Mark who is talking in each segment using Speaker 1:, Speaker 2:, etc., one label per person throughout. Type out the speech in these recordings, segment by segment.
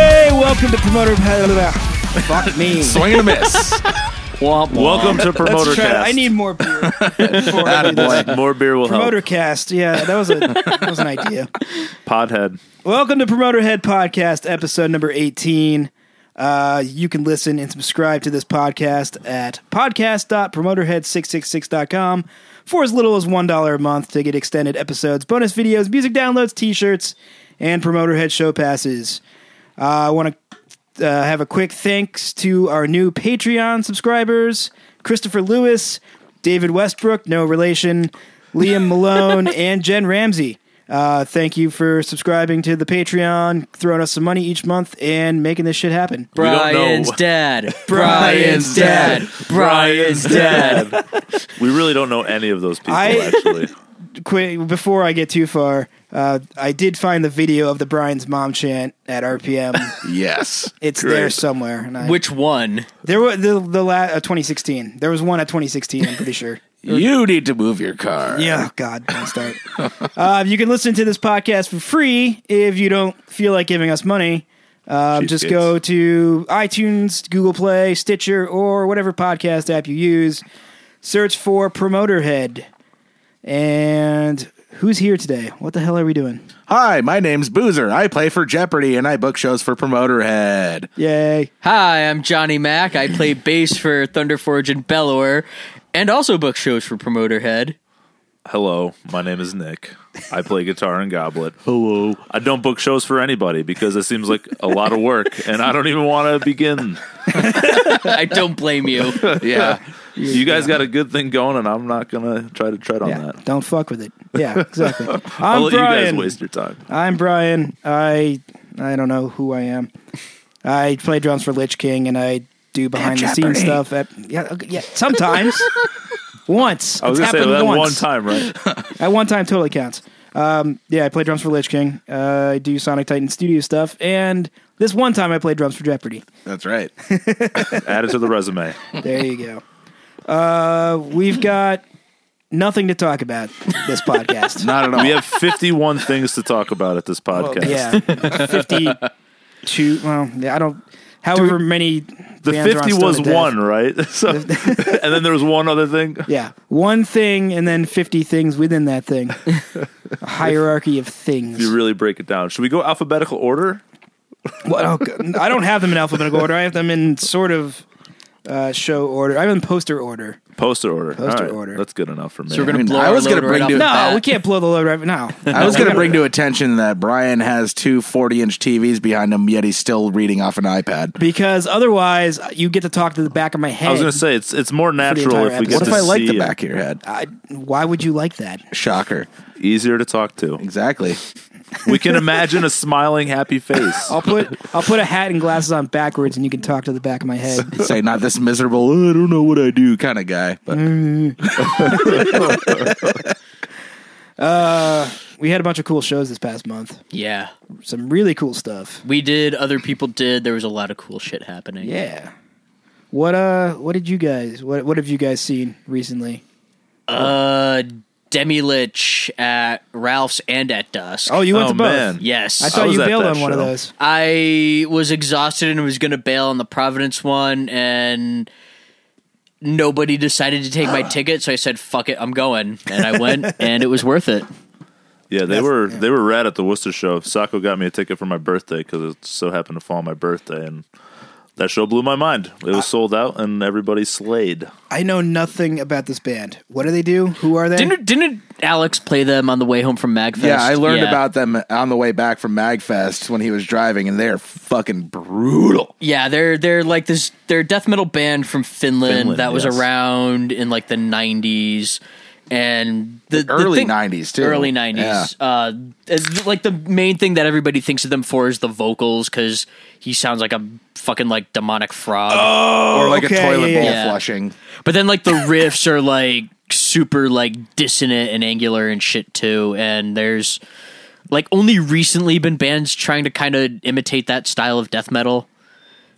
Speaker 1: Welcome to Promoter.
Speaker 2: Fuck me.
Speaker 3: Swing and a miss.
Speaker 4: Womp, womp.
Speaker 5: Welcome to Promoter
Speaker 1: Let's try.
Speaker 5: Cast.
Speaker 1: I need more beer. before I do this.
Speaker 5: Attaboy. More beer will
Speaker 1: Promoter
Speaker 5: help.
Speaker 1: Cast. Yeah, that was a that was an idea.
Speaker 5: Podhead.
Speaker 1: Welcome to Promoter Head Podcast, episode number 18. Uh, you can listen and subscribe to this podcast at podcast.promoterhead666.com for as little as $1 a month to get extended episodes, bonus videos, music downloads, t shirts, and Promoter Head show passes. Uh, I want to uh, have a quick thanks to our new Patreon subscribers Christopher Lewis, David Westbrook, no relation, Liam Malone, and Jen Ramsey. Uh, thank you for subscribing to the Patreon, throwing us some money each month, and making this shit happen.
Speaker 5: don't know.
Speaker 2: Brian's dad. Brian's dad. Brian's dad.
Speaker 5: We really don't know any of those people,
Speaker 1: I-
Speaker 5: actually.
Speaker 1: Quick, before I get too far, uh, I did find the video of the Brian's mom chant at RPM.
Speaker 3: Yes.
Speaker 1: It's
Speaker 5: Great.
Speaker 1: there somewhere. and I-
Speaker 2: Which one?
Speaker 1: there was the the la- uh, 2016. There was one at 2016. I'm pretty sure.
Speaker 3: You need to move your car.
Speaker 1: Yeah, oh, God, don't start. uh, you can listen to this podcast for free if you don't feel like giving us money. Um,
Speaker 5: Cheap
Speaker 1: just
Speaker 5: kids.
Speaker 1: go to iTunes, Google Play, Stitcher, or whatever podcast app you use. Search for Promoter Head. And who's here today? What the hell are we doing?
Speaker 3: Hi, my name's Boozer. I play for Jeopardy and I book shows for Promoter Head.
Speaker 1: Yay.
Speaker 2: Hi, I'm Johnny Mack. I play bass for Thunderforge and Bellower, and also book shows for Promoter Head.
Speaker 5: Hello, my name is Nick. I play guitar and goblet. Hello. I don't book shows for anybody because it seems like a lot of work, and I don't even want to begin.
Speaker 2: I don't blame you.
Speaker 3: Yeah.
Speaker 5: You guys got a good thing going, and I'm not gonna try to tread on
Speaker 1: Yeah,
Speaker 5: that.
Speaker 1: don't fuck with it. Yeah, exactly. I'm
Speaker 5: I'll let
Speaker 1: Brian.
Speaker 5: you guys waste your time.
Speaker 1: I'm Brian. I I don't know who I am. I play drums for Lich King and I do behind the scenes stuff at yeah, okay, yeah sometimes. once.
Speaker 5: I was
Speaker 1: it's
Speaker 5: gonna say
Speaker 1: happened
Speaker 5: that one
Speaker 1: once.
Speaker 5: time, right?
Speaker 1: At one time totally counts. Um, yeah, I play drums for Lich King. Uh, I do Sonic Titan studio stuff and this one time I played drums for Jeopardy.
Speaker 3: That's right.
Speaker 5: Add it to the resume.
Speaker 1: There you go. Uh, we've got nothing to talk about this podcast.
Speaker 3: Not at all.
Speaker 5: We have 51 things to talk about at this podcast.
Speaker 1: Yeah, fifty-two. Well, yeah, I don't. However many.
Speaker 5: The
Speaker 1: bands are on
Speaker 5: 50
Speaker 1: Stone
Speaker 5: was
Speaker 1: to Death.
Speaker 5: one, right? So, and then there was one other thing.
Speaker 1: Yeah, one thing, and then fifty things within that thing. A hierarchy of things.
Speaker 5: You really break it down. Should we go alphabetical order?
Speaker 1: What- oh, God. I don't have them in alphabetical order. I have them in sort of uh, show order. I have them in poster order.
Speaker 5: Poster order.
Speaker 1: Poster
Speaker 5: All right.
Speaker 1: order.
Speaker 5: That's good enough for me.
Speaker 2: So we're gonna
Speaker 3: I mean,
Speaker 2: blow.
Speaker 3: I
Speaker 2: our
Speaker 3: was
Speaker 2: load
Speaker 3: gonna
Speaker 2: right
Speaker 3: bring
Speaker 2: off
Speaker 3: you-
Speaker 2: the
Speaker 1: No,
Speaker 2: bat.
Speaker 1: we can't blow the load right now.
Speaker 3: I was going to bring to attention that Brian has two 40 inch TVs behind him, yet he's still reading off an iPad.
Speaker 1: because otherwise you get to talk to the back of my head.
Speaker 5: I was going to say it's it's more natural
Speaker 1: entire
Speaker 5: if we
Speaker 1: episode.
Speaker 5: get
Speaker 3: What if
Speaker 5: to
Speaker 3: I like the
Speaker 5: see
Speaker 3: back of your head?
Speaker 1: I- why would you like that?
Speaker 3: Shocker.
Speaker 5: it. Easier to talk to.
Speaker 3: Exactly.
Speaker 5: We can imagine a smiling, happy face.
Speaker 1: I'll put I'll put a hat and glasses on backwards, and you can talk to the back of my head.
Speaker 3: Say not this miserable, "Oh, I don't know what I do kind of guy. But
Speaker 1: We had a bunch of cool shows this past month.
Speaker 2: Yeah,
Speaker 1: Some really cool stuff.
Speaker 2: we did. Other people did. There was a lot of cool shit happening.
Speaker 1: Yeah. What uh what did you guys what what have you guys seen recently?
Speaker 2: Uh, Demi Lich at Ralph's and at Dusk.
Speaker 1: Oh, you went
Speaker 5: Oh,
Speaker 1: to both.
Speaker 5: man.
Speaker 2: yes.
Speaker 1: I
Speaker 5: I
Speaker 1: thought
Speaker 5: was
Speaker 1: you
Speaker 5: at
Speaker 1: bailed
Speaker 5: that
Speaker 1: on one of
Speaker 5: show.
Speaker 1: those.
Speaker 2: I was exhausted and was going to bail on the Providence one, and nobody decided to take my ticket. So I said, "Fuck it, I'm going," and I went, and it was worth it.
Speaker 5: Yeah, they were they were rad at the Worcester show. Sacco got me a ticket for my birthday because it so happened to fall on my birthday, and that show blew my mind. It was sold out, and everybody slayed.
Speaker 1: I know nothing about this band. What do they do? Who are they?
Speaker 2: Didn't didn't Alex play them on the way home from Magfest?
Speaker 3: yeah, I learned
Speaker 2: Yeah.
Speaker 3: about them on the way back from MagFest when he was driving, and they're fucking brutal.
Speaker 2: Yeah, they're they're like this. They're a death metal band from Finland,
Speaker 5: Finland,
Speaker 2: that was
Speaker 5: yes.
Speaker 2: around in like the nineties and the, the
Speaker 3: Early
Speaker 2: thing-
Speaker 3: 90s, too.
Speaker 2: Early nineties.
Speaker 3: Yeah.
Speaker 2: Uh, it's like the main thing that everybody thinks of them for is the vocals because he sounds like a fucking like demonic frog.
Speaker 3: or like
Speaker 1: okay,
Speaker 3: a toilet
Speaker 1: yeah,
Speaker 3: bowl
Speaker 2: yeah.
Speaker 3: flushing.
Speaker 2: But then like the riffs are like super like dissonant and angular and shit too. And there's like only recently been bands trying to kind of imitate that style of death metal.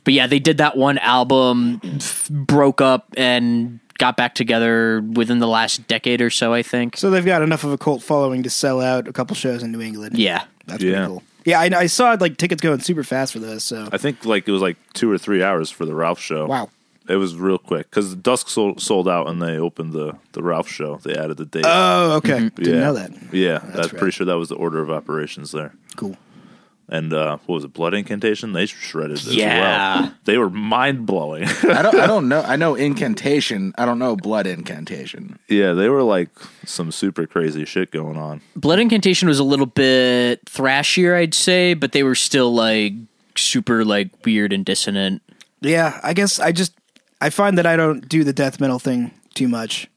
Speaker 2: But yeah, they did that one album, f- broke up, and got back together within the last decade or so, I think.
Speaker 1: So they've got enough of a cult following to sell out a couple shows in New England.
Speaker 2: yeah.
Speaker 1: That's
Speaker 5: Yeah.
Speaker 1: pretty cool. Yeah, I, I saw like tickets going super fast for those. So
Speaker 5: I think like it was like two or three hours for the Ralph show.
Speaker 1: wow.
Speaker 5: It was real quick because Dusk sold, sold out and they opened the, the Ralph show. They added the date.
Speaker 1: Oh, okay. Didn't
Speaker 5: yeah.
Speaker 1: know that.
Speaker 5: Yeah,
Speaker 1: That's
Speaker 5: that's
Speaker 1: right.
Speaker 5: pretty sure that was the order of operations there.
Speaker 1: Cool.
Speaker 5: And uh, what was it? Blood Incantation? They shredded as
Speaker 2: Yeah.
Speaker 5: well. They were mind blowing.
Speaker 3: I don't. I don't know. I know incantation. I don't know blood incantation.
Speaker 5: yeah, they were like some super crazy shit going on.
Speaker 2: Blood Incantation was a little bit thrashier, I'd say, but they were still like super like weird and dissonant.
Speaker 1: Yeah, I guess I just I find that I don't do the death metal thing too much,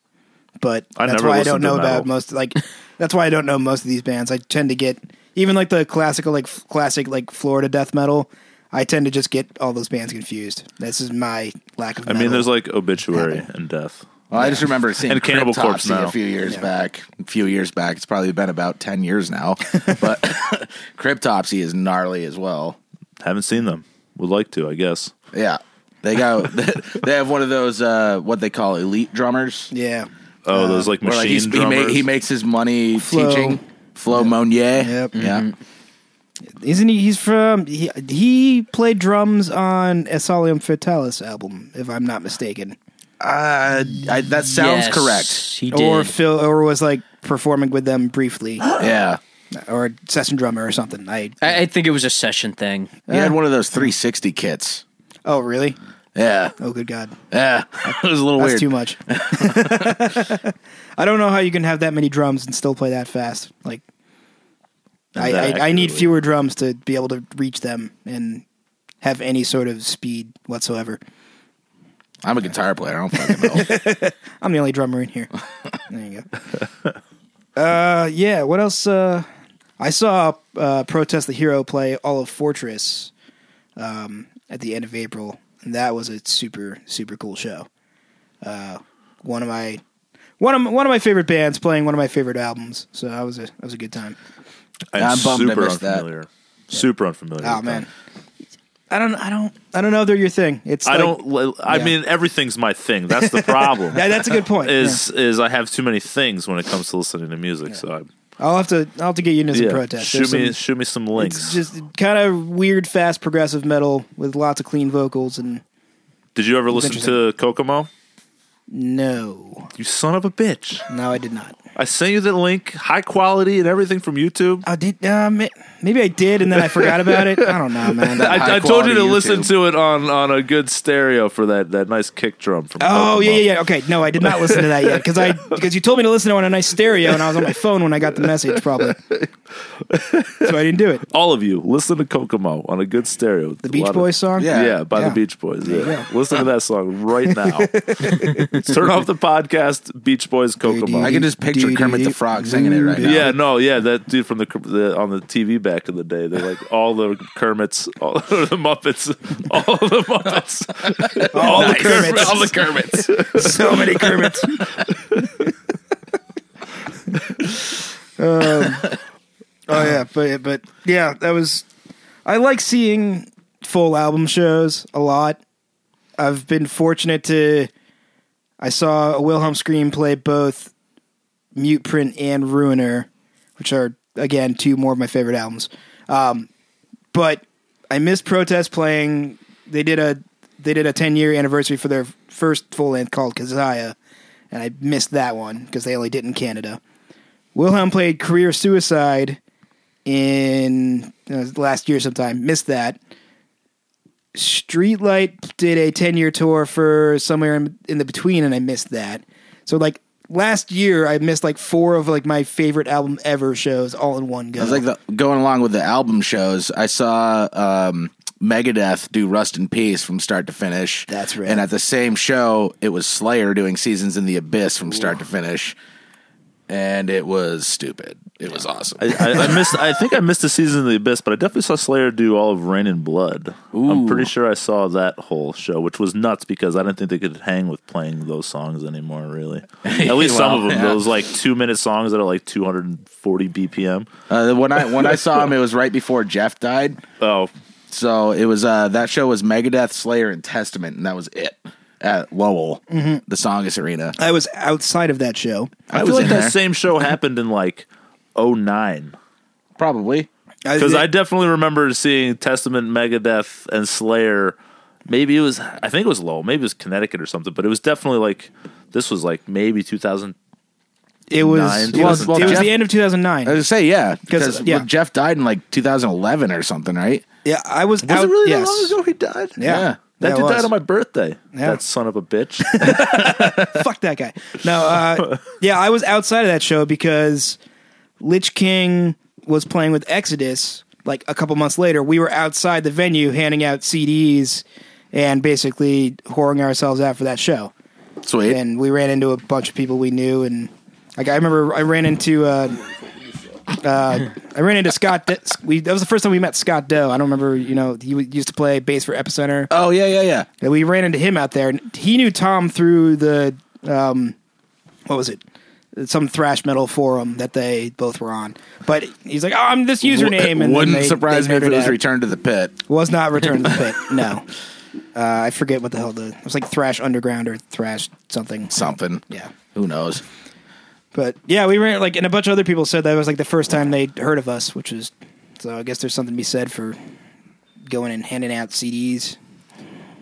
Speaker 1: but
Speaker 5: I
Speaker 1: that's
Speaker 5: never
Speaker 1: why I
Speaker 5: listen
Speaker 1: don't
Speaker 5: to
Speaker 1: know
Speaker 5: metal.
Speaker 1: about most like that's why I don't know most of these bands. I tend to get even like the classical like f- classic like Florida death metal. I tend to just get all those bands confused. This is my lack of.
Speaker 5: I mean, there's like Obituary and Death.
Speaker 3: Well, I just remember seeing
Speaker 5: And Cannibal Corpse
Speaker 3: Cryptopsy
Speaker 5: now.
Speaker 3: a few years back. A few years back. It's probably been about ten years now. But Cryptopsy is gnarly as well.
Speaker 5: Haven't seen them. Would like to, I guess.
Speaker 3: Yeah. They go. They have one of those uh, what they call elite drummers.
Speaker 1: yeah, Uh,
Speaker 5: Oh, those like
Speaker 3: Where,
Speaker 5: machine
Speaker 3: he's- he,
Speaker 5: drummers.
Speaker 3: ma- he makes his money
Speaker 1: Flo.
Speaker 3: teaching. Flo Monier.
Speaker 1: Yep.
Speaker 3: Yeah.
Speaker 5: Mm-hmm.
Speaker 1: isn't he? He's from he, he played drums on Asolium Fatalis album, if I'm not mistaken,
Speaker 3: Uh, I, that sounds
Speaker 2: Yes,
Speaker 3: correct.
Speaker 2: He did.
Speaker 1: or Phil, or was like performing with them briefly,
Speaker 3: Yeah.
Speaker 1: or a session drummer or something. I
Speaker 2: I, I think it was a session thing.
Speaker 3: He had one of those 360 kits.
Speaker 1: oh really?
Speaker 3: Yeah.
Speaker 1: Oh good god.
Speaker 3: Yeah. it was a little
Speaker 1: That's
Speaker 3: weird.
Speaker 1: too much. I don't know how you can have that many drums and still play that fast. Like, I,
Speaker 5: that
Speaker 1: I, I need
Speaker 5: accurately.
Speaker 1: fewer drums to be able to reach them and have any sort of speed whatsoever.
Speaker 3: I'm a guitar player. I don't fucking know.
Speaker 1: I'm the only drummer in here. there you go. Uh, yeah. What else? Uh, I saw uh, Protest the Hero play all of Fortress um, at the end of April, and that was a super super cool show. Uh, one of my one of my, one of my favorite bands playing one of my favorite albums. So that was a that was a good time.
Speaker 5: I'm,
Speaker 3: I'm bummed I
Speaker 5: super
Speaker 3: missed that.
Speaker 5: unfamiliar. Super unfamiliar.
Speaker 1: Oh
Speaker 5: with
Speaker 1: man.
Speaker 5: them.
Speaker 1: I don't, I don't, I don't know. if They're your thing. It's
Speaker 5: I
Speaker 1: like-
Speaker 5: don't. li- I
Speaker 1: yeah.
Speaker 5: mean, everything's my thing. That's the problem.
Speaker 1: Yeah, that's a good point.
Speaker 5: is is I have too many things when it comes to listening to music. So I,
Speaker 1: Yeah. I'll have to, I'll have to get you into some
Speaker 5: yeah,
Speaker 1: protest.
Speaker 5: shoot
Speaker 1: There's
Speaker 5: me
Speaker 1: some-
Speaker 5: shoot me some
Speaker 1: It's
Speaker 5: links.
Speaker 1: just kind of weird, fast, progressive metal with lots of clean vocals and
Speaker 5: Did you ever listen to
Speaker 1: interesting.
Speaker 5: Kokomo?
Speaker 1: no,
Speaker 5: You son of a bitch!
Speaker 1: no, I did not.
Speaker 5: I sent you the link, high quality and everything from YouTube.
Speaker 1: I did. Uh, ma- maybe I did, and then I forgot about it. I don't know, man.
Speaker 3: That-
Speaker 5: I, I
Speaker 3: high
Speaker 5: told you to
Speaker 3: quality
Speaker 5: listen
Speaker 3: YouTube.
Speaker 5: to it on on a good stereo for that that nice kick drum from.
Speaker 1: Oh
Speaker 5: Kokomo.
Speaker 1: yeah, yeah, yeah. Okay, no, I did not listen to that yet because I because you told me to listen to it on a nice stereo, and I was on my phone when I got the message, probably. So I didn't do it.
Speaker 5: All of you, listen to Kokomo on a good stereo.
Speaker 1: The Beach Boys song.
Speaker 3: Yeah.
Speaker 5: Yeah, by
Speaker 1: Yeah.
Speaker 5: the Beach Boys. Yeah.
Speaker 1: you go.
Speaker 5: Listen to that song right now. Turn off the podcast, Beach Boys Kokomo.
Speaker 3: I can just picture Kermit the Frog singing it right now.
Speaker 5: Yeah, no, yeah, that dude from the, the on the TV back in the day. They're like all the Kermits, all the Muppets, all the Muppets, all
Speaker 1: Nice.
Speaker 5: the Kermits,
Speaker 1: All the
Speaker 5: Kermits.
Speaker 1: so many Kermits. um, oh yeah, but but yeah, that was. I like seeing full album shows a lot. I've been fortunate to. I saw a Wilhelm Scream play both Mute Print and Ruiner, which are again two more of my favorite albums. Um, but I missed Protest playing. They did a they did a ten year anniversary for their first full length called Kazaya, and I missed that one because they only did in Canada. Wilhelm played Career Suicide in uh, last year sometime. Missed that. Streetlight did a ten year tour for somewhere in, in the between, and I missed that. So like last year, I missed like four of like my favorite album ever shows all in one go.
Speaker 3: It's like the, going along with the album shows. I saw um, Megadeth do Rust in Peace from start to finish.
Speaker 1: That's rad.
Speaker 3: right. And at the same show, it was Slayer doing Seasons in the Abyss from start to finish, and it was stupid. It was awesome.
Speaker 5: I, I, I missed. I think I missed the season of the Abyss, but I definitely saw Slayer do all of Rain and Blood. I'm pretty sure I saw that whole show, which was nuts because I didn't think they could hang with playing those songs anymore. Really, at least some
Speaker 3: Well,
Speaker 5: of them.
Speaker 3: yeah.
Speaker 5: Those like two minute songs that are like 240 BPM.
Speaker 3: Uh, when I when I saw him, it was right before Jeff died.
Speaker 5: Oh,
Speaker 3: So it was uh, that show was Megadeth, Slayer, and Testament, and that was it. at Lowell, the Songus Arena.
Speaker 1: I was outside of that show.
Speaker 3: I,
Speaker 5: I
Speaker 3: was
Speaker 5: feel like
Speaker 3: in
Speaker 5: that
Speaker 3: there.
Speaker 5: same show happened in like 09.
Speaker 3: Probably.
Speaker 5: Because I definitely remember seeing Testament, Megadeth, and Slayer. Maybe it was, I think it was Lowell. Maybe it was Connecticut or something. But it was definitely like, this was like maybe 2000.
Speaker 1: it was
Speaker 5: Nine,
Speaker 1: it was,
Speaker 3: well,
Speaker 1: it was
Speaker 3: Jeff-
Speaker 1: the end of
Speaker 3: I
Speaker 1: 2009.
Speaker 3: would say yeah, because
Speaker 1: yeah.
Speaker 3: Jeff died in like 2011 or something, right?
Speaker 1: Yeah, I was.
Speaker 5: Was
Speaker 1: out,
Speaker 5: it really
Speaker 1: yes.
Speaker 5: that long ago he died?
Speaker 1: Yeah,
Speaker 3: Yeah.
Speaker 5: That
Speaker 1: Yeah, it
Speaker 5: dude
Speaker 1: was.
Speaker 5: died on my birthday.
Speaker 1: Yeah.
Speaker 5: That son of a bitch.
Speaker 1: fuck that guy. No, uh, yeah, I was outside of that show because Lich King was playing with Exodus. Like a couple months later, we were outside the venue handing out CDs and basically whoring ourselves out for that show.
Speaker 3: Sweet.
Speaker 1: And we ran into a bunch of people we knew, and like I remember, I ran into. Uh, uh, I ran into Scott. De- we, that was the first time we met Scott Doe. I don't remember, you know, he used to play bass for Epicenter.
Speaker 3: oh yeah, yeah, yeah.
Speaker 1: And we ran into him out there, and he knew Tom through the um, what was it? Some thrash metal forum that they both were on. But he's like, "Oh, I'm this username," and
Speaker 3: wouldn't
Speaker 1: then they,
Speaker 3: surprise
Speaker 1: they
Speaker 3: me if it
Speaker 1: nerded
Speaker 3: was
Speaker 1: out.
Speaker 3: Return to the Pit.
Speaker 1: Was not Return to the Pit. No, uh, I forget what the hell the it was like Thrash Underground or Thrash something.
Speaker 3: Something.
Speaker 1: Yeah.
Speaker 3: Who knows?
Speaker 1: But yeah, we ran like, and a bunch of other people said that was like the first time they heard of us, which is so. I guess there's something to be said for going and handing out CDs.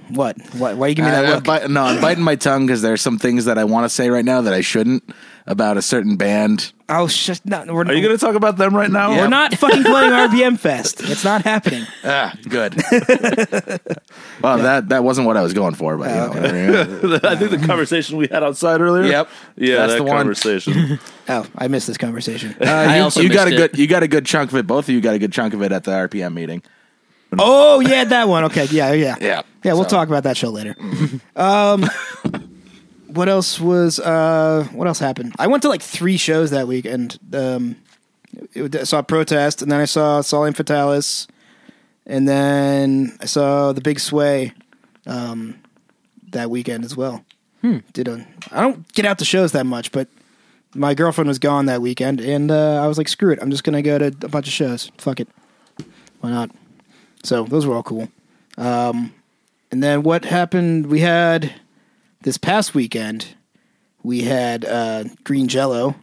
Speaker 1: What? What? Why you give me that
Speaker 5: Uh,
Speaker 3: I- I
Speaker 1: look?
Speaker 3: Uh, bite- no, I'm biting my tongue because there's some things that I want to say right now that I shouldn't about a certain band.
Speaker 1: Oh, shit! No, we're,
Speaker 5: Are you going to talk about them right now?
Speaker 1: Oh, We're not fucking playing RBM Fest. It's not happening.
Speaker 3: Ah, good. well, that that wasn't what I was going for, but you know, whatever.
Speaker 5: I think the conversation we had outside earlier.
Speaker 3: Yep.
Speaker 5: Yeah,
Speaker 3: That's
Speaker 5: that
Speaker 3: the one.
Speaker 5: conversation.
Speaker 1: Oh, I missed this conversation.
Speaker 3: Uh,
Speaker 2: I
Speaker 3: you,
Speaker 2: also
Speaker 3: you got a
Speaker 2: missed it.
Speaker 3: good you got a good chunk of it. Both of you got a good chunk of it at the RPM meeting.
Speaker 1: oh yeah, that one. Okay, yeah, yeah,
Speaker 3: Yeah.
Speaker 1: yeah. We'll
Speaker 3: So-
Speaker 1: talk about that show later. um, what else was? Uh, what else happened? I went to like three shows that week, and um, it, I saw Protest, and then I saw Solim Fatalis, and then I saw the Big Sway um, that weekend as well. Did a, I don't get out to shows that much, but my girlfriend was gone that weekend, and uh, I was like, screw it, I'm just gonna go to a bunch of shows. Fuck it, why not? So those were all cool. Um, and then what happened? We had this past weekend. We had uh, Green Jello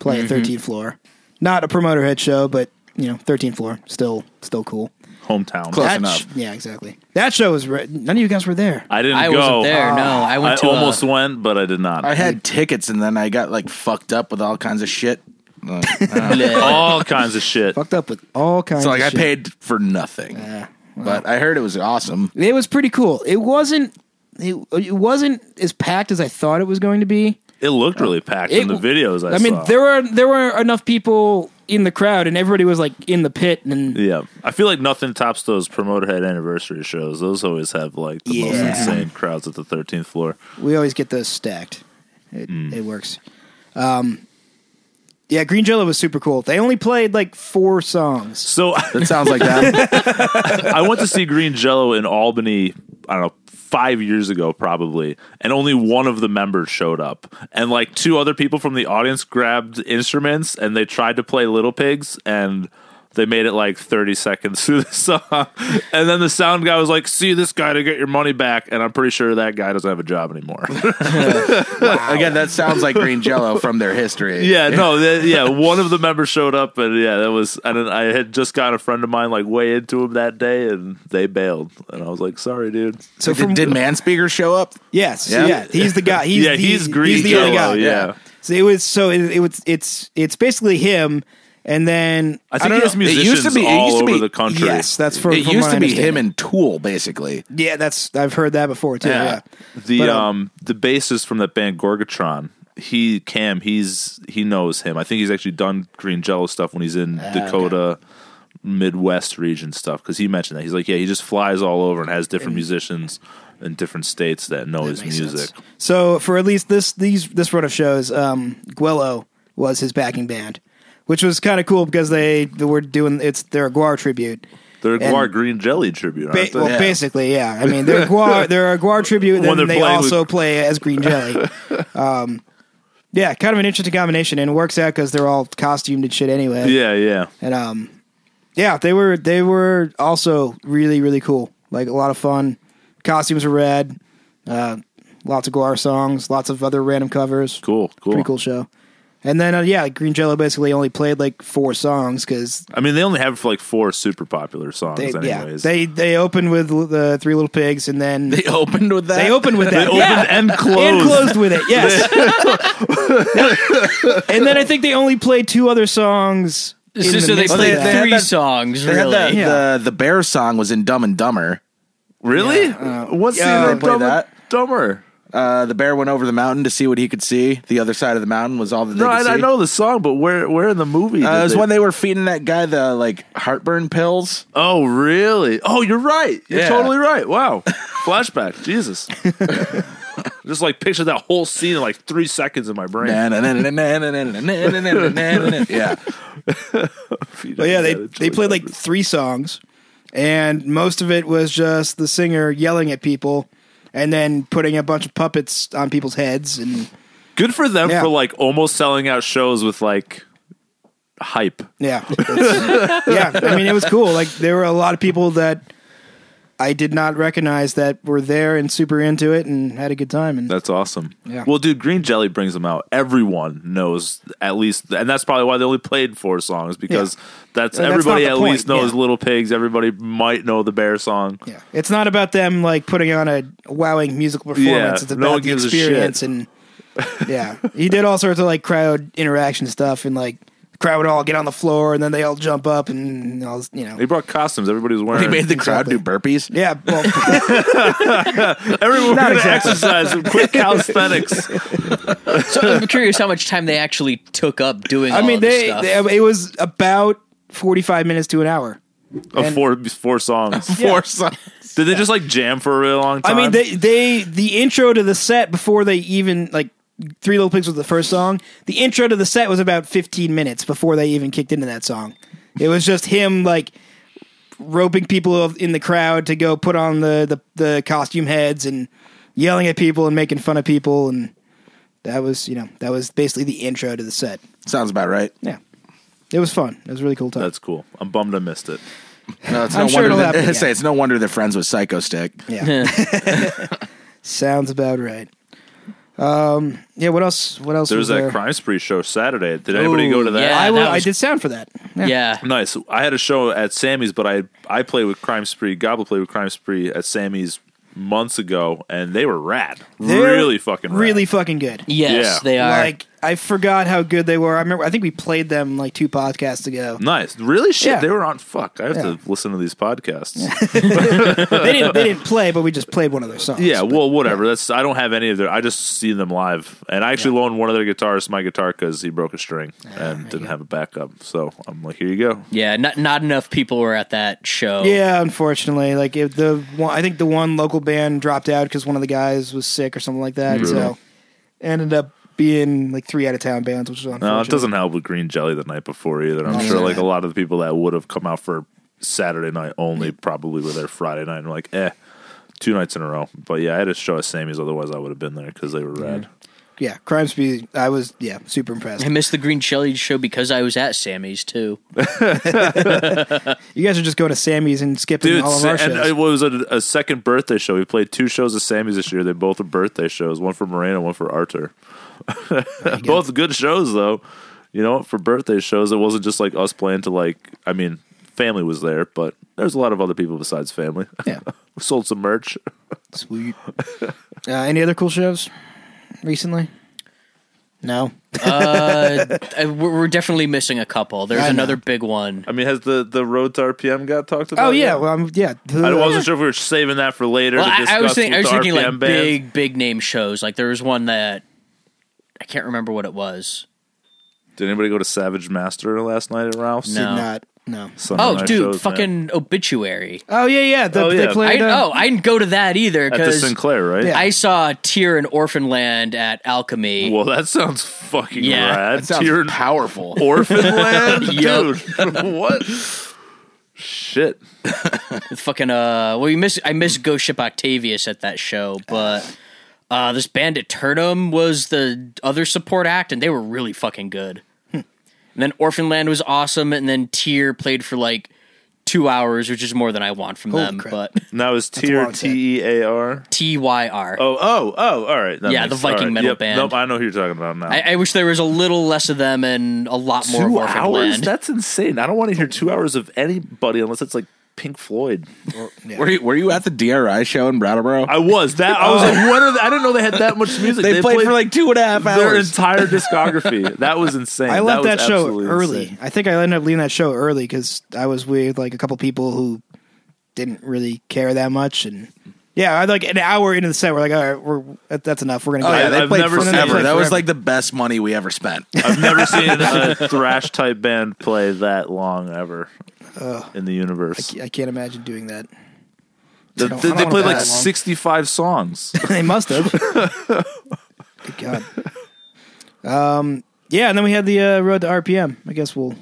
Speaker 1: play
Speaker 3: Mm-hmm.
Speaker 1: at 13th floor, not a promoter head show, but you know, 13th floor still still cool.
Speaker 5: Hometown.
Speaker 3: Close.
Speaker 1: That
Speaker 3: enough.
Speaker 1: sh- yeah, exactly. That show was re- none of you guys were there.
Speaker 5: I didn't
Speaker 2: I
Speaker 5: go.
Speaker 2: wasn't there.
Speaker 1: Ah.
Speaker 2: No, Ah, I went
Speaker 5: I
Speaker 2: to uh, a-
Speaker 5: almost went, but I did not.
Speaker 3: I had tickets and then I got like fucked up with all kinds of shit. Like, uh,
Speaker 5: all kinds of shit.
Speaker 1: Fucked up with all kinds.
Speaker 3: so like
Speaker 1: of
Speaker 3: I
Speaker 1: shit.
Speaker 3: paid for nothing. But I heard it was awesome.
Speaker 1: It was pretty cool. It wasn't. It, it wasn't as packed as I thought it was going to be.
Speaker 5: It looked really packed in the
Speaker 1: It-
Speaker 5: videos I,
Speaker 1: I mean,
Speaker 5: saw.
Speaker 1: there were there were enough people in the crowd, and everybody was like in the pit, and
Speaker 5: Yeah, I feel like nothing tops those promoter head anniversary shows. Those always have like the most
Speaker 1: Yeah.
Speaker 5: insane crowds at the 13th floor.
Speaker 1: we always get those stacked. It,
Speaker 5: Mm.
Speaker 1: it works. Um, yeah, Green Jello was super cool. They only played like four songs.
Speaker 5: So
Speaker 3: That sounds like that.
Speaker 5: I went to see Green Jello in Albany. I don't know, five years ago probably, and only one of the members showed up, and like two other people from the audience grabbed instruments and they tried to play Little Pigs and. They made it like 30 seconds through the song. And then the sound guy was like, See this guy to get your money back. And I'm pretty sure that guy doesn't have a job anymore.
Speaker 3: Again, that sounds like Green Jello from their history.
Speaker 5: Yeah, no, th- yeah. One of the members showed up, and yeah, that was. And then I had just got a friend of mine like way into him that day, and they bailed, and I was like, "Sorry, dude."
Speaker 1: So
Speaker 3: Did,
Speaker 1: from
Speaker 3: did Man Speaker show up?
Speaker 1: yes,
Speaker 3: Yeah.
Speaker 1: yeah. he's the guy. He's
Speaker 5: yeah,
Speaker 1: the,
Speaker 5: he's green.
Speaker 1: He's the other
Speaker 5: Jello,
Speaker 1: guy.
Speaker 5: Yeah.
Speaker 3: yeah.
Speaker 1: So it was so it, it was it's it's basically him, and then
Speaker 5: I think
Speaker 1: don't
Speaker 5: he has
Speaker 1: know-
Speaker 5: musicians
Speaker 3: used to be- it
Speaker 5: all
Speaker 3: used to
Speaker 5: over
Speaker 3: be-
Speaker 5: the country.
Speaker 1: Yes, that's from,
Speaker 3: it
Speaker 1: from
Speaker 3: used
Speaker 1: what I
Speaker 3: to be
Speaker 1: understand.
Speaker 3: him and Tool, basically.
Speaker 1: Yeah, that's I've heard that before too.
Speaker 3: Yeah.
Speaker 1: Yeah,
Speaker 5: the
Speaker 1: But, um,
Speaker 5: um, the bassist from that band Gorgatron. He Cam, he's he knows him. I think he's actually done Green Jello stuff when he's in Dakota. Midwest region stuff because he mentioned that he's like, yeah, he just flies all over and has different musicians in different states that know his
Speaker 1: makes
Speaker 5: music.
Speaker 1: sense. So for at least this these this run of shows, um, Guello was his backing band, which was kind of cool because they, they were doing it's their Guar tribute.
Speaker 5: They're a
Speaker 1: And-
Speaker 5: Guar Green Jelly tribute.
Speaker 1: Ba-
Speaker 5: Aren't they?
Speaker 1: well,
Speaker 3: Yeah.
Speaker 1: basically, yeah. I mean, they're Guar they're a Guar tribute,
Speaker 5: When
Speaker 1: and then
Speaker 5: they're
Speaker 1: they
Speaker 5: playing
Speaker 1: also
Speaker 5: with-
Speaker 1: play as Green Jelly. Um, yeah, kind of an interesting combination, and it works out because they're all costumed and shit anyway.
Speaker 5: Yeah, yeah.
Speaker 1: and um yeah they were they were also really really cool like a lot of fun costumes were rad uh Lots of Guar songs, lots of other random covers.
Speaker 5: Cool, cool.
Speaker 1: Pretty cool show. And then, uh, yeah, Green Jello basically only played like four songs because
Speaker 5: I mean, they only have like four super popular songs,
Speaker 1: they, yeah,
Speaker 5: anyways.
Speaker 1: they they opened with the Three Little Pigs, and then
Speaker 3: They
Speaker 1: they,
Speaker 3: opened with that.
Speaker 1: opened with that.
Speaker 5: opened
Speaker 1: yeah.
Speaker 5: and closed.
Speaker 1: and closed with it. Yes. and then I think they only played two other songs. in
Speaker 2: So,
Speaker 1: the
Speaker 2: so they
Speaker 1: mix of
Speaker 2: played
Speaker 1: that.
Speaker 3: they had
Speaker 2: three
Speaker 3: that-
Speaker 2: songs,
Speaker 3: They had
Speaker 2: really.
Speaker 3: that-
Speaker 1: Yeah.
Speaker 3: the the bear song was in Dumb and Dumber.
Speaker 5: Really? What's
Speaker 1: yeah,
Speaker 5: the
Speaker 1: they
Speaker 3: play
Speaker 5: dumber,
Speaker 3: that.
Speaker 5: dumber?
Speaker 3: Uh, the bear went over the mountain to see what he could see. The other side of the mountain was all that they
Speaker 5: No,
Speaker 3: could see.
Speaker 5: I, I know the song, but where where in the movie?
Speaker 3: Uh,
Speaker 5: did
Speaker 3: it was
Speaker 5: they-
Speaker 3: when they were feeding that guy the like heartburn pills.
Speaker 5: Oh, really? Oh, you're right. You're
Speaker 3: Yeah.
Speaker 5: totally right. Wow. Flashback. Jesus. Just like picture that whole scene in like three seconds in my brain.
Speaker 3: Na- na- na- na- na- na- na- na- na- na- na- na- na- yeah,
Speaker 1: But Oh, yeah, they they played like three songs, and most of it was just the singer yelling at people, and then putting a bunch of puppets on people's heads. And
Speaker 5: Good for them
Speaker 1: Yeah.
Speaker 5: for like almost selling out shows with like hype.
Speaker 1: yeah, It's- yeah. I mean, it was cool. Like there were a lot of people that I did not recognize that were there and super into it and had a good time. And
Speaker 5: That's awesome.
Speaker 1: Yeah.
Speaker 5: Well, dude, Green Jelly brings them out. Everyone knows at least, and that's probably why they only played four songs because that's
Speaker 1: And that's
Speaker 5: everybody
Speaker 1: not the
Speaker 5: at
Speaker 1: point,
Speaker 5: least knows
Speaker 1: yeah.
Speaker 5: Little Pigs. Everybody might know the Bear song.
Speaker 1: yeah, it's not about them like putting on a wowing musical performance.
Speaker 5: Yeah,
Speaker 1: it's
Speaker 5: no
Speaker 1: about
Speaker 5: one
Speaker 1: the
Speaker 5: gives a shit.
Speaker 1: experience and yeah, he did all sorts of like crowd interaction stuff and like. the Crowd would all get on the floor, and then they all jump up, and all you know.
Speaker 5: They brought costumes. Everybody was wearing.
Speaker 3: they made the crowd do burpees.
Speaker 1: Yeah, well,
Speaker 5: Everyone
Speaker 1: Not
Speaker 5: did
Speaker 1: exactly.
Speaker 5: exercise and quick calisthenics.
Speaker 2: So I'm curious how much time they actually took up doing.
Speaker 1: I
Speaker 2: all
Speaker 1: mean,
Speaker 2: of this
Speaker 1: they,
Speaker 2: stuff.
Speaker 1: they- it was about forty-five minutes to an hour.
Speaker 5: of four four songs.
Speaker 1: Yeah.
Speaker 3: Four songs.
Speaker 5: Did they just like jam for a really long
Speaker 1: I
Speaker 5: time?
Speaker 1: mean, they they the intro to the set before they even like Three Little Pigs was the first song. The intro to the set was about fifteen minutes before they even kicked into that song. It was just him like roping people of- in the crowd to go put on the the, the costume heads and yelling at people and making fun of people and. That was, you know, that was basically the intro to the set.
Speaker 3: Sounds about right.
Speaker 1: Yeah, it was fun. It was a really cool time.
Speaker 5: that's cool. I'm bummed I missed it.
Speaker 3: No, it's
Speaker 1: I'm
Speaker 3: no
Speaker 1: sure
Speaker 3: wonder.
Speaker 1: it'll
Speaker 3: that-
Speaker 1: happen,
Speaker 3: say
Speaker 1: yeah.
Speaker 3: it's no wonder they're friends with Psycho Stick.
Speaker 1: Yeah. Sounds about right. Um, yeah. What else? What else?
Speaker 5: There was
Speaker 1: was
Speaker 5: that
Speaker 1: there?
Speaker 5: crime spree show Saturday. Did anybody
Speaker 2: Ooh,
Speaker 5: go to that?
Speaker 2: yeah.
Speaker 1: I, will,
Speaker 2: that
Speaker 1: I
Speaker 2: was-
Speaker 1: did sound for that.
Speaker 2: yeah.
Speaker 5: Nice. I had a show at Sammy's, but I I played with Crime Spree. Gobble played with Crime Spree at Sammy's months ago, and they were rad.
Speaker 1: They're
Speaker 5: really fucking rad.
Speaker 1: really fucking good.
Speaker 2: Yes,
Speaker 5: Yeah.
Speaker 2: they are.
Speaker 1: Like I forgot how good they were. I remember. I think we played them like two podcasts ago.
Speaker 5: nice. Really shit.
Speaker 1: Yeah.
Speaker 5: They were on. Fuck. I have
Speaker 1: Yeah.
Speaker 5: to listen to these podcasts.
Speaker 1: they didn't. They didn't play, but we just played one of their songs.
Speaker 5: Yeah, well, whatever. That's I don't have any of their. I just see them live, and I actually loaned one of their guitarists my guitar because he broke a string and didn't have a backup. So I'm like, here you go.
Speaker 2: yeah, not not enough people were at that show.
Speaker 1: Yeah, unfortunately, like if the one, I think the one local band dropped out because one of the guys was sick or something like that. So ended up being like three out of town bands, which is unfortunate.
Speaker 5: No, it doesn't help with Green Jelly the night before either. I'm sure like a lot of the people that would have come out for Saturday night only probably were there Friday night and like, eh, two nights in a row. But yeah, I had a show at Sammy's. Otherwise, I would have been there because they were rad.
Speaker 1: Yeah, Crime Speed. I was yeah super impressed.
Speaker 2: I missed the Green Chili show because I was at Sammy's too.
Speaker 1: You guys are just going to Sammy's and skipping
Speaker 5: Dude,
Speaker 1: all of
Speaker 5: Sa-
Speaker 1: our
Speaker 5: and
Speaker 1: shows.
Speaker 5: it was a, a second birthday show. We played two shows at Sammy's this year. They both are birthday shows. One for Moreno, one for Arthur. both good shows though. You know, for birthday shows, it wasn't just like us playing to like. I mean, family was there, but there's a lot of other people besides family.
Speaker 1: yeah,
Speaker 5: we sold some merch.
Speaker 1: sweet. uh, any other cool shows recently? No.
Speaker 2: Uh, I- we're we're definitely missing a couple. There's
Speaker 1: I know.
Speaker 2: another big one.
Speaker 5: I mean, has the the road to RPM got talked about?
Speaker 1: Oh yeah,
Speaker 5: yet?
Speaker 1: well I'm, yeah.
Speaker 5: I wasn't sure if we were saving that for later.
Speaker 2: uh, Well,
Speaker 5: to
Speaker 2: I,
Speaker 5: discuss
Speaker 2: I was thinking, I
Speaker 5: with
Speaker 2: was
Speaker 5: the
Speaker 2: thinking like
Speaker 5: RPM bands.
Speaker 2: big, big name shows. Like there was one that I can't remember what it was.
Speaker 5: Did anybody go to Savage Master last night at Ralph's?
Speaker 1: Did
Speaker 2: No.
Speaker 1: not. No.
Speaker 5: Some
Speaker 2: Oh,
Speaker 5: of our
Speaker 2: dude,
Speaker 5: shows, man.
Speaker 2: fucking obituary.
Speaker 1: Oh yeah, yeah. The,
Speaker 5: Oh,
Speaker 1: They
Speaker 5: yeah.
Speaker 2: I,
Speaker 1: played. uh,
Speaker 2: oh, I didn't go to that either
Speaker 5: at the
Speaker 2: because
Speaker 5: Sinclair, right?
Speaker 1: Yeah.
Speaker 2: I saw Tear in Orphanland at Alchemy.
Speaker 5: Well, that sounds fucking
Speaker 2: Yeah.
Speaker 5: rad.
Speaker 3: That sounds
Speaker 5: Tier
Speaker 3: powerful.
Speaker 5: orphan land,
Speaker 2: Yup.
Speaker 5: dude. what? Shit.
Speaker 2: fucking uh well you miss I miss Ghost Ship Octavius at that show, but uh this band Eternum was the other support act and they were really
Speaker 1: Hmm.
Speaker 2: fucking good. and then Orphanland was awesome and then Tear played for like two hours, which is more than I want from
Speaker 1: Holy
Speaker 2: them.
Speaker 1: crap.
Speaker 2: But
Speaker 5: Now is
Speaker 1: a
Speaker 5: tier
Speaker 1: long set.
Speaker 5: T E A R.
Speaker 2: T Y R.
Speaker 5: Oh, oh, oh! All right. that
Speaker 2: Yeah, the Viking
Speaker 5: all
Speaker 2: metal band.
Speaker 5: Nope, I know who you're talking about now.
Speaker 2: I, I wish there was a little less of them and a lot more
Speaker 5: two
Speaker 2: of Orphan
Speaker 5: hours?
Speaker 2: Land.
Speaker 5: That's insane. I don't want to hear two hours of anybody unless it's like Pink Floyd.
Speaker 3: Were you, were you at the DRI show in Brattleboro?
Speaker 5: I was that. I was like, what? Are the, I didn't know they had that much music.
Speaker 3: they, played, for like two and a half
Speaker 5: their
Speaker 3: hours.
Speaker 5: entire discography. That was insane.
Speaker 1: I left
Speaker 5: was
Speaker 1: that, show
Speaker 5: absolutely
Speaker 1: early.
Speaker 5: insane.
Speaker 1: I think I ended up leaving that show early because I was with like a couple people who didn't really care that much, and yeah, I like an hour into the set, we're like, all right, we're that- that's enough. We're gonna go.
Speaker 3: oh yeah,
Speaker 5: I-
Speaker 3: they
Speaker 5: I've
Speaker 3: played
Speaker 5: never seen
Speaker 3: forever.
Speaker 1: it.
Speaker 3: that was
Speaker 1: Forever.
Speaker 3: like the best money we ever spent.
Speaker 5: I've never seen a thrash type band play that long ever in the universe.
Speaker 1: I can't imagine doing that.
Speaker 5: The-
Speaker 1: I don't-
Speaker 5: they
Speaker 1: I don't
Speaker 5: they
Speaker 1: wanna
Speaker 5: played
Speaker 1: play
Speaker 5: like
Speaker 1: that long.
Speaker 5: 65 songs.
Speaker 1: they must have. Good God. Um. Yeah, and then we had the uh, road to RPM. I guess we'll.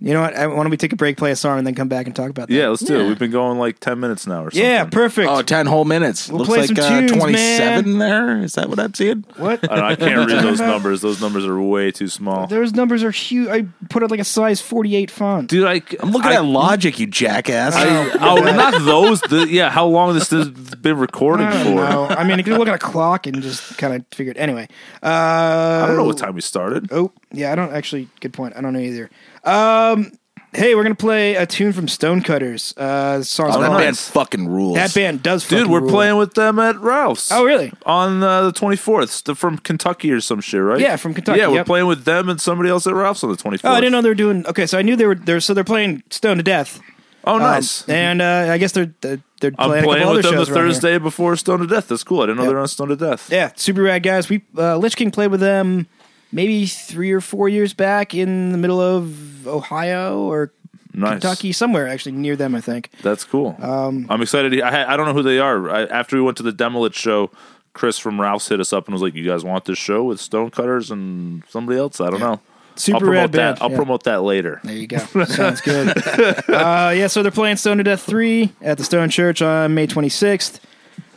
Speaker 1: You know what? I, why don't we take a break, play a song, and then come back and talk about that?
Speaker 5: yeah, let's do it.
Speaker 2: Yeah.
Speaker 5: We've been going like 10 minutes now or something.
Speaker 1: Yeah, perfect.
Speaker 3: Oh, 10 whole minutes. Looks
Speaker 1: play
Speaker 3: like
Speaker 1: some
Speaker 3: uh,
Speaker 1: tunes,
Speaker 3: 27 there. Is that what I'm seeing?
Speaker 1: what?
Speaker 5: I, don't know, I can't read those numbers. Those numbers are way too small.
Speaker 1: Those numbers are huge. I put it like a size 48 font.
Speaker 5: Dude, I,
Speaker 3: I'm looking
Speaker 5: I-
Speaker 3: at logic, you jackass.
Speaker 5: I- oh, not those. The, yeah, how long this has been recording
Speaker 1: I don't
Speaker 5: for?
Speaker 1: know. I mean, I could look at a clock and just kind of figure it. Anyway, uh,
Speaker 5: I don't know what time we started.
Speaker 1: Oh, yeah, I don't actually. Good point. I don't know either. Um, hey, we're gonna play a tune from Stonecutters. Uh, song's
Speaker 3: oh,
Speaker 1: called-
Speaker 3: that band fucking rules.
Speaker 1: That band does.
Speaker 5: Dude,
Speaker 1: fucking
Speaker 5: we're
Speaker 1: rule.
Speaker 5: playing with them at Ralph's.
Speaker 1: Oh, really?
Speaker 5: On uh, the 24th. They're from Kentucky or some shit, right?
Speaker 1: Yeah, from Kentucky,
Speaker 5: Yeah, we're
Speaker 1: yep.
Speaker 5: playing with them and somebody else at Ralph's on the 24th.
Speaker 1: Oh, I didn't know they were doing. Okay, so I knew they were. They're so they're playing Stone to Death.
Speaker 5: Oh,
Speaker 1: Um,
Speaker 5: nice.
Speaker 1: and uh, I guess they're they're, they're
Speaker 5: I'm
Speaker 1: playing, a
Speaker 5: playing
Speaker 1: couple
Speaker 5: with
Speaker 1: other
Speaker 5: them the
Speaker 1: shows around here.
Speaker 5: Thursday before Stone to Death. That's cool. I didn't know
Speaker 1: Yep.
Speaker 5: they're on Stone to Death.
Speaker 1: Yeah, super rad guys. We uh, Lich King played with them maybe three or four years back in the middle of Ohio or
Speaker 5: Nice.
Speaker 1: Kentucky, somewhere actually near them, I think.
Speaker 5: That's cool.
Speaker 1: Um,
Speaker 5: I'm excited. to- I, ha- I don't know who they are. I, after we went to the Demolit show, Chris from Ralph's hit us up and was like, "You guys want this show with Stonecutters and somebody else? I don't know." I'll
Speaker 1: Super
Speaker 5: promote
Speaker 1: rad
Speaker 5: that.
Speaker 1: band,
Speaker 5: I'll
Speaker 1: yeah.
Speaker 5: promote that later.
Speaker 1: There you go. Sounds good. uh, yeah, so they're playing Stone to Death 3 at the Stone Church on May 26th.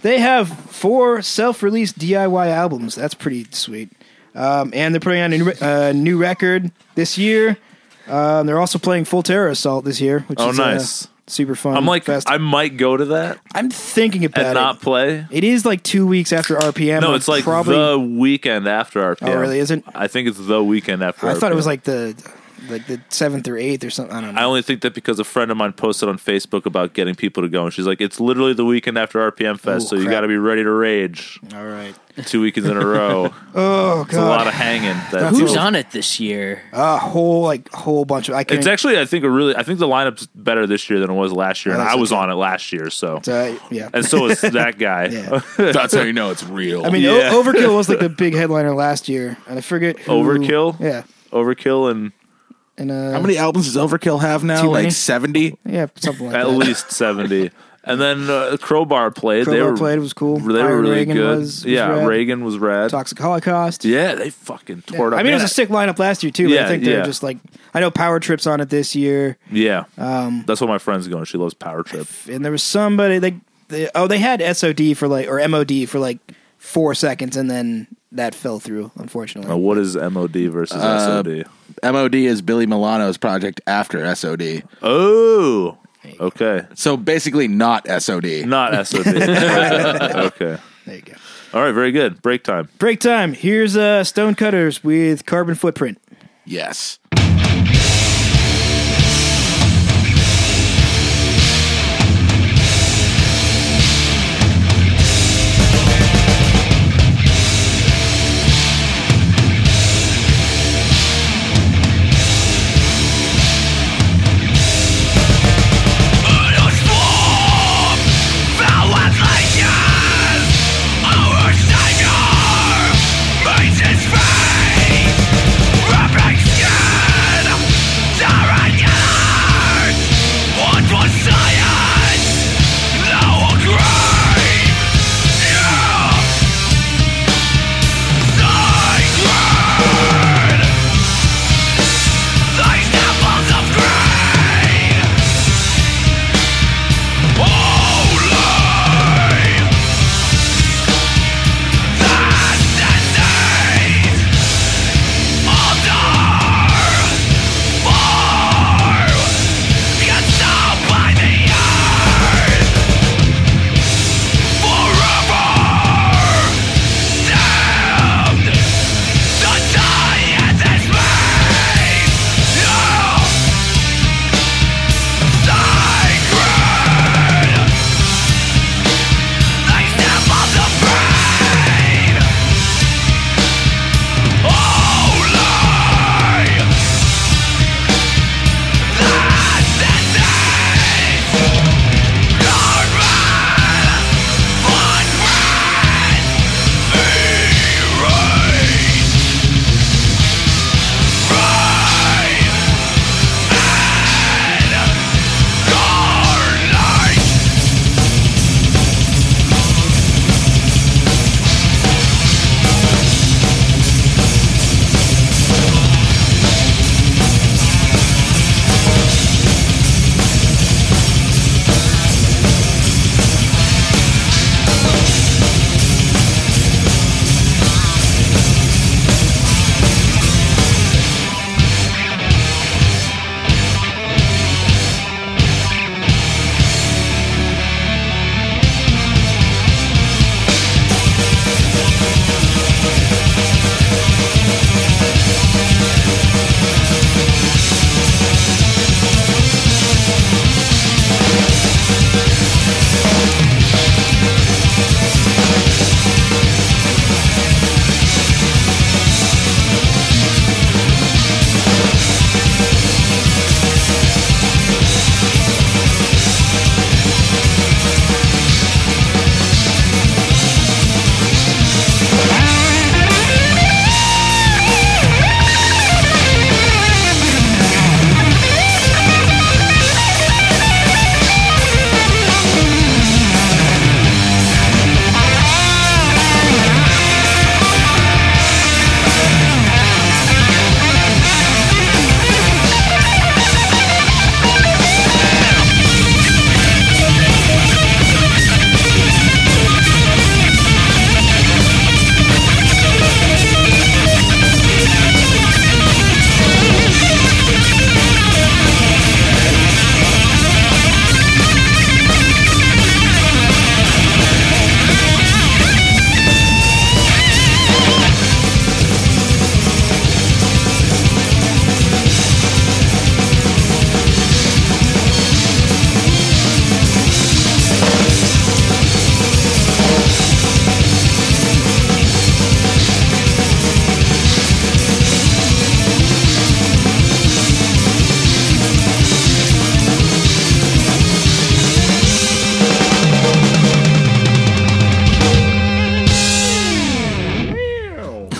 Speaker 1: They have four self released DIY albums. That's pretty sweet. Um, and they're putting on a new, re- uh, new record this year. Um, they're also playing Full Terror Assault this year, which
Speaker 5: Oh,
Speaker 1: is uh,
Speaker 5: nice.
Speaker 1: super fun.
Speaker 5: I'm like,
Speaker 1: fest.
Speaker 5: I might go to that
Speaker 1: I'm thinking about
Speaker 5: and
Speaker 1: it.
Speaker 5: not play.
Speaker 1: it is like two weeks after RPM.
Speaker 5: No,
Speaker 1: I'm
Speaker 5: it's like
Speaker 1: probably.
Speaker 5: the weekend after our.
Speaker 1: Oh, really? Isn't-
Speaker 5: I think it's the weekend after.
Speaker 1: I
Speaker 5: our
Speaker 1: thought it was
Speaker 5: PM.
Speaker 1: like the like the seventh or eighth or something. I don't know.
Speaker 5: I only think that because a friend of mine posted on Facebook about getting people to go, and she's like, "It's literally the weekend after RPM Fest,
Speaker 1: Ooh,
Speaker 5: so you
Speaker 1: crap.
Speaker 5: got to be ready to rage
Speaker 1: All right.
Speaker 5: two weekends in a row.
Speaker 1: Oh
Speaker 5: It's a lot
Speaker 1: god,
Speaker 5: of hanging. That's
Speaker 2: Who's
Speaker 5: all.
Speaker 2: on it this year?
Speaker 1: a whole like whole bunch of. I can't.
Speaker 5: It's actually, I think, a really. I think the lineup's better this year than it was last year, and
Speaker 1: That's
Speaker 5: I was
Speaker 1: okay.
Speaker 5: on it last year, so
Speaker 1: uh, yeah.
Speaker 5: and so is that guy.
Speaker 1: Yeah.
Speaker 3: That's how you know it's real.
Speaker 1: I mean,
Speaker 5: Yeah.
Speaker 1: o- Overkill was like the big headliner last year, and I forget who-
Speaker 5: Overkill?
Speaker 1: Yeah,
Speaker 5: Overkill and
Speaker 1: and uh,
Speaker 3: how many albums does Overkill have now?
Speaker 1: Too many.
Speaker 3: Like 70?
Speaker 1: Yeah, something like
Speaker 5: at
Speaker 1: that.
Speaker 5: least seventy, and then uh, Crowbar played. they
Speaker 1: Crowbar
Speaker 5: were
Speaker 1: played, it was cool.
Speaker 5: They were
Speaker 1: Iron
Speaker 5: really
Speaker 1: Reagan
Speaker 5: good.
Speaker 1: was- was
Speaker 5: yeah,
Speaker 1: rad.
Speaker 5: Reagan was rad.
Speaker 1: Toxic Holocaust.
Speaker 5: Yeah, they fucking tore it up.
Speaker 1: I mean, it was
Speaker 5: Man,
Speaker 1: a sick lineup last year too. But I
Speaker 5: Yeah,
Speaker 1: think they're
Speaker 5: yeah.
Speaker 1: just like I know Power Trip's on it this year.
Speaker 5: Yeah,
Speaker 1: Um,
Speaker 5: that's what my friend's going. She loves Power Trip.
Speaker 1: and there was somebody they, they oh they had SOD for like or MOD for like four seconds and then that fell through unfortunately.
Speaker 5: Now, what is MOD versus SOD?
Speaker 3: MOD is Billy Milano's project after SOD.
Speaker 5: Oh, okay,
Speaker 3: So basically, not SOD.
Speaker 5: not SOD. okay,
Speaker 1: There you go.
Speaker 5: all right, very good. Break time.
Speaker 1: Break time. Here's uh Stonecutters with Carbon Footprint.
Speaker 3: Yes.
Speaker 4: Savior, Oh,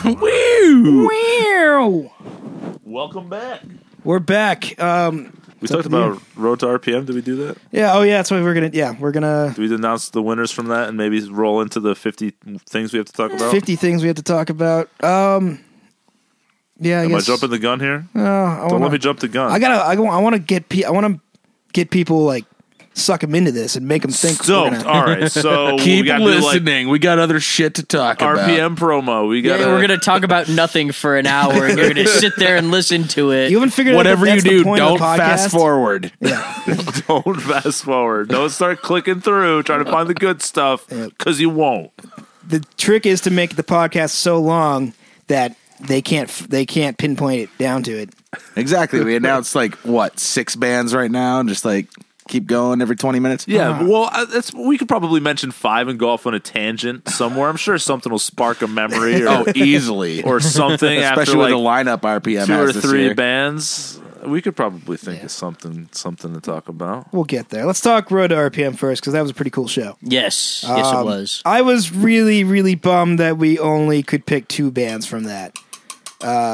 Speaker 1: Woo! Woo!
Speaker 5: Welcome back.
Speaker 1: We're back. Um,
Speaker 5: We talked about Road to RPM. Did we do that?
Speaker 1: yeah. Oh yeah. That's what we're gonna. Yeah, we're gonna.
Speaker 5: Did we announce the winners from that and maybe roll into the 50 things we have to talk about?
Speaker 1: Fifty things we have to talk about. Um. Yeah. I
Speaker 5: Am I
Speaker 1: guess.
Speaker 5: jumping the gun here?
Speaker 1: Uh, I
Speaker 5: Don't
Speaker 1: wanna-
Speaker 5: let me jump the gun.
Speaker 1: I gotta. I, wa- I want to get. Pe- I want to get people like suck them into this and make them think. we're
Speaker 5: So, uh,
Speaker 1: gonna-
Speaker 5: all right. So,
Speaker 3: Keep
Speaker 5: we gotta do, like,
Speaker 3: listening. we got other shit to talk about.
Speaker 5: RPM promo. We got
Speaker 2: And we're gonna talk about nothing for an hour, and you're gonna sit there and listen to it.
Speaker 1: you haven't figured
Speaker 3: Whatever
Speaker 1: out
Speaker 3: you
Speaker 1: that that's
Speaker 3: do,
Speaker 1: the point
Speaker 3: don't
Speaker 1: of the podcast?
Speaker 3: fast forward.
Speaker 5: don't fast forward. Don't start clicking through trying to find the good stuff because you won't.
Speaker 1: The trick is to make the podcast so long that they can't. f- They can't pinpoint it down to it.
Speaker 3: Exactly. We announced like what six bands right now, and just like keep going every twenty minutes.
Speaker 5: Yeah, well, I- that's we could probably mention five and go off on a tangent somewhere. I'm sure something will spark a memory or,
Speaker 3: Oh, easily.
Speaker 5: or something
Speaker 3: Especially
Speaker 5: after
Speaker 3: with
Speaker 5: like
Speaker 3: the lineup RPM
Speaker 5: two
Speaker 3: has
Speaker 5: or
Speaker 3: this
Speaker 5: three
Speaker 3: year.
Speaker 5: bands. We could probably think of something something to talk about.
Speaker 1: We'll get there. Let's talk Road to RPM first because that was a pretty cool show.
Speaker 2: yes, yes, it
Speaker 1: Um,
Speaker 2: was.
Speaker 1: I was really, really bummed that we only could pick two bands from that. Uh,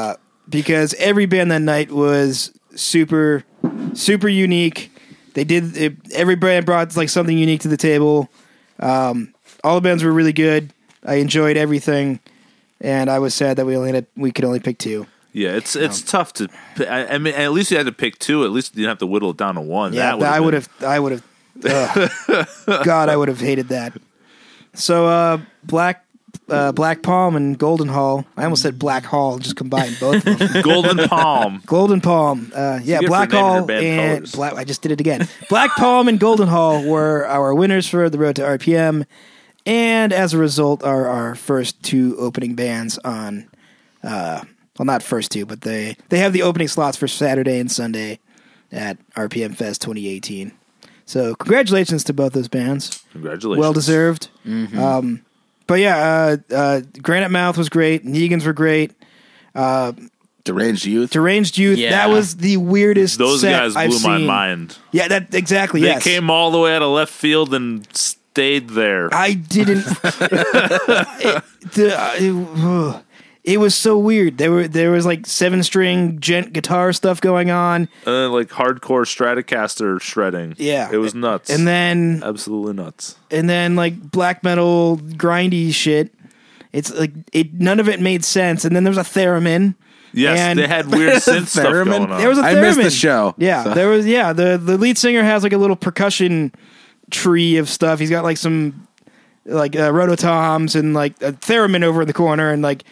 Speaker 1: because every band that night was super, super unique. They did, it, every band brought like something unique to the table. Um, all the bands were really good. I enjoyed everything. And I was sad that we only had, we could only pick two.
Speaker 5: Yeah, it's
Speaker 1: Um,
Speaker 5: it's tough to. p- I, I mean, at least you had to pick two. At least you didn't have to whittle it down to one.
Speaker 1: Yeah,
Speaker 5: that
Speaker 1: I
Speaker 5: been-
Speaker 1: would have. I would have. ugh. God, I would have hated that. So uh, black, uh, black palm and golden hall. I almost said black hall. Just combined both of them.
Speaker 5: Golden Palm.
Speaker 1: Golden palm. Uh, yeah,
Speaker 5: good for
Speaker 1: black
Speaker 5: naming your
Speaker 1: hall
Speaker 5: band
Speaker 1: and
Speaker 5: colors.
Speaker 1: black. I just did it again. Black palm and golden hall were our winners for the road to RPM, and as a result, are our first two opening bands on. Uh, well, not first two, but they they have the opening slots for Saturday and Sunday at RPM Fest 2018. So congratulations to both those bands.
Speaker 5: Congratulations.
Speaker 1: Well deserved.
Speaker 5: Mm-hmm.
Speaker 1: Um, but yeah, uh, uh, Granite Mouth was great. Negans were great.
Speaker 3: Deranged Youth.
Speaker 1: Deranged Youth.
Speaker 2: Yeah.
Speaker 1: That was the weirdest.
Speaker 5: Those
Speaker 1: set
Speaker 5: guys blew
Speaker 1: I've
Speaker 5: my
Speaker 1: seen.
Speaker 5: mind.
Speaker 1: Yeah, that exactly.
Speaker 5: They
Speaker 1: yes.
Speaker 5: came all the way out of left field and stayed there.
Speaker 1: I didn't. It- the- uh, it, ugh. it was so weird. There were there was like seven string gent guitar stuff going on,
Speaker 5: and then Uh, like hardcore Stratocaster shredding.
Speaker 1: Yeah.
Speaker 5: it was nuts.
Speaker 1: and then
Speaker 5: absolutely nuts.
Speaker 1: and then like black metal grindy shit. It's like it. None of it made sense. And then there was a theremin.
Speaker 5: Yes,
Speaker 1: And-
Speaker 5: they had weird synth stuff
Speaker 3: Theremin?
Speaker 5: going on.
Speaker 1: There was a
Speaker 3: Uh, I
Speaker 1: theremin.
Speaker 3: missed the show,
Speaker 1: Yeah,
Speaker 3: so-
Speaker 1: there was. Yeah, the the lead singer has like a little percussion tree of stuff. He's got like some like uh, rototoms and like a theremin over in the corner, and like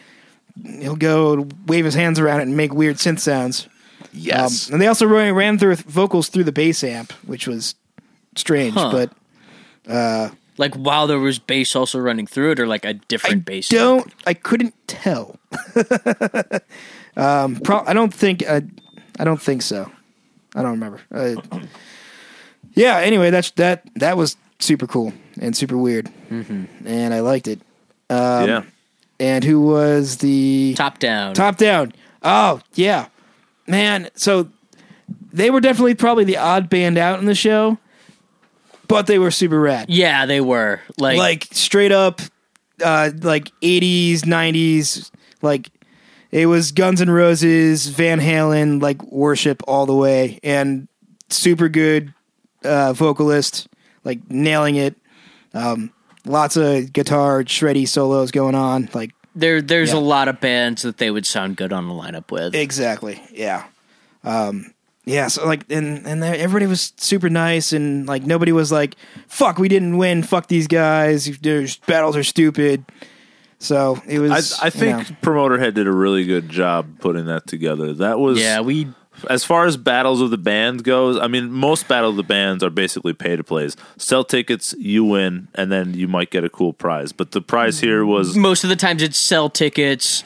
Speaker 1: he'll go wave his hands around it and make weird synth sounds. Um,
Speaker 3: Yes.
Speaker 1: and they also ran, ran through vocals through the bass amp, which was strange,
Speaker 2: Huh.
Speaker 1: but
Speaker 2: Like while there was bass also running through it, or like a different bass.
Speaker 1: don't I couldn't tell. um, pro- I don't think I, I don't think so. I don't remember. Uh, yeah. Anyway, that's that. That was super cool and super weird, and I liked it. um,
Speaker 5: yeah,
Speaker 1: And who was the
Speaker 2: top down.
Speaker 1: Top down. Oh yeah, man. So they were definitely probably the odd band out in the show, but they were super rad
Speaker 2: Yeah, they were like,
Speaker 1: like straight up uh like 80s 90s like it was guns N' roses van halen like worship all the way and super good uh vocalist like nailing it um lots of guitar shreddy solos going on like
Speaker 2: there. There's
Speaker 1: Yeah.
Speaker 2: a lot of bands that they would sound good on a lineup with.
Speaker 1: Exactly. Yeah. Um, yeah. So like, and and there, everybody was super nice, and like nobody was like, "Fuck, we didn't win. Fuck these guys. Their battles are stupid." So it
Speaker 5: I,
Speaker 1: was.
Speaker 5: I
Speaker 1: you
Speaker 5: think
Speaker 1: know.
Speaker 5: Promoter Head did a really good job putting that together. That was
Speaker 2: yeah, we
Speaker 5: as far as battles of the band goes, I mean, most battle of the bands are basically pay to plays. Sell tickets, you win, and then you might get a cool prize. But the
Speaker 2: Mm.
Speaker 5: prize here was
Speaker 2: most of the times it's sell tickets,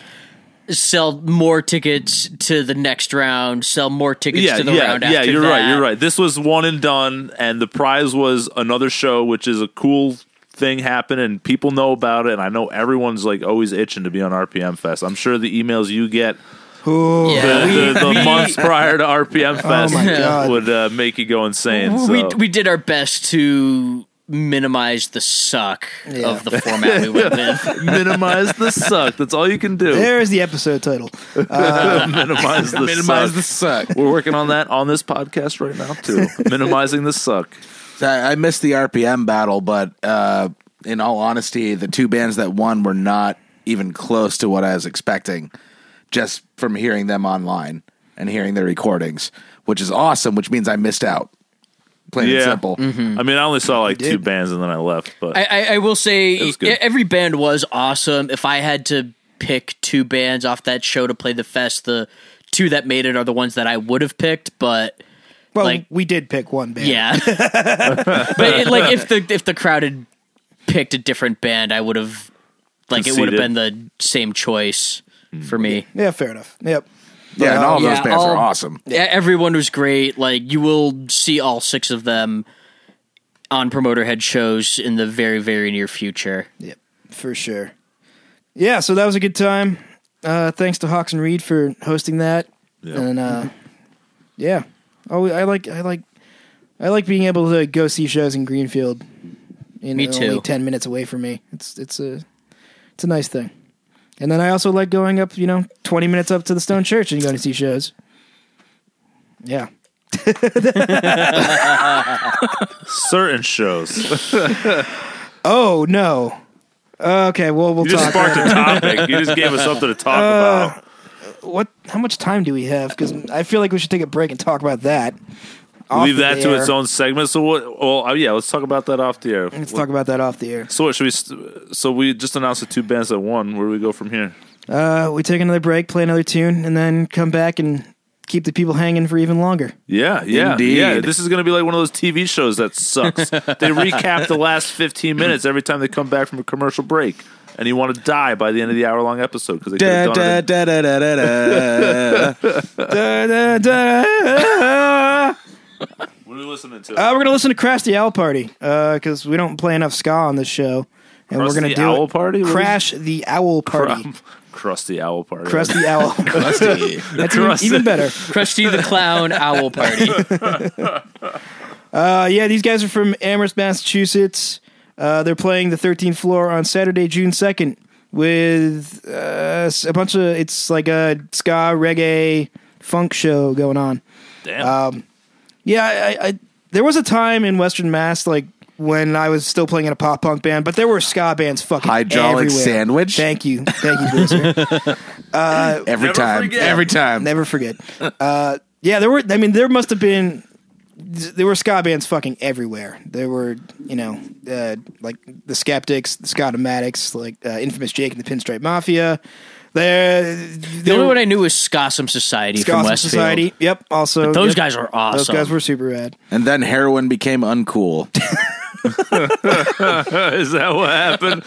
Speaker 2: sell more tickets to the next round, sell more tickets
Speaker 5: yeah,
Speaker 2: to the
Speaker 5: yeah,
Speaker 2: round.
Speaker 5: yeah.
Speaker 2: after
Speaker 5: You're right,
Speaker 2: that.
Speaker 5: you're right. This was one and done, and the prize was another show, which is a cool thing happened and people know about it and I know everyone's like always itching to be on RPM Fest. I'm sure the emails you get
Speaker 1: Ooh.
Speaker 2: Yeah, we-
Speaker 5: the, the, the months prior to RPM Fest
Speaker 1: my God.
Speaker 5: would uh, make you go insane.
Speaker 2: we
Speaker 5: so-
Speaker 2: we did our best to minimize the suck of the format we went with.
Speaker 5: minimize the suck. That's all you can do.
Speaker 1: There is the episode title.
Speaker 5: uh, minimize the
Speaker 3: Minimize
Speaker 5: suck.
Speaker 3: the suck.
Speaker 5: We're working on that on this podcast right now too. Minimizing the suck.
Speaker 3: So I, I missed the RPM battle, but uh, in all honesty, the two bands that won were not even close to what I was expecting just from hearing them online and hearing their recordings, which is awesome, which means I missed out. Plain and simple.
Speaker 5: I mean, I only saw like two
Speaker 1: did.
Speaker 5: bands and then Mm-hmm. I left. But
Speaker 2: I, I, I will say
Speaker 5: was
Speaker 2: e-
Speaker 5: good.
Speaker 2: every band was awesome. If I had to pick two bands off that show to play the fest, the two that made it are the ones that I would have picked, but
Speaker 1: Well,
Speaker 2: Like-
Speaker 1: we did pick one band.
Speaker 2: yeah. but it, like if the if the crowd had picked a different band, I would have like it would have been
Speaker 5: Conceded.
Speaker 2: the same choice for me.
Speaker 1: Yeah, fair enough. Yep.
Speaker 3: Yeah, and all of
Speaker 2: Yeah,
Speaker 3: those bands
Speaker 2: all-
Speaker 3: are awesome.
Speaker 2: Yeah, E-, everyone was great. Like you will see all six of them on promoter head shows in the very very near future.
Speaker 1: Yep. For sure. Yeah, so that was a good time. Uh, thanks to Hawks and Reed for hosting that. And uh, yeah. Oh, I like I like I like being able to go see shows in Greenfield. You
Speaker 2: Me
Speaker 1: know,
Speaker 2: too.
Speaker 1: Only ten minutes away from me. It's it's a it's a nice thing. And then I also like going up, you know, twenty minutes up to the Stone Church and going to see shows. Yeah.
Speaker 5: certain shows.
Speaker 1: Oh no. Okay, well we'll
Speaker 5: You
Speaker 1: talk.
Speaker 5: just sparked
Speaker 1: later.
Speaker 5: a topic. You just gave us something to talk about.
Speaker 1: what how much time do we have because i feel like we should take a break and talk about that Off
Speaker 5: Leave
Speaker 1: the
Speaker 5: that to
Speaker 1: air.
Speaker 5: its own segment. So what? Well, uh, yeah, let's talk about that off the air.
Speaker 1: let's talk about that off the air
Speaker 5: So what should we? St- so we just announced the two bands that won. Where do we go from here?
Speaker 1: uh, we take another break play another tune and then come back and keep the people hanging for even longer
Speaker 5: Yeah, yeah,
Speaker 3: Indeed.
Speaker 5: yeah. This is going to be like one of those TV shows that sucks. they recap the last 15 minutes every time they come back from a commercial break, and you want to die by the end of the hour long episode because they could
Speaker 3: Da,
Speaker 5: have done
Speaker 3: da,
Speaker 5: it.
Speaker 3: da, da, da, da, da.
Speaker 1: Da, da, da. Uh,
Speaker 5: What are we listening to?
Speaker 1: we're gonna listen to crash the owl party because we don't play enough ska on this show and
Speaker 5: Crush
Speaker 1: we're gonna
Speaker 5: the
Speaker 1: do
Speaker 5: Owl
Speaker 1: it.
Speaker 5: Party? What
Speaker 1: crash the owl party
Speaker 5: Crusty Owl Party.
Speaker 1: crash the owl
Speaker 3: Rusty.
Speaker 1: that's even,
Speaker 5: Crusty.
Speaker 1: even better
Speaker 2: Krusty the Clown Owl Party.
Speaker 1: Uh, yeah, these guys are from Amherst, Massachusetts. Uh, they're playing the 13th floor on Saturday, June 2nd, with uh, s- a bunch of it's like a ska reggae funk show going on.
Speaker 5: Damn.
Speaker 1: Um, Yeah, I, I, I there was a time in Western Mass like when I was still playing in a pop punk band, but there were ska bands fucking
Speaker 3: Hydraulic
Speaker 1: everywhere.
Speaker 3: sandwich?
Speaker 1: Thank you, thank you, Bruiser.
Speaker 3: Every
Speaker 5: Never
Speaker 3: time.
Speaker 5: forget.
Speaker 3: Every time.
Speaker 1: Never forget. Uh, yeah, there were. I mean, there must have been. There were ska bands fucking everywhere. There were, you know, uh, like the Skeptics, the Scottomatics, like uh, Infamous Jake and the Pinstripe Mafia. There,
Speaker 2: The only one I knew was Scossum Society from Westfield.
Speaker 1: Society. Yep. Also,
Speaker 2: Those
Speaker 1: yep.
Speaker 2: guys are awesome.
Speaker 1: Those guys were super rad.
Speaker 3: And then heroin became uncool.
Speaker 5: Is that what happened?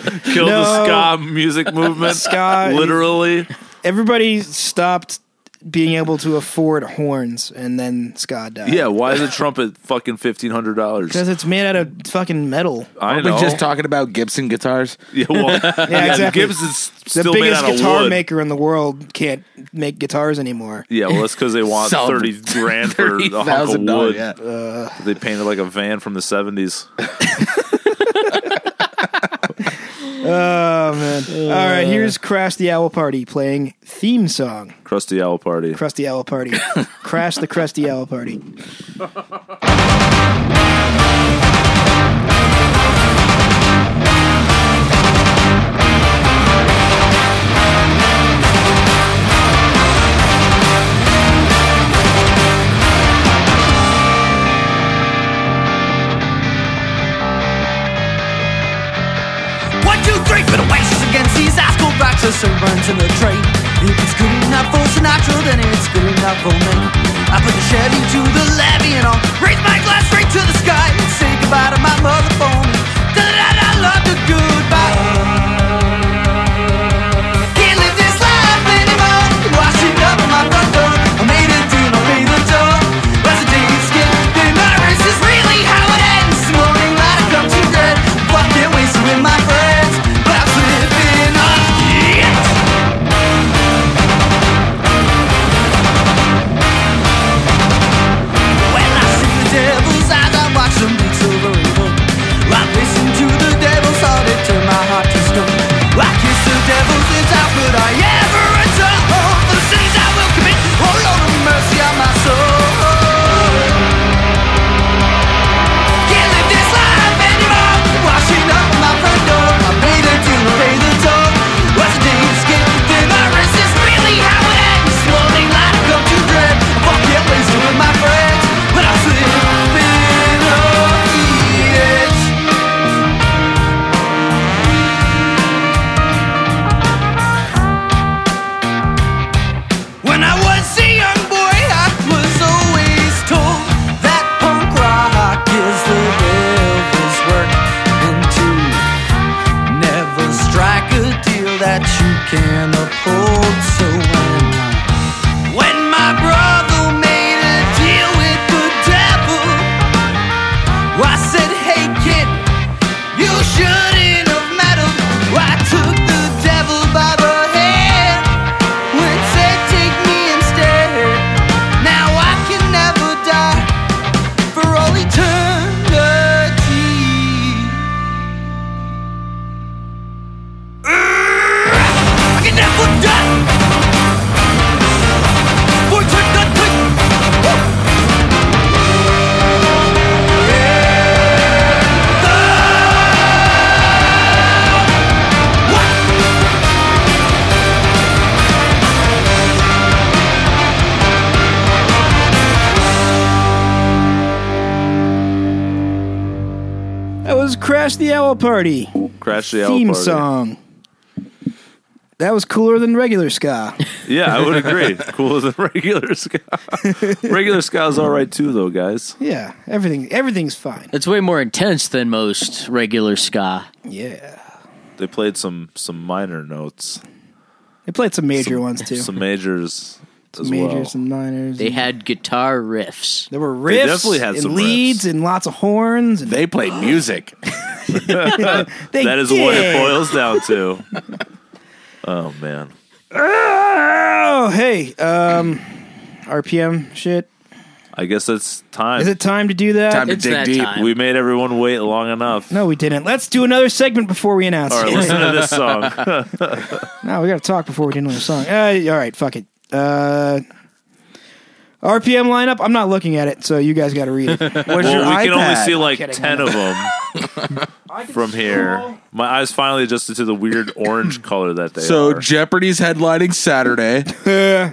Speaker 5: Killed
Speaker 1: No.
Speaker 5: the ska music
Speaker 2: Uh,
Speaker 5: movement?
Speaker 1: Ska-
Speaker 5: Literally.
Speaker 1: Everybody stopped being able to afford horns, and then ska died.
Speaker 5: Yeah, why is a trumpet fucking $1,500?
Speaker 1: because it's made out of fucking metal.
Speaker 5: I
Speaker 3: We're
Speaker 5: know.
Speaker 3: just talking about Gibson guitars.
Speaker 5: yeah, well, yeah,
Speaker 1: exactly.
Speaker 5: Gibson's
Speaker 1: The
Speaker 5: still made
Speaker 1: biggest
Speaker 5: out of
Speaker 1: guitar
Speaker 5: wood.
Speaker 1: maker in the world can't make guitars anymore.
Speaker 5: Yeah, well, that's because they want
Speaker 3: Some-
Speaker 5: thirty grand for a hunk of wood.
Speaker 3: $30,000. Yeah.
Speaker 5: They painted like a van from the seventies.
Speaker 1: Oh man! All right, here's Crash the Owl Party playing theme song.
Speaker 5: Crusty Owl Party.
Speaker 1: Crusty Owl Party. Crash the Crusty Owl Party.
Speaker 4: One, two, three for the wastes against these asshole bats are servants in the tray. If it's good enough for Sinatra, then it's good enough for me. I put the Chevy to the levee and I'll raise my glass straight to the sky and say goodbye to my mother for me. Da da da, love the goodbye. Can't live this life anymore. Washing up on my front door. I made a deal, I'll pay the toll. That's a day you skip. The murderous is really how it ends. Morning light, I come to bed. Fucking wasted with my friends. But I'm slipping on it. When I see the devil's eyes, I watch Oh, oh,
Speaker 1: Crash the Owl Party
Speaker 5: Crash the Owl
Speaker 1: theme
Speaker 5: Party.
Speaker 1: song. That was cooler than regular ska.
Speaker 5: Yeah, I would agree. Cool as a regular ska. regular ska is all right too, though, guys.
Speaker 1: yeah, everything everything's fine.
Speaker 2: It's way more intense than most regular ska.
Speaker 1: Yeah,
Speaker 5: They played some some minor notes,
Speaker 1: they played some major ones too.
Speaker 5: some majors as
Speaker 1: majors
Speaker 5: well.
Speaker 1: and minors.
Speaker 2: They had guitar riffs.
Speaker 1: there were riffs,
Speaker 5: They definitely had
Speaker 1: and
Speaker 5: some
Speaker 1: leads,
Speaker 5: riffs.
Speaker 1: and lots of horns. And
Speaker 3: They play music.
Speaker 1: they
Speaker 5: that is
Speaker 1: did.
Speaker 5: what it boils down to. oh man,
Speaker 1: Oh, hey, um, RPM shit.
Speaker 5: I guess it's time.
Speaker 1: Is it time to do that?
Speaker 3: Time to
Speaker 2: It's
Speaker 3: dig
Speaker 2: that
Speaker 3: deep.
Speaker 2: time.
Speaker 5: we made everyone wait long enough.
Speaker 1: no, we didn't. Let's do another segment before we announce
Speaker 5: All right,
Speaker 1: it.
Speaker 5: listen to this song.
Speaker 1: No, we got to talk before we do another song. Uh, all right, fuck it. Uh, RPM lineup. I'm not looking at it, so you guys got to read it. Where's
Speaker 5: well,
Speaker 1: your
Speaker 5: we can only
Speaker 1: iPad?
Speaker 5: see like
Speaker 1: Kidding,
Speaker 5: ten
Speaker 1: I know.
Speaker 5: of them from here. My eyes finally adjusted to the weird orange color that they
Speaker 3: So
Speaker 5: are.
Speaker 3: Jeopardy's headlining Saturday.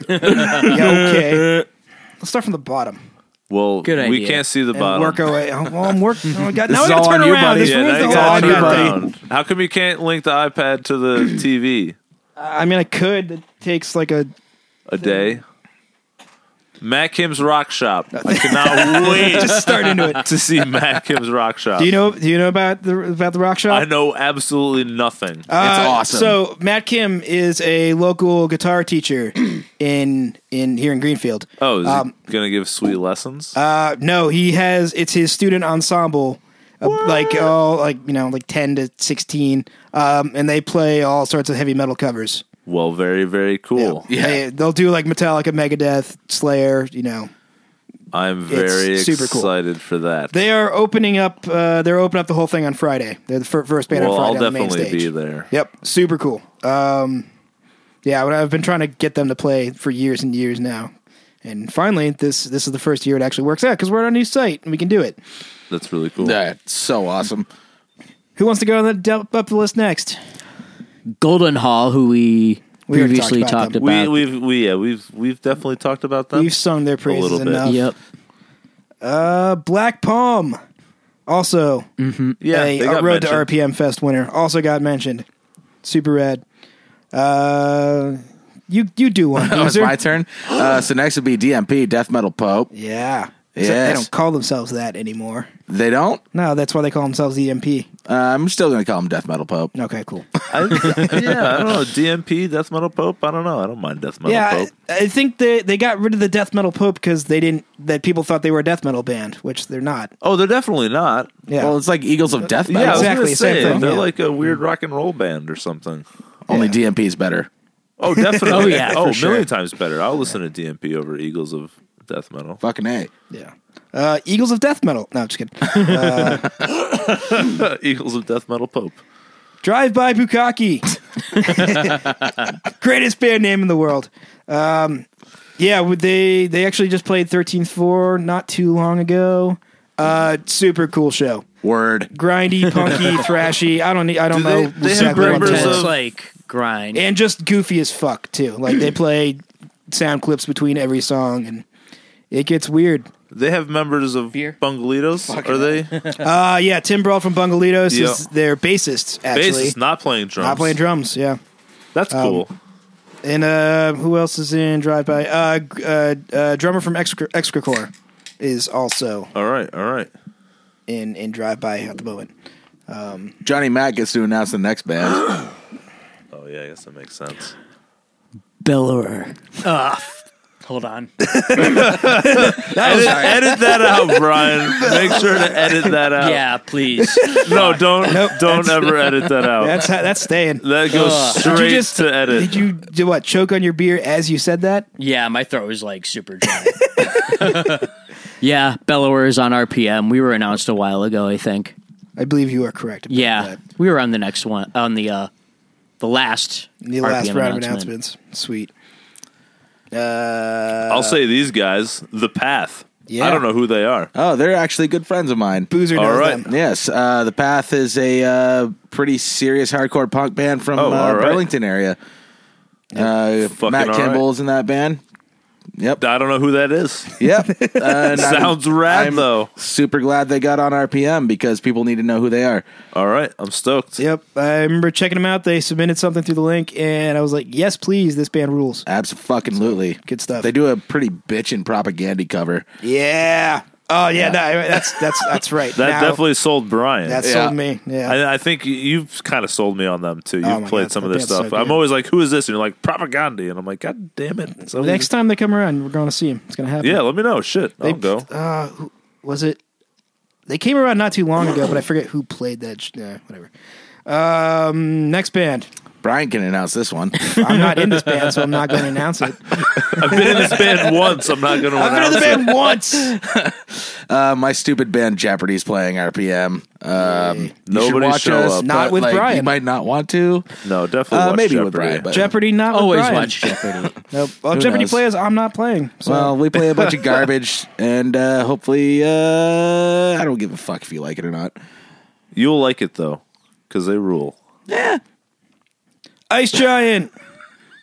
Speaker 1: Yeah, okay. Let's start from the bottom.
Speaker 5: well,
Speaker 2: Good
Speaker 5: we
Speaker 2: idea.
Speaker 5: can't see the
Speaker 1: And
Speaker 5: bottom.
Speaker 1: work our way. Oh, well, I'm working. Oh, my God. Now
Speaker 3: This
Speaker 1: we
Speaker 3: is
Speaker 1: got to
Speaker 3: all
Speaker 1: turn
Speaker 3: on you,
Speaker 1: around.
Speaker 3: buddy.
Speaker 1: This
Speaker 5: Yeah,
Speaker 1: ruins
Speaker 5: now
Speaker 1: the
Speaker 5: you
Speaker 1: whole
Speaker 5: gotta
Speaker 3: on you,
Speaker 5: turn
Speaker 1: goddamn
Speaker 5: it
Speaker 1: thing.
Speaker 3: buddy.
Speaker 5: down. How come you can't link the iPad to the TV
Speaker 1: I mean, I could. That takes like a.
Speaker 5: a day? Matt Kim's Rock Shop. I cannot wait
Speaker 1: Just start into it.
Speaker 5: to see Matt Kim's Rock Shop.
Speaker 1: Do you know? Do you know about the about the rock shop?
Speaker 5: I know absolutely nothing.
Speaker 3: it's
Speaker 1: Uh,
Speaker 3: awesome.
Speaker 1: So Matt Kim is a local guitar teacher in in here in Greenfield.
Speaker 5: oh, is
Speaker 1: um,
Speaker 5: he gonna give sweet lessons?
Speaker 1: Uh, no, he has it's his student ensemble, uh, like all like you know like ten to sixteen, um, and they play all sorts of heavy metal covers.
Speaker 5: well, very very cool.
Speaker 3: Yeah.
Speaker 1: They, they'll do like Metallica, Megadeth, Slayer. You know,
Speaker 5: I'm very
Speaker 1: It's super cool.
Speaker 5: excited for that.
Speaker 1: they are opening up. Uh, they're opening up the whole thing on Friday. They're the fir- first band
Speaker 5: well,
Speaker 1: on
Speaker 5: I'll
Speaker 1: Friday. on the main
Speaker 5: definitely
Speaker 1: stage.
Speaker 5: be there.
Speaker 1: Yep, super cool. Um, yeah, what I've been trying to get them to play for years and years now, and finally this this is the first year it actually works out because we're on a new site and we can do it.
Speaker 5: That's really cool.
Speaker 3: That's so awesome.
Speaker 1: Who wants to go on the dump up the list next?
Speaker 2: Golden Hall, who we,
Speaker 1: We already
Speaker 2: previously
Speaker 1: talked
Speaker 2: talked
Speaker 1: about
Speaker 2: about.
Speaker 5: We we've we yeah we've we've definitely talked about them.
Speaker 1: We've sung their praises
Speaker 5: little bit.
Speaker 1: enough.
Speaker 2: yep.
Speaker 1: Uh, Black Palm, also
Speaker 5: yeah,
Speaker 1: a,
Speaker 5: they
Speaker 1: a
Speaker 5: got
Speaker 1: Road
Speaker 5: mentioned.
Speaker 1: to RPM Fest winner, also got mentioned. Super rad. Uh, you you do one,
Speaker 3: Oh, it's
Speaker 1: loser.
Speaker 3: my turn. Uh, so next would be DMP, Death Metal Pope.
Speaker 1: yeah.
Speaker 3: Yes.
Speaker 1: They don't call themselves that anymore.
Speaker 3: They don't.
Speaker 1: No, that's why they call themselves EMP.
Speaker 3: Uh, I'm still going to call him Death Metal Pope.
Speaker 1: Okay, cool.
Speaker 5: I, yeah, I don't know. DMP, Death Metal Pope. I don't know. I don't mind Death Metal
Speaker 1: yeah,
Speaker 5: Pope.
Speaker 1: I, I think they they got rid of the death metal pope because they didn't that people thought they were a death metal band, which they're not.
Speaker 5: Oh, they're definitely not.
Speaker 1: Yeah,
Speaker 3: Well, it's like Eagles of Death
Speaker 5: Yeah,
Speaker 3: Metal.
Speaker 1: Exactly.
Speaker 5: I was gonna
Speaker 1: same
Speaker 5: say,
Speaker 1: thing,
Speaker 5: They're
Speaker 1: yeah.
Speaker 5: like a weird rock and roll band or something.
Speaker 3: Only
Speaker 1: Yeah.
Speaker 3: DMP is better.
Speaker 5: Oh, definitely.
Speaker 2: Oh, yeah,
Speaker 5: Oh,
Speaker 2: for sure.
Speaker 5: million times better. I'll listen to DMP over Eagles of Death Metal.
Speaker 3: Fucking A.
Speaker 1: yeah. Uh, Eagles of Death Metal. No, I'm just kidding.
Speaker 5: Eagles of Death Metal Pope.
Speaker 1: Drive by Bukaki. Greatest band name in the world. Um, yeah, would they they actually just played 13th Floor not too long ago. Uh, super cool show.
Speaker 3: Word.
Speaker 1: Grindy, punky, thrashy. I don't need, I don't
Speaker 5: Do
Speaker 1: know
Speaker 5: they- they have
Speaker 1: exactly what
Speaker 5: members
Speaker 1: that
Speaker 5: of-
Speaker 1: is.
Speaker 2: It's like grind.
Speaker 1: and just goofy as fuck too. Like they play sound clips between every song, and it gets weird.
Speaker 5: They have members of
Speaker 2: Beer.
Speaker 5: Bungalitos. Are they
Speaker 1: Uh, yeah, Tim Brawl from Bungalitos is
Speaker 5: Yeah.
Speaker 1: their bassist actually.
Speaker 5: bassists not playing drums?
Speaker 1: Not playing um, drums, yeah.
Speaker 5: That's cool.
Speaker 1: And uh, who else is in Drive By? Uh, g- uh, uh, drummer from Excricore is also
Speaker 5: all right, all right.
Speaker 1: in in Drive By at the moment.
Speaker 3: Johnny Matt gets to announce the next band.
Speaker 5: Oh yeah, I guess that makes sense.
Speaker 2: Bellower. Ah, f- hold on.
Speaker 5: edit, edit that out, Brian. Make sure to edit that out.
Speaker 2: yeah, please.
Speaker 5: No, don't
Speaker 1: Nope,
Speaker 5: don't ever edit that out.
Speaker 1: That's how, that's staying.
Speaker 5: that
Speaker 2: Ugh.
Speaker 5: goes Oh. straight
Speaker 1: you just-
Speaker 5: to edit.
Speaker 1: Did you do what? Choke on your beer as you said that?
Speaker 2: Yeah, my throat was like super dry. yeah, Bellower is on RPM. We were announced a while ago, I think.
Speaker 1: I believe you are correct. about
Speaker 2: Yeah,
Speaker 1: that.
Speaker 2: we were on the next one on the uh the last
Speaker 1: the last
Speaker 2: RPM
Speaker 1: round of
Speaker 2: announcement.
Speaker 1: announcements. Sweet.
Speaker 5: Uh, I'll say these guys, The Path.
Speaker 1: Yeah.
Speaker 5: I don't know who they are.
Speaker 3: oh, they're actually good friends of mine.
Speaker 1: Boozer knows
Speaker 5: All right.
Speaker 1: them.
Speaker 3: Yes, uh, the Path is a uh, pretty serious hardcore punk band from
Speaker 5: Oh,
Speaker 3: uh,
Speaker 5: all right.
Speaker 3: Burlington area. Uh,
Speaker 5: Fucking
Speaker 3: Matt
Speaker 5: all
Speaker 3: Kimball
Speaker 5: right.
Speaker 3: is in that band. Yep.
Speaker 5: I don't know who that is.
Speaker 3: Yep. Uh,
Speaker 5: Sounds rad
Speaker 3: I'm
Speaker 5: though.
Speaker 3: super glad they got on RPM because people need to know who they are.
Speaker 5: All right, I'm stoked.
Speaker 1: Yep. I remember checking them out. They submitted something through the link, and I was like, yes, please. This band rules.
Speaker 3: Absolutely.
Speaker 1: Good stuff.
Speaker 3: They do a pretty bitchin' propaganda cover.
Speaker 1: Yeah. Oh, yeah. No, that's, that's, that's right.
Speaker 5: That
Speaker 1: Now,
Speaker 5: definitely sold Brian.
Speaker 1: That
Speaker 3: yeah.
Speaker 1: sold me. Yeah.
Speaker 5: I, I think you- you've kind of sold me on them too. You've
Speaker 1: Oh my
Speaker 5: played
Speaker 1: God,
Speaker 5: some of
Speaker 1: that
Speaker 5: their
Speaker 1: band's so
Speaker 5: stuff. I'm
Speaker 1: good.
Speaker 5: always like, "Who is this?" And you're like, "Propaganda," and I'm like, "God damn it!" So-
Speaker 1: Next time they come around, we're going to see them. It's going to happen.
Speaker 5: yeah, let me know. Shit, I'll go.
Speaker 1: Uh, who- was it? They came around not too long ago, but I forget who played that. Sh- nah, whatever. Um, next band.
Speaker 3: Brian can announce this one.
Speaker 1: I'm not in this band, so I'm not going to announce it.
Speaker 5: I've been in this band once. I'm not going to.
Speaker 1: I've been in the band once.
Speaker 3: uh, my stupid band Jeopardy's playing RPM. Um, you should
Speaker 5: Nobody
Speaker 3: watch
Speaker 5: show
Speaker 3: us,
Speaker 5: up.
Speaker 1: Not
Speaker 3: but,
Speaker 1: with
Speaker 3: like,
Speaker 1: Brian.
Speaker 3: You might not want to.
Speaker 5: No, definitely.
Speaker 3: Uh,
Speaker 5: watch
Speaker 3: maybe
Speaker 5: Jeopardy.
Speaker 3: with Brian, but
Speaker 1: Jeopardy, not with
Speaker 2: Always
Speaker 1: Brian.
Speaker 2: watch Jeopardy.
Speaker 1: Nope. Well,
Speaker 3: Who
Speaker 1: Jeopardy
Speaker 3: knows?
Speaker 1: players, I'm not playing. So.
Speaker 3: Well, we play a bunch of garbage, and uh, hopefully, uh, I don't give a fuck if you like it or not.
Speaker 5: you'll like it though, because they rule.
Speaker 1: Ice Giant.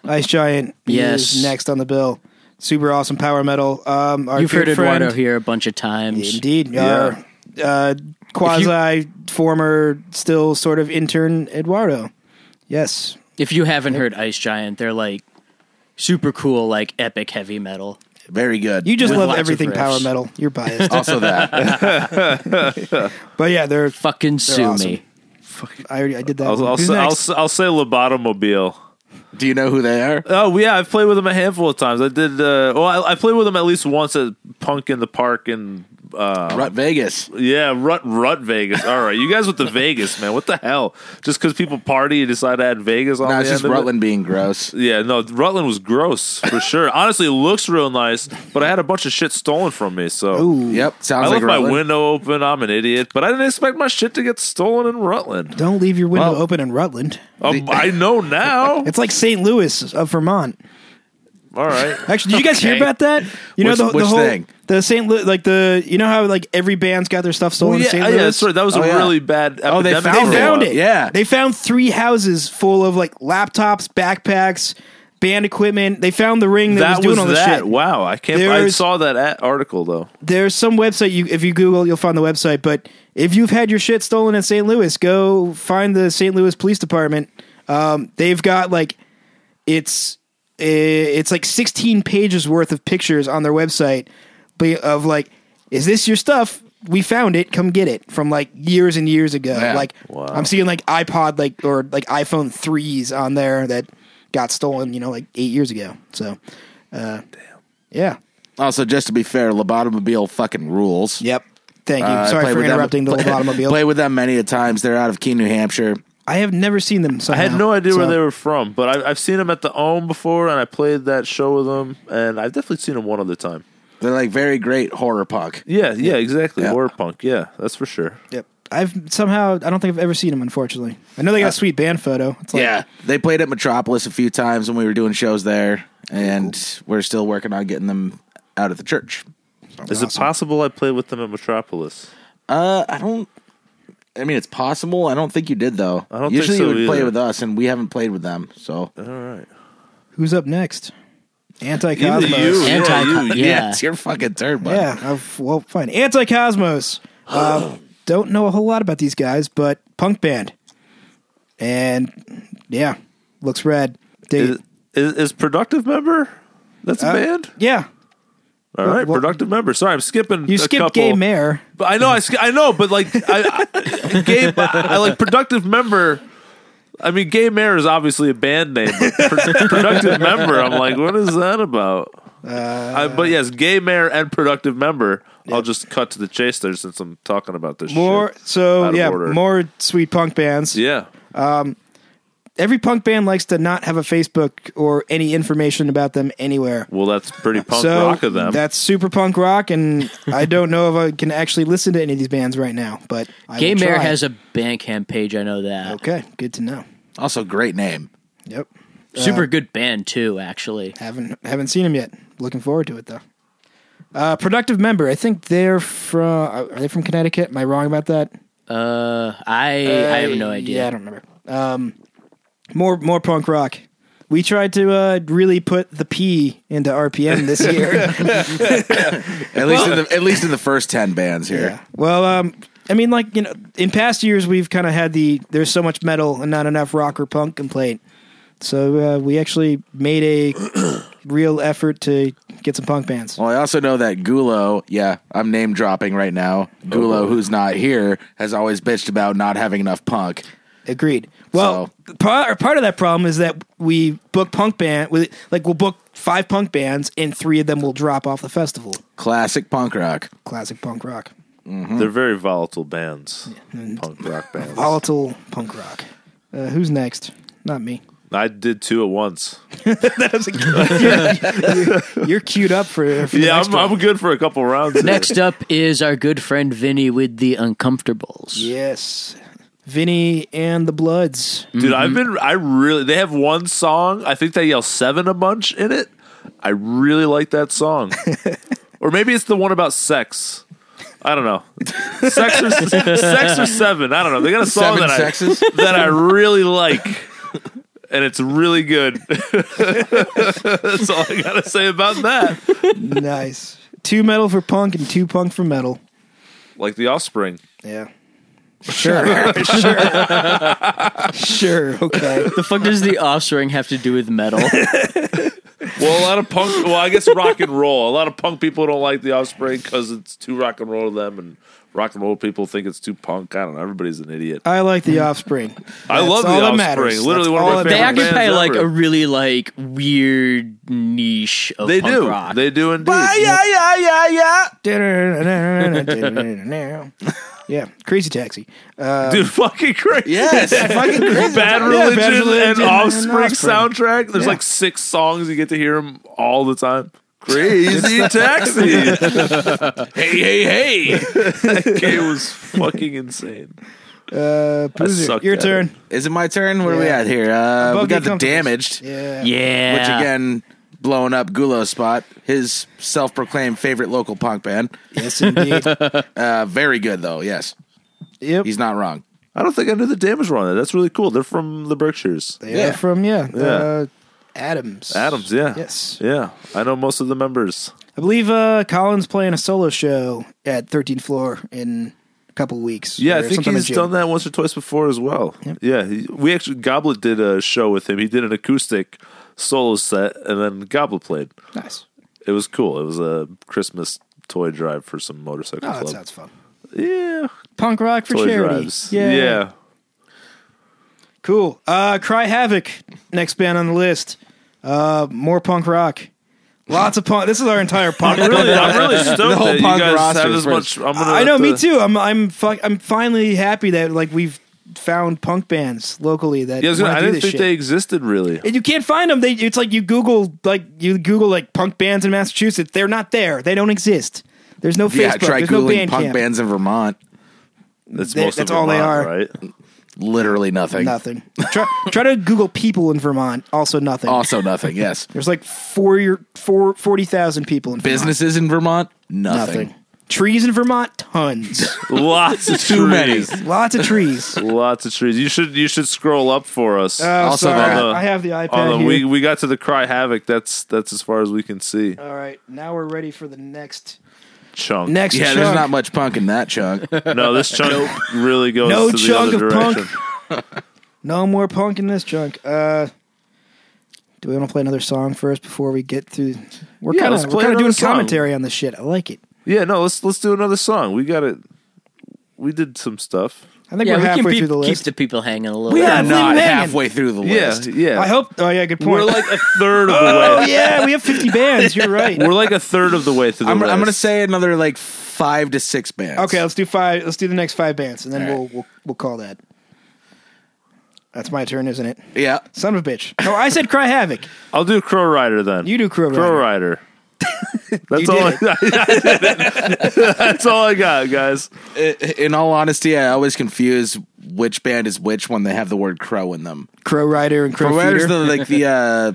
Speaker 1: Ice Giant.
Speaker 2: Yes.
Speaker 1: is next on the bill. Super awesome power metal. Um, our
Speaker 2: You've
Speaker 1: good
Speaker 2: heard
Speaker 1: friend,
Speaker 2: Eduardo here a bunch of times.
Speaker 1: Indeed.
Speaker 5: Yeah.
Speaker 1: Our, uh, quasi former, still sort of intern Eduardo. Yes.
Speaker 2: If you haven't heard Ice Giant, they're like super cool, like epic heavy metal.
Speaker 3: Very good.
Speaker 1: You just
Speaker 2: With
Speaker 1: love
Speaker 2: lots of
Speaker 1: everything
Speaker 2: riffs.
Speaker 1: power metal. You're biased.
Speaker 3: also that.
Speaker 1: but yeah, they're.
Speaker 2: Fucking sue
Speaker 1: awesome.
Speaker 2: me.
Speaker 1: I already I did that.
Speaker 5: I'll,
Speaker 1: one.
Speaker 5: I'll,
Speaker 1: Who's
Speaker 5: say, I'll,
Speaker 1: next?
Speaker 5: s- I'll say Lobotomobile.
Speaker 3: Do you know who they are?
Speaker 5: Oh yeah, I've played with them a handful of times. I did. Uh, well, I, I played with them at least once at Punk in the Park and
Speaker 3: Rut Vegas.
Speaker 5: yeah, Rut Rut Vegas. All right, you guys with the Vegas man, what the hell? Just because people party, you decide to add Vegas on
Speaker 3: No,
Speaker 5: the
Speaker 3: it's just
Speaker 5: end of it?
Speaker 3: Rutland being gross.
Speaker 5: Yeah, no, Rutland was gross for sure. Honestly, it looks real nice, but I had a bunch of shit stolen from me. So
Speaker 1: Ooh.
Speaker 3: Yep,
Speaker 5: I
Speaker 3: sounds
Speaker 5: left
Speaker 3: like
Speaker 5: my
Speaker 3: Rutland.
Speaker 5: window open. I'm an idiot, but I didn't expect my shit to get stolen in Rutland.
Speaker 1: Don't leave your window
Speaker 3: Well-
Speaker 1: open in Rutland.
Speaker 5: Um, I know now.
Speaker 1: It's like St. Louis of Vermont.
Speaker 5: All right.
Speaker 1: Actually, did you guys hear about that? You know
Speaker 3: Which-
Speaker 1: the, the
Speaker 3: which
Speaker 1: whole
Speaker 3: thing?
Speaker 1: the St. Lu- like the you know how like every band's got their stuff stolen
Speaker 5: Well,
Speaker 1: in St.
Speaker 5: yeah,
Speaker 1: Louis.
Speaker 5: yeah, sorry, that was
Speaker 3: Oh,
Speaker 5: a
Speaker 3: yeah.
Speaker 5: really bad.
Speaker 3: Oh, they
Speaker 5: epidemic for
Speaker 3: found
Speaker 1: They
Speaker 5: a
Speaker 3: it.
Speaker 1: found
Speaker 5: while.
Speaker 1: it.
Speaker 3: Yeah.
Speaker 1: They found three houses full of like laptops, backpacks, band equipment. They found the ring that,
Speaker 5: That
Speaker 1: was doing
Speaker 5: was
Speaker 1: all this
Speaker 5: that.
Speaker 1: shit.
Speaker 5: Wow, I can't. I
Speaker 1: There's-
Speaker 5: saw that at article though.
Speaker 1: There's some website you if you Google you'll find the website, but if you've had your shit stolen in St. Louis, go find the St. Louis Police Department. Um, they've got like it's i- it's like 16 pages worth of pictures on their website be- of like is this your stuff we found it come get it from like years and years ago
Speaker 3: Yeah.
Speaker 1: like i'm seeing like ipod like or like iphone 3s on there that got stolen you know like eight years ago so uh yeah
Speaker 3: Also, just to be fair, Lobotomobile fucking rules.
Speaker 1: yep thank you
Speaker 3: Uh, I
Speaker 1: sorry
Speaker 3: played
Speaker 1: for
Speaker 3: with them-
Speaker 1: interrupting the lobotomobile
Speaker 3: Play with them many a times. They're out of Keene, New Hampshire.
Speaker 1: i have never seen them
Speaker 5: I had no idea where they were from, but I, I've seen them at the Ohm before, and I played that show with them, and I've definitely seen them one other time.
Speaker 3: They're like very great horror punk.
Speaker 5: Yeah, yeah, exactly.
Speaker 3: Yeah.
Speaker 5: Horror punk. Yeah, that's for sure.
Speaker 1: yep i've somehow i don't think i've ever seen them unfortunately i know they
Speaker 5: Uh,
Speaker 1: got a sweet band photo it's like
Speaker 3: yeah, they played at Metropolis a few times when we were doing shows there, and we're still working on getting them out of the church.
Speaker 5: Is it possible I played with them at Metropolis?
Speaker 3: Uh, I don't. I mean, it's possible. I don't think you did though.
Speaker 5: I don't think
Speaker 3: Usually
Speaker 5: so
Speaker 3: you would play
Speaker 5: either.
Speaker 3: with us, and we haven't played with them. So
Speaker 1: Who's up next? Anti
Speaker 5: Either you,
Speaker 1: Cosmos.
Speaker 5: yeah,
Speaker 2: Anti-
Speaker 5: you,
Speaker 2: yeah.
Speaker 3: it's your fucking turn, bud.
Speaker 1: Yeah, I've- well, fine. Anti Cosmos. Uh, don't know a whole lot about these guys, but punk band. And yeah, looks rad. Dig
Speaker 5: Is,
Speaker 1: it.
Speaker 5: is, is productive member? That's a band.
Speaker 1: Yeah,
Speaker 5: All right,
Speaker 1: well-
Speaker 5: productive member. Sorry, I'm skipping.
Speaker 1: you
Speaker 5: a
Speaker 1: skipped
Speaker 5: couple.
Speaker 1: Gay Mare.
Speaker 5: But I know, I, sk- I know, but like, I, I, gay, I like productive member. I mean, gay mayor is obviously a band name, but pro- productive member. I'm like, what is that about? I,
Speaker 1: Uh,
Speaker 5: but yes, gay mayor and productive member. I'll just cut to the chase there since I'm talking about this.
Speaker 1: More
Speaker 5: shit. Out
Speaker 1: so,
Speaker 5: of
Speaker 1: yeah,
Speaker 5: order.
Speaker 1: more sweet punk bands.
Speaker 5: yeah.
Speaker 1: Every punk band likes to not have a Facebook or any information about them anywhere.
Speaker 5: Well, that's pretty punk
Speaker 1: so
Speaker 5: rock of them.
Speaker 1: that's super punk rock, and I don't know if I can actually listen to any of these bands right now. But I
Speaker 2: Game
Speaker 1: will
Speaker 2: Air
Speaker 1: try.
Speaker 2: has a Bandcamp page. I know that.
Speaker 1: okay. Good to know.
Speaker 3: Also, great name.
Speaker 1: Yep.
Speaker 2: Super
Speaker 1: Uh,
Speaker 2: good band too, actually.
Speaker 1: Haven't haven't seen him yet. Looking forward to it though. Uh, productive member. I think they're from. Are they from Connecticut? Am I wrong about that?
Speaker 2: Uh, I I have no idea.
Speaker 1: Yeah, I don't remember. Um, more more punk rock. We tried to uh, really put the P into RPM this year.
Speaker 3: At least in the at least in the first ten bands here.
Speaker 1: Well, um, I mean, like you know, in past years we've kind of had the there's so much metal and not enough rock or punk complaint. So uh, we actually made a real effort to get some punk bands.
Speaker 3: Well, Oh, I also know that Gulo, yeah, I'm name dropping right now.
Speaker 1: Oh,
Speaker 3: Gulo, who's not here, has always bitched about not having enough punk.
Speaker 1: Agreed. Well, part, part of that problem is that we book punk band with like we'll book five punk bands and three of them will drop off the festival.
Speaker 3: Classic punk rock.
Speaker 1: Classic punk rock,
Speaker 5: They're very volatile bands, punk rock bands.
Speaker 1: volatile punk rock. Uh, who's next? Not me.
Speaker 5: I did two at once.
Speaker 1: You're queued up for, for the
Speaker 5: Yeah,
Speaker 1: next
Speaker 5: I'm,
Speaker 1: one.
Speaker 5: I'm good for a couple rounds. here.
Speaker 2: Next up is our good friend Vinny with the Uncomfortables.
Speaker 1: Yes. Vinny and the Bloods.
Speaker 5: dude, I've
Speaker 3: Mm-hmm.
Speaker 5: been. I really. They have one song. I think they yell seven a bunch in it. I really like that song, or maybe it's the one about sex. I don't know. Sex or, sex or seven. I don't know. They got a song
Speaker 3: Seven
Speaker 5: that
Speaker 3: sexes?
Speaker 5: I that I really like, and it's really good. That's all I gotta say about that.
Speaker 1: nice. Two metal for punk and two punk for metal.
Speaker 5: Like the Offspring.
Speaker 1: Yeah. Sure. sure. sure. Okay.
Speaker 2: The fuck does the offspring have to do with metal?
Speaker 5: Well, a lot of punk. Well, I guess rock and roll. A lot of punk people don't like the Offspring because it's too rock and roll to them, and rock and roll people think it's too punk. I don't know. Everybody's an idiot.
Speaker 1: I like the Offspring.
Speaker 5: I love the
Speaker 1: all that
Speaker 5: Offspring.
Speaker 1: matters.
Speaker 5: Literally
Speaker 1: That's
Speaker 5: one of
Speaker 1: all
Speaker 5: my
Speaker 1: that
Speaker 5: favorite
Speaker 2: they
Speaker 1: matters.
Speaker 2: occupy
Speaker 5: bands
Speaker 2: like
Speaker 5: ever.
Speaker 2: a really like weird niche of
Speaker 5: They
Speaker 2: punk
Speaker 5: do.
Speaker 2: rock.
Speaker 5: They do indeed.
Speaker 1: Yeah. Crazy Taxi. Uh,
Speaker 5: Dude, fucking crazy.
Speaker 3: Yes, fucking crazy.
Speaker 1: Yeah,
Speaker 5: Bad
Speaker 1: Bad
Speaker 5: religion,
Speaker 1: Religion and
Speaker 5: and Offspring,
Speaker 1: Offspring.
Speaker 5: soundtrack. There's
Speaker 1: Yeah.
Speaker 5: like six songs. You get to hear them all the time. Crazy taxi. hey, hey, hey. that game was fucking insane.
Speaker 1: Uh, Boozer,
Speaker 5: sucked
Speaker 1: your
Speaker 5: at
Speaker 1: turn.
Speaker 3: Is it my turn? Where are we
Speaker 1: Yeah.
Speaker 3: at here? Uh, we
Speaker 1: Above
Speaker 3: got the
Speaker 1: Uncomfortables.
Speaker 3: damaged,
Speaker 1: Yeah.
Speaker 2: yeah.
Speaker 3: which again blowing up Gulo's spot. His self-proclaimed favorite local punk band.
Speaker 1: Yes, indeed.
Speaker 3: Uh, very good though. Yes,
Speaker 1: Yep.
Speaker 3: he's not wrong.
Speaker 5: I don't think I knew the damage were on that. That's really cool. They're from the Berkshires.
Speaker 1: They are from, yeah. Uh, Adams.
Speaker 5: Adams, yeah.
Speaker 1: Yes.
Speaker 5: Yeah. I know most of the members.
Speaker 1: I believe uh, Colin's playing a solo show at 13th Floor in a couple weeks.
Speaker 5: Yeah, I
Speaker 1: or
Speaker 5: think
Speaker 1: sometime in
Speaker 5: he's
Speaker 1: June.
Speaker 5: done that once or twice before as well. Yeah, he, we actually Goblet did a show with him. He did an acoustic solo set, and then Goblet played.
Speaker 1: Nice.
Speaker 5: It was cool. It was a Christmas toy drive for some motorcycle
Speaker 1: Oh, that
Speaker 5: club.
Speaker 1: sounds fun.
Speaker 5: yeah,
Speaker 1: Punk rock for
Speaker 5: toy
Speaker 1: charity.
Speaker 5: drives. Yeah.
Speaker 1: Cool. Uh, Cry Havoc, next band on the list. Uh, more punk rock. Lots of punk. This is our entire punk.
Speaker 5: I'm really, I'm really stoked
Speaker 3: whole
Speaker 5: that you
Speaker 3: punk
Speaker 5: guys
Speaker 3: roster
Speaker 5: have
Speaker 3: is
Speaker 5: as much.
Speaker 3: first.
Speaker 5: I'm gonna
Speaker 1: I know.
Speaker 5: have
Speaker 1: Me
Speaker 5: to-
Speaker 1: too. I'm. I'm. Fi- I'm finally happy that like we've found punk bands locally that.
Speaker 5: Yeah, I, was gonna-
Speaker 1: wanna
Speaker 5: I
Speaker 1: do
Speaker 5: didn't
Speaker 1: this
Speaker 5: think
Speaker 1: shit.
Speaker 5: they existed really.
Speaker 1: And you can't find them. They, it's like you Google like you Google like punk bands in Massachusetts. They're not there. They don't exist. There's no Facebook.
Speaker 3: Yeah, try
Speaker 1: There's no
Speaker 3: googling
Speaker 1: band
Speaker 3: punk
Speaker 1: camp.
Speaker 3: bands in Vermont.
Speaker 5: That's
Speaker 1: they-
Speaker 5: most
Speaker 1: that's
Speaker 5: of
Speaker 1: all they
Speaker 5: Vermont,
Speaker 1: are.
Speaker 5: right?
Speaker 3: Literally nothing.
Speaker 1: Nothing. try try to Google people in Vermont. Also nothing.
Speaker 3: Also nothing. Yes.
Speaker 1: There's like four year four forty thousand people in Vermont.
Speaker 3: Businesses in Vermont. Nothing.
Speaker 1: Nothing. Trees in Vermont, tons.
Speaker 5: Lots of
Speaker 3: Too many.
Speaker 5: trees.
Speaker 1: Lots of trees.
Speaker 5: Lots of trees. You should you should scroll up for us.
Speaker 1: Oh,
Speaker 3: Also
Speaker 1: sorry.
Speaker 3: that-
Speaker 1: I have the
Speaker 5: Oh,
Speaker 1: iPad
Speaker 5: no,
Speaker 1: here.
Speaker 5: we we got to the cry havoc. That's that's as far as we can see.
Speaker 1: All right, now we're ready for the next
Speaker 5: Chunk.
Speaker 1: next.
Speaker 3: Yeah,
Speaker 1: chunk.
Speaker 3: there's not much punk in that chunk.
Speaker 5: No, this chunk really goes
Speaker 1: No
Speaker 5: to the
Speaker 1: chunk
Speaker 5: other
Speaker 1: of punk.
Speaker 5: direction.
Speaker 1: No more punk in this chunk. Uh, do we want to play another song first before we get through? We're
Speaker 5: Yeah,
Speaker 1: kind
Speaker 5: let's
Speaker 1: of
Speaker 5: play
Speaker 1: we're kind of
Speaker 5: another
Speaker 1: doing
Speaker 5: song.
Speaker 1: commentary on this shit. I like it.
Speaker 5: Yeah, no, let's let's do another song. We got it. We did some stuff.
Speaker 1: I think
Speaker 2: Yeah,
Speaker 1: we're
Speaker 2: we can
Speaker 1: halfway
Speaker 2: pe-
Speaker 1: through the
Speaker 2: keep
Speaker 1: list.
Speaker 2: the people hanging a little.
Speaker 1: We
Speaker 2: bit.
Speaker 1: are-
Speaker 3: We're
Speaker 1: Lin
Speaker 3: not
Speaker 1: Manin.
Speaker 3: halfway through the
Speaker 5: Yeah,
Speaker 3: list.
Speaker 5: yeah.
Speaker 1: I hope. Oh yeah, good point.
Speaker 5: we're like a third of the
Speaker 1: oh
Speaker 5: way.
Speaker 1: yeah, we have 50 bands. You're right.
Speaker 5: We're like a third of the way through the
Speaker 3: I'm,
Speaker 5: list.
Speaker 3: I'm gonna say another like five to six bands.
Speaker 1: okay, let's do five. Let's do the next five bands, and then
Speaker 3: All right.
Speaker 1: we'll, we'll we'll call that. That's my turn, isn't it?
Speaker 3: Yeah.
Speaker 1: Son of a bitch. No, I said cry havoc.
Speaker 5: I'll do Crow Rider then.
Speaker 1: You do Crow
Speaker 5: Crow
Speaker 1: Rider.
Speaker 5: Rider. That's
Speaker 1: You
Speaker 5: all. I,
Speaker 1: did
Speaker 5: I did it. That's all I got, guys.
Speaker 3: I- In all honesty, I always confuse which band is which when they have the word crow in them.
Speaker 1: Crow Rider and Crow
Speaker 3: Crow
Speaker 1: Feeder.
Speaker 3: Rider's the like the uh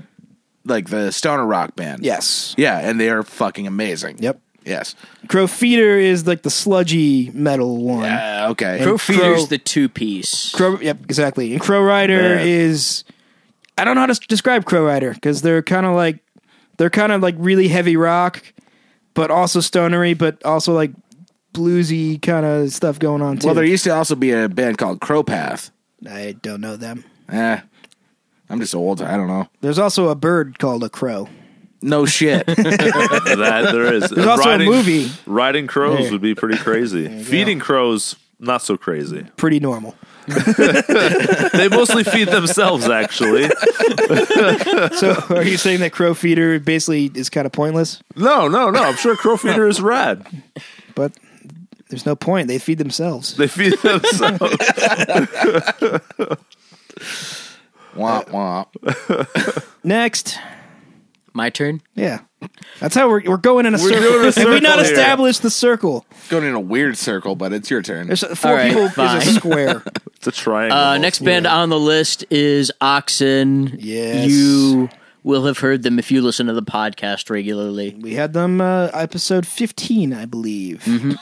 Speaker 3: like the stoner rock band.
Speaker 1: yes.
Speaker 3: Yeah, and they are fucking amazing.
Speaker 1: Yep.
Speaker 3: Yes.
Speaker 1: Crow Feeder is like the sludgy metal one.
Speaker 3: Uh, okay.
Speaker 1: Crow-
Speaker 2: Feeder's the two piece.
Speaker 1: Crow, yep, exactly. And Crow Rider
Speaker 5: Man.
Speaker 1: is I don't know how to s- describe Crow Rider because they're kind of like they're kind of like really heavy rock, but also stonery, but also like bluesy kind of stuff going on too.
Speaker 3: Well, there used to also be a band called Crowpath.
Speaker 1: I don't know them.
Speaker 3: Eh, I'm just old. I don't know.
Speaker 1: There's also a bird called a crow.
Speaker 3: No shit.
Speaker 5: that there is. There's
Speaker 1: also a movie.
Speaker 5: Riding crows
Speaker 1: Yeah.
Speaker 5: would be pretty crazy. Feeding crows, not so crazy.
Speaker 1: Pretty normal.
Speaker 5: They mostly feed themselves, actually.
Speaker 1: So are you saying that crow feeder basically is kind of pointless?
Speaker 5: No, no, no. I'm sure crow feeder is rad.
Speaker 1: But there's no point. They feed themselves.
Speaker 5: They feed themselves.
Speaker 3: womp womp.
Speaker 1: Next.
Speaker 2: My turn.
Speaker 1: Yeah. That's how we're, we're going in a circle.
Speaker 5: doing a
Speaker 1: Have we
Speaker 5: circle
Speaker 1: not
Speaker 5: here.
Speaker 1: established the circle?
Speaker 3: Going in a weird circle, but it's your turn.
Speaker 1: There's four
Speaker 2: All right,
Speaker 1: people
Speaker 2: fine.
Speaker 1: is a square.
Speaker 5: It's a triangle.
Speaker 2: Uh, next band on the list is Oxen.
Speaker 1: Yes.
Speaker 2: You will have heard them if you listen to the podcast regularly.
Speaker 1: We had them uh, episode 15, I believe.
Speaker 2: Mm-hmm.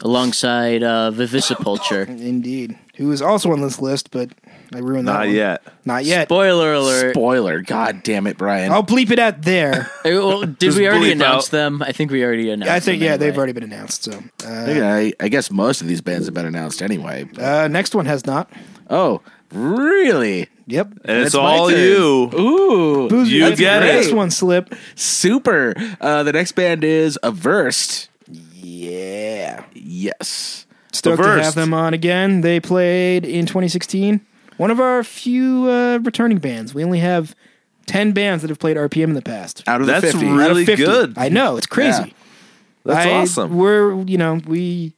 Speaker 2: alongside uh, Vivisipulture.
Speaker 1: Indeed. Who is also on this list, but I ruined that
Speaker 5: Not
Speaker 1: one.
Speaker 5: yet.
Speaker 1: Not yet.
Speaker 2: Spoiler alert!
Speaker 3: Spoiler. God damn it, Brian.
Speaker 5: Oh,
Speaker 1: I'll bleep it out there.
Speaker 2: Eh, well, did
Speaker 5: Just
Speaker 2: we already
Speaker 5: bleep
Speaker 2: announce
Speaker 5: out.
Speaker 2: them? I think we already announced.
Speaker 1: I think,
Speaker 2: them
Speaker 1: yeah,
Speaker 2: anyway.
Speaker 1: they've already been announced. So, uh,
Speaker 3: I, I guess most of these bands have been announced anyway.
Speaker 1: uh, next one has not.
Speaker 3: Oh, really?
Speaker 1: Yep.
Speaker 5: And it's,
Speaker 3: It's my
Speaker 5: all
Speaker 3: turn.
Speaker 5: you.
Speaker 3: Ooh,
Speaker 1: Boozy,
Speaker 5: you
Speaker 1: that's
Speaker 5: get
Speaker 1: the
Speaker 5: it.
Speaker 1: Next one slip.
Speaker 3: super. Uh, the next band is Averst.
Speaker 1: Yeah.
Speaker 3: Yes.
Speaker 1: Stoked to
Speaker 5: Averst.
Speaker 1: have them on again. They played in 2016. One of our few uh, returning bands. We only have 10 bands that have played RPM in the past.
Speaker 3: Out of
Speaker 5: That's
Speaker 3: the 50.
Speaker 5: really-
Speaker 1: Out of 50.
Speaker 5: good.
Speaker 1: I know. It's crazy.
Speaker 3: Yeah.
Speaker 5: That's
Speaker 1: I-
Speaker 5: awesome.
Speaker 1: We're you know we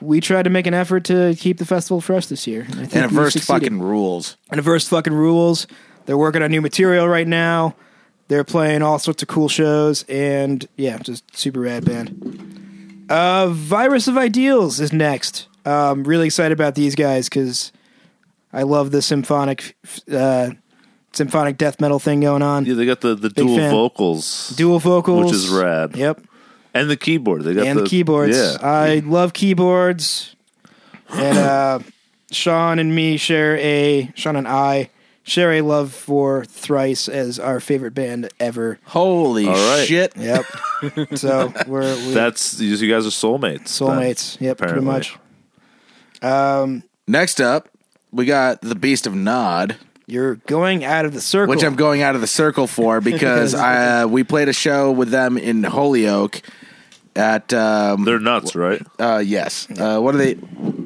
Speaker 1: we tried to make an effort to keep the festival fresh this year. I think
Speaker 3: and
Speaker 1: we
Speaker 3: Averst
Speaker 1: succeeded.
Speaker 3: fucking rules.
Speaker 1: and Averse fucking rules. They're working on new material right now. They're playing all sorts of cool shows and yeah, just super rad band. Uh, Virus of Ideals is next. Um, really excited about these guys because I love the symphonic uh, symphonic death metal thing going on.
Speaker 5: Yeah, they got the, the dual
Speaker 1: fan.
Speaker 5: vocals.
Speaker 1: Dual vocals,
Speaker 5: Which is rad.
Speaker 1: Yep.
Speaker 5: And the keyboard. They got
Speaker 1: and the, keyboards.
Speaker 5: Yeah.
Speaker 1: I love keyboards. And uh, Sean and me share a Sean and I share a love for Thrice as our favorite band ever.
Speaker 3: Holy
Speaker 5: All right.
Speaker 3: shit.
Speaker 1: Yep. so we're, we
Speaker 5: That's you you guys are soulmates. then,
Speaker 1: soulmates. Yep,
Speaker 5: apparently.
Speaker 1: pretty much.
Speaker 3: Next up, we got The Beast of Nod.
Speaker 1: You're going out of the circle.
Speaker 3: Which I'm going out of the circle for because uh, we played a show with them in Holyoke at um,
Speaker 5: They're nuts, right?
Speaker 3: Uh, yes. Uh, what are they?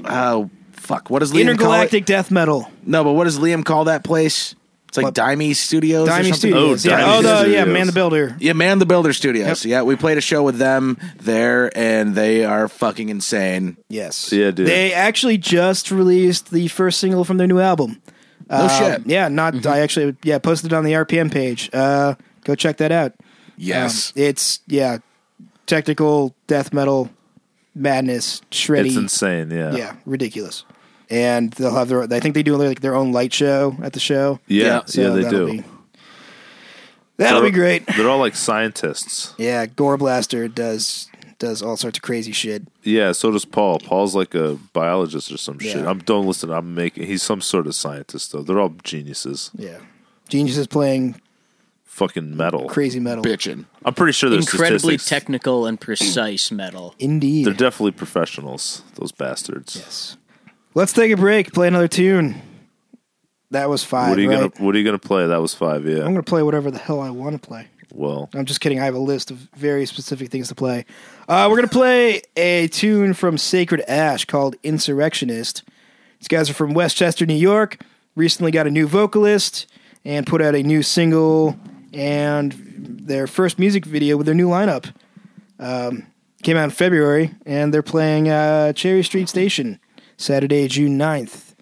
Speaker 3: Uh, fuck. What does Liam
Speaker 1: intergalactic death metal.
Speaker 3: Call it? No, but what does Liam call that place? It's like
Speaker 1: What?
Speaker 3: Dimey Studios. or
Speaker 1: Dimey
Speaker 3: something?
Speaker 1: Studios.
Speaker 5: Oh,
Speaker 1: yeah.
Speaker 5: Dimey
Speaker 1: oh, the, yeah,
Speaker 5: Studios.
Speaker 1: Man the Builder.
Speaker 3: Yeah, Man the Builder Studios. Yeah, we played a show with them there, and they are fucking insane.
Speaker 1: Yes.
Speaker 5: Yeah, dude.
Speaker 1: They actually just released the first single from their new album.
Speaker 3: No
Speaker 1: Uh,
Speaker 3: shit.
Speaker 1: Yeah, not
Speaker 5: Mm-hmm.
Speaker 1: I actually yeah, posted it on the RPM page. Uh, go check that out.
Speaker 3: Yes.
Speaker 1: Um, it's yeah, technical death metal madness, shreddy.
Speaker 5: It's insane. Yeah.
Speaker 1: yeah, ridiculous. And they'll have their. I think they do like their own light show at the show.
Speaker 5: Yeah.
Speaker 3: Yeah,
Speaker 5: Yeah.
Speaker 1: So
Speaker 5: they
Speaker 1: that'll
Speaker 5: do.
Speaker 1: Be, that'll be great.
Speaker 5: They're all like scientists.
Speaker 1: Yeah, Gore Blaster does does all sorts of crazy shit.
Speaker 5: Yeah. So does Paul. Paul's like a biologist or some shit.
Speaker 1: Yeah.
Speaker 5: I'm don't listen. I'm making. He's some sort of scientist though. They're all geniuses.
Speaker 1: Yeah, Genius is playing
Speaker 5: Fucking metal.
Speaker 1: crazy metal.
Speaker 3: Bitchin'.
Speaker 5: I'm pretty sure there's
Speaker 2: Incredibly
Speaker 5: statistics.
Speaker 2: technical and precise metal.
Speaker 1: Indeed.
Speaker 5: They're definitely professionals. Those bastards.
Speaker 1: Yes. Let's take a break. Play another tune. That was five.
Speaker 5: What are you
Speaker 1: right?
Speaker 5: gonna What are you gonna play? That was five. Yeah.
Speaker 1: I'm gonna play whatever the hell I want to play.
Speaker 5: well.
Speaker 1: I'm just kidding. I have a list of very specific things to play. Uh, we're going to play a tune from Sacred Ash called Insurrectionist. These guys are from Westchester, New York. Recently got a new vocalist and put out a new single and their first music video with their new lineup. Um, came out in February, and they're playing uh, Cherry Street Station Saturday, June 9th.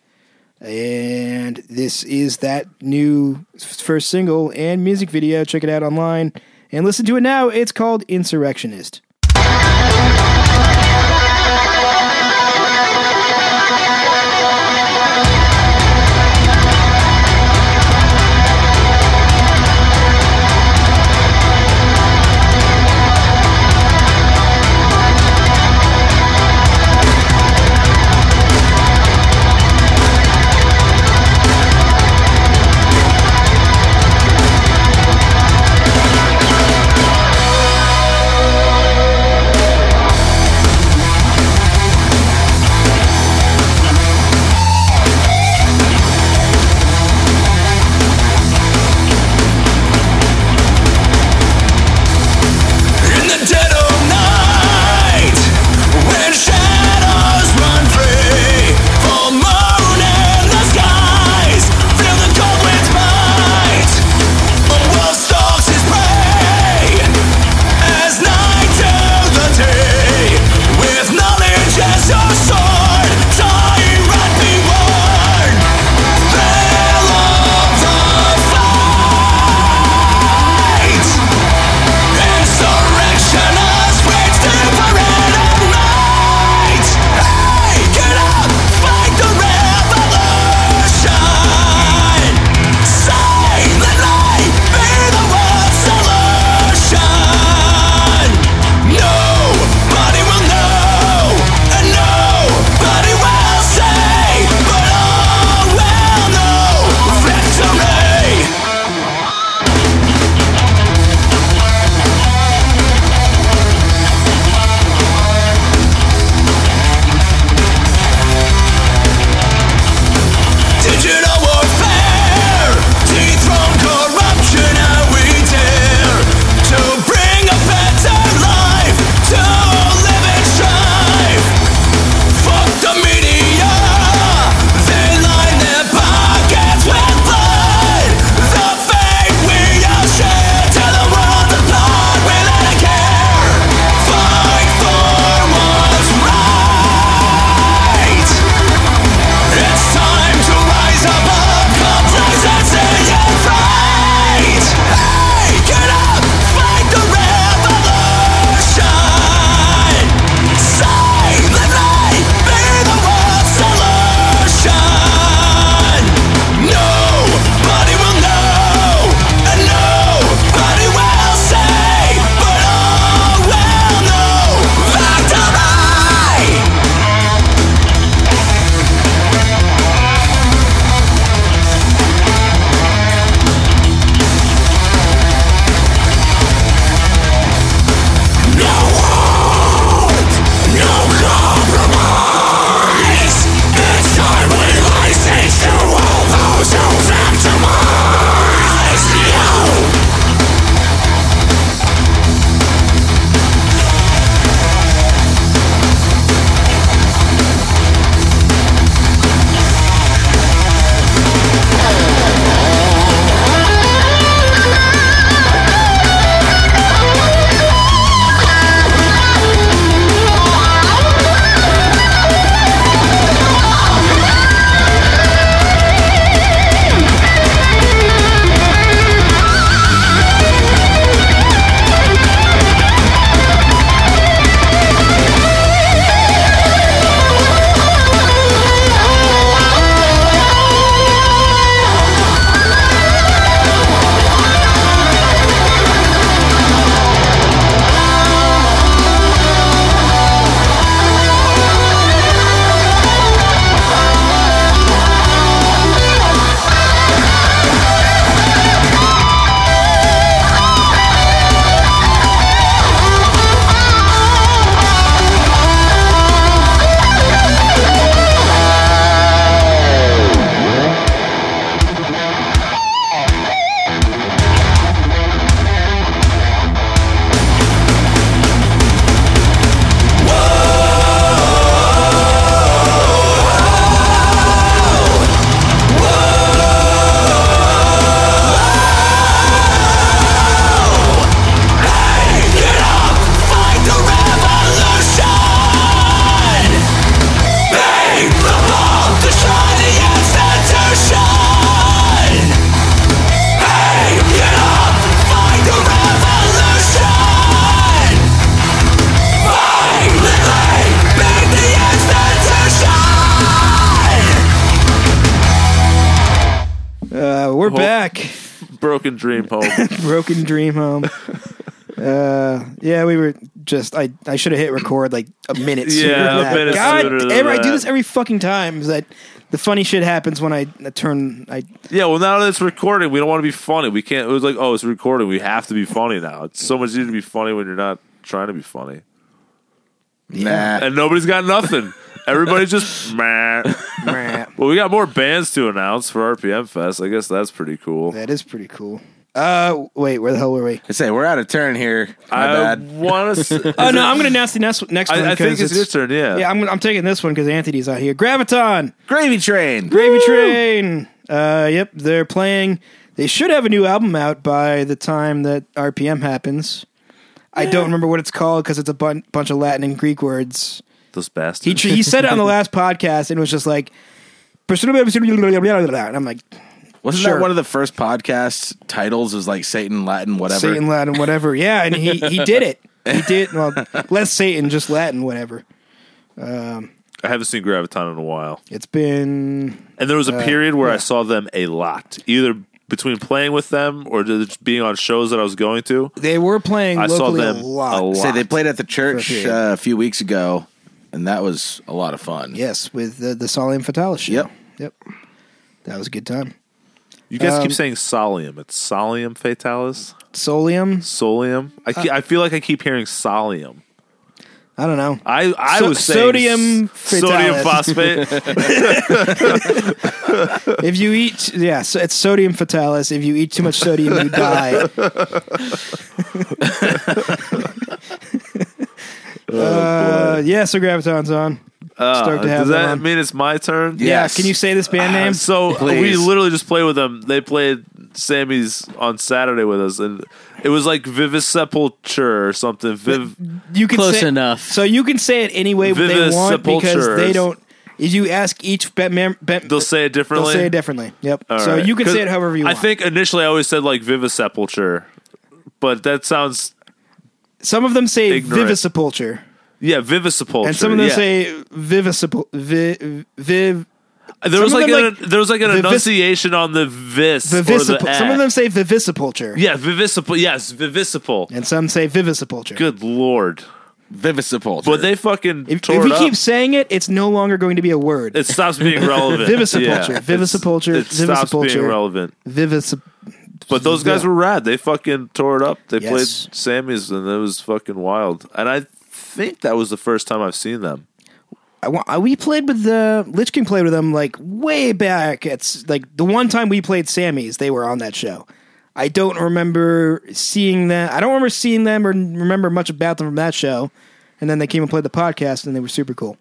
Speaker 1: And this is that new f- first single and music video. Check it out online and listen to it now. It's called Insurrectionist.
Speaker 6: Insurrection.
Speaker 5: Oh. broken dream home.
Speaker 1: Uh, Broken Dream Home. Uh, yeah, we were just. I, I should have hit record like a minute sooner.
Speaker 5: Yeah,
Speaker 1: than
Speaker 5: a
Speaker 1: that.
Speaker 5: minute
Speaker 1: God,
Speaker 5: sooner than
Speaker 1: every- I do
Speaker 5: that.
Speaker 1: this every fucking time. Is that the funny shit happens when I turn? I
Speaker 5: yeah, well, now that it's recording, we don't want to be funny. We can't. It was like, oh, it's recording. We have to be funny now. It's so much easier to be funny when you're not trying to be funny.
Speaker 3: Nah.
Speaker 5: And nobody's got nothing. Everybody's just meh.
Speaker 1: that
Speaker 5: Well, we got more bands to announce for RPM Fest. I guess that's pretty cool.
Speaker 1: is pretty cool. Uh, wait, where the hell were we?
Speaker 3: I say we're out of turn here. My
Speaker 5: I
Speaker 3: bad.
Speaker 5: want to.
Speaker 1: Oh no, I'm gonna announce the next next one.
Speaker 5: I, I think
Speaker 1: 'cause
Speaker 5: it's your turn. Yeah.
Speaker 1: Yeah, I'm, gonna- I'm taking this one because Anthony's out here. Graviton,
Speaker 3: Gravy train.
Speaker 1: Gravy Train. Uh, yep, they're playing. They should have a new album out by the time that RPM happens. I don't remember what it's called because it's a bun- bunch of Latin and Greek words.
Speaker 5: Those
Speaker 1: He,
Speaker 5: bastards.
Speaker 1: tr- he said it on the last podcast and it was just like, and I'm like,
Speaker 3: Wasn't
Speaker 1: Sure.
Speaker 3: that one of the first podcast titles? Was like Satan, Latin, whatever.
Speaker 1: Satan, Latin, whatever. Yeah, and he, he did it. He did, well, less Satan, just Latin, whatever.
Speaker 5: I haven't seen Graviton in a while.
Speaker 1: It's been
Speaker 5: And there was
Speaker 1: Uh,
Speaker 5: a period where I saw them a lot, either between playing with them or just being on shows that I was going to.
Speaker 1: They were playing
Speaker 5: I saw
Speaker 1: locally
Speaker 5: them
Speaker 1: a lot.
Speaker 5: a lot.
Speaker 3: Say they played at the
Speaker 1: For
Speaker 3: church
Speaker 1: sure.
Speaker 3: uh, a few weeks ago, and that was a lot of fun.
Speaker 1: Yes, with the, the Solium Fatalis show.
Speaker 3: Yep.
Speaker 1: Yep. That was a good time.
Speaker 5: You guys
Speaker 1: Um,
Speaker 5: keep saying Solium. It's Solium Fatalis?
Speaker 1: Solium,
Speaker 5: Solium? I,
Speaker 1: Uh,
Speaker 5: ke- I feel like I keep hearing Solium.
Speaker 1: I don't know.
Speaker 5: I, I
Speaker 1: So-
Speaker 5: was saying
Speaker 1: sodium
Speaker 5: s- sodium
Speaker 1: fatalis.
Speaker 5: phosphate.
Speaker 1: If you eat, yeah, so it's sodium fatalis. If you eat too much sodium, you die. uh, yeah, so Graviton's on.
Speaker 5: Uh,
Speaker 1: Stoked to have
Speaker 5: does
Speaker 1: them
Speaker 5: that
Speaker 1: on.
Speaker 5: mean it's my turn?
Speaker 3: Yes.
Speaker 1: Yeah, can you say this band name?
Speaker 5: Uh, So we
Speaker 3: Please.
Speaker 5: literally just played with them. They played Sammy's on Saturday with us, and it was like Vivis Sepulture or something. Viv,
Speaker 1: you can
Speaker 2: Close
Speaker 1: say,
Speaker 2: enough.
Speaker 1: So you can say it any way they
Speaker 5: Vivis
Speaker 1: want because they
Speaker 5: sepulchres.
Speaker 1: don't. If you ask each band mem- band-
Speaker 5: they'll say it
Speaker 1: they'll
Speaker 5: differently.
Speaker 1: say it differently. Yep.
Speaker 5: All
Speaker 1: so
Speaker 5: right.
Speaker 1: you can
Speaker 5: 'Cause
Speaker 1: say it however you want.
Speaker 5: I think initially I always said like Vivis Sepulture, but that sounds
Speaker 1: some of them say
Speaker 5: Ignorant.
Speaker 1: vivisepulture.
Speaker 5: yeah Vivis Sepulture.
Speaker 1: And some of them
Speaker 5: yeah.
Speaker 1: say vivisipul vi, viv
Speaker 5: there was
Speaker 1: some
Speaker 5: like,
Speaker 1: of them,
Speaker 5: an, there was like an
Speaker 1: Vivis-
Speaker 5: enunciation on the vis or the
Speaker 1: vivisipul. Some
Speaker 5: eh.
Speaker 1: of them say vivisipulture.
Speaker 5: yeah Vivisipul yes Vivisipul.
Speaker 1: And some say vivisipulture.
Speaker 5: Good lord,
Speaker 3: Vivisipulture.
Speaker 5: but they fucking
Speaker 1: If,
Speaker 5: tore
Speaker 1: if
Speaker 5: it
Speaker 1: you
Speaker 5: up.
Speaker 1: keep saying it, it's no longer going to be a word.
Speaker 5: it stops being relevant.
Speaker 1: Vivisipulture,
Speaker 5: Yeah.
Speaker 1: vivisipulture,
Speaker 5: It stops being
Speaker 1: vivisipulture.
Speaker 5: relevant.
Speaker 1: Vivisip-
Speaker 5: But those guys
Speaker 1: Yeah.
Speaker 5: were rad. They fucking tore it up. They
Speaker 1: Yes.
Speaker 5: played Sammy's, and it was fucking wild. And I think that was the first time I've seen them.
Speaker 1: I want, I, we played with the Lich King played with them like way back. It's like the one time we played Sammy's, they were on that show. I don't remember seeing them. I don't remember seeing them or remember much about them from that show. And then they came and played the podcast, and they were super cool.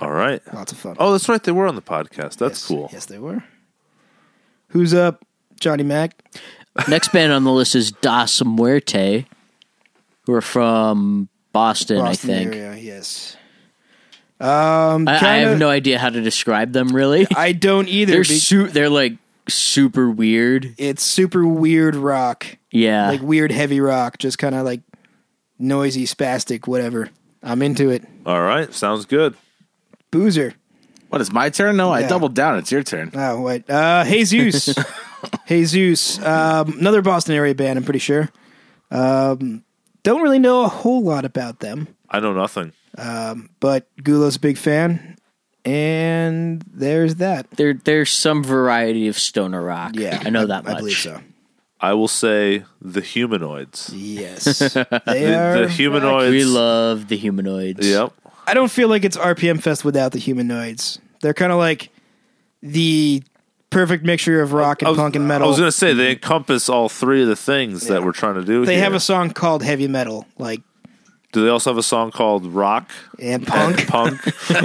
Speaker 5: All right.
Speaker 1: Lots of fun.
Speaker 5: Oh, that's right. They were on the podcast. That's
Speaker 1: yes.
Speaker 5: cool.
Speaker 1: Yes, they were. Who's up? Johnny Mac.
Speaker 2: Next band on the list is Das Muerte, who are from Boston,
Speaker 1: Boston
Speaker 2: I think.
Speaker 1: area. Yes. Um,
Speaker 2: I, I
Speaker 1: kinda-
Speaker 2: have no idea how to describe them really.
Speaker 1: I don't either.
Speaker 2: they're
Speaker 1: be-
Speaker 2: su- they're like super weird.
Speaker 1: it's super weird rock.
Speaker 2: Yeah.
Speaker 1: like weird heavy rock, just kind of like noisy, spastic, whatever. I'm into it.
Speaker 5: All right. Sounds good.
Speaker 1: Boozer.
Speaker 3: what is my turn? No,
Speaker 1: Yeah.
Speaker 3: I doubled down. It's your turn.
Speaker 1: Oh, wait. Uh, Jesus. Jesus. Um, another Boston area band, I'm pretty sure. Um, don't really know a whole lot about them,
Speaker 5: I know nothing.
Speaker 1: but Gulo's a big fan. And there's that.
Speaker 2: there there's some variety of stoner rock.
Speaker 1: Yeah.
Speaker 2: I know that much.
Speaker 1: I believe so.
Speaker 5: I will say the humanoids.
Speaker 1: Yes. They
Speaker 5: The,
Speaker 1: are.
Speaker 5: the humanoids.
Speaker 2: We love the humanoids.
Speaker 5: Yep.
Speaker 1: I don't feel like it's RPM Fest without the humanoids. They're kind of like the perfect mixture of rock and
Speaker 5: Oh, I was,
Speaker 1: punk and metal. Mm-hmm.
Speaker 5: I was gonna say they encompass all three of the things that we're trying to do.
Speaker 1: They
Speaker 5: here.
Speaker 1: have a song called Heavy Metal, like
Speaker 5: Do they also have a song called Rock
Speaker 1: and
Speaker 5: and
Speaker 1: punk.
Speaker 5: Punk?
Speaker 1: Could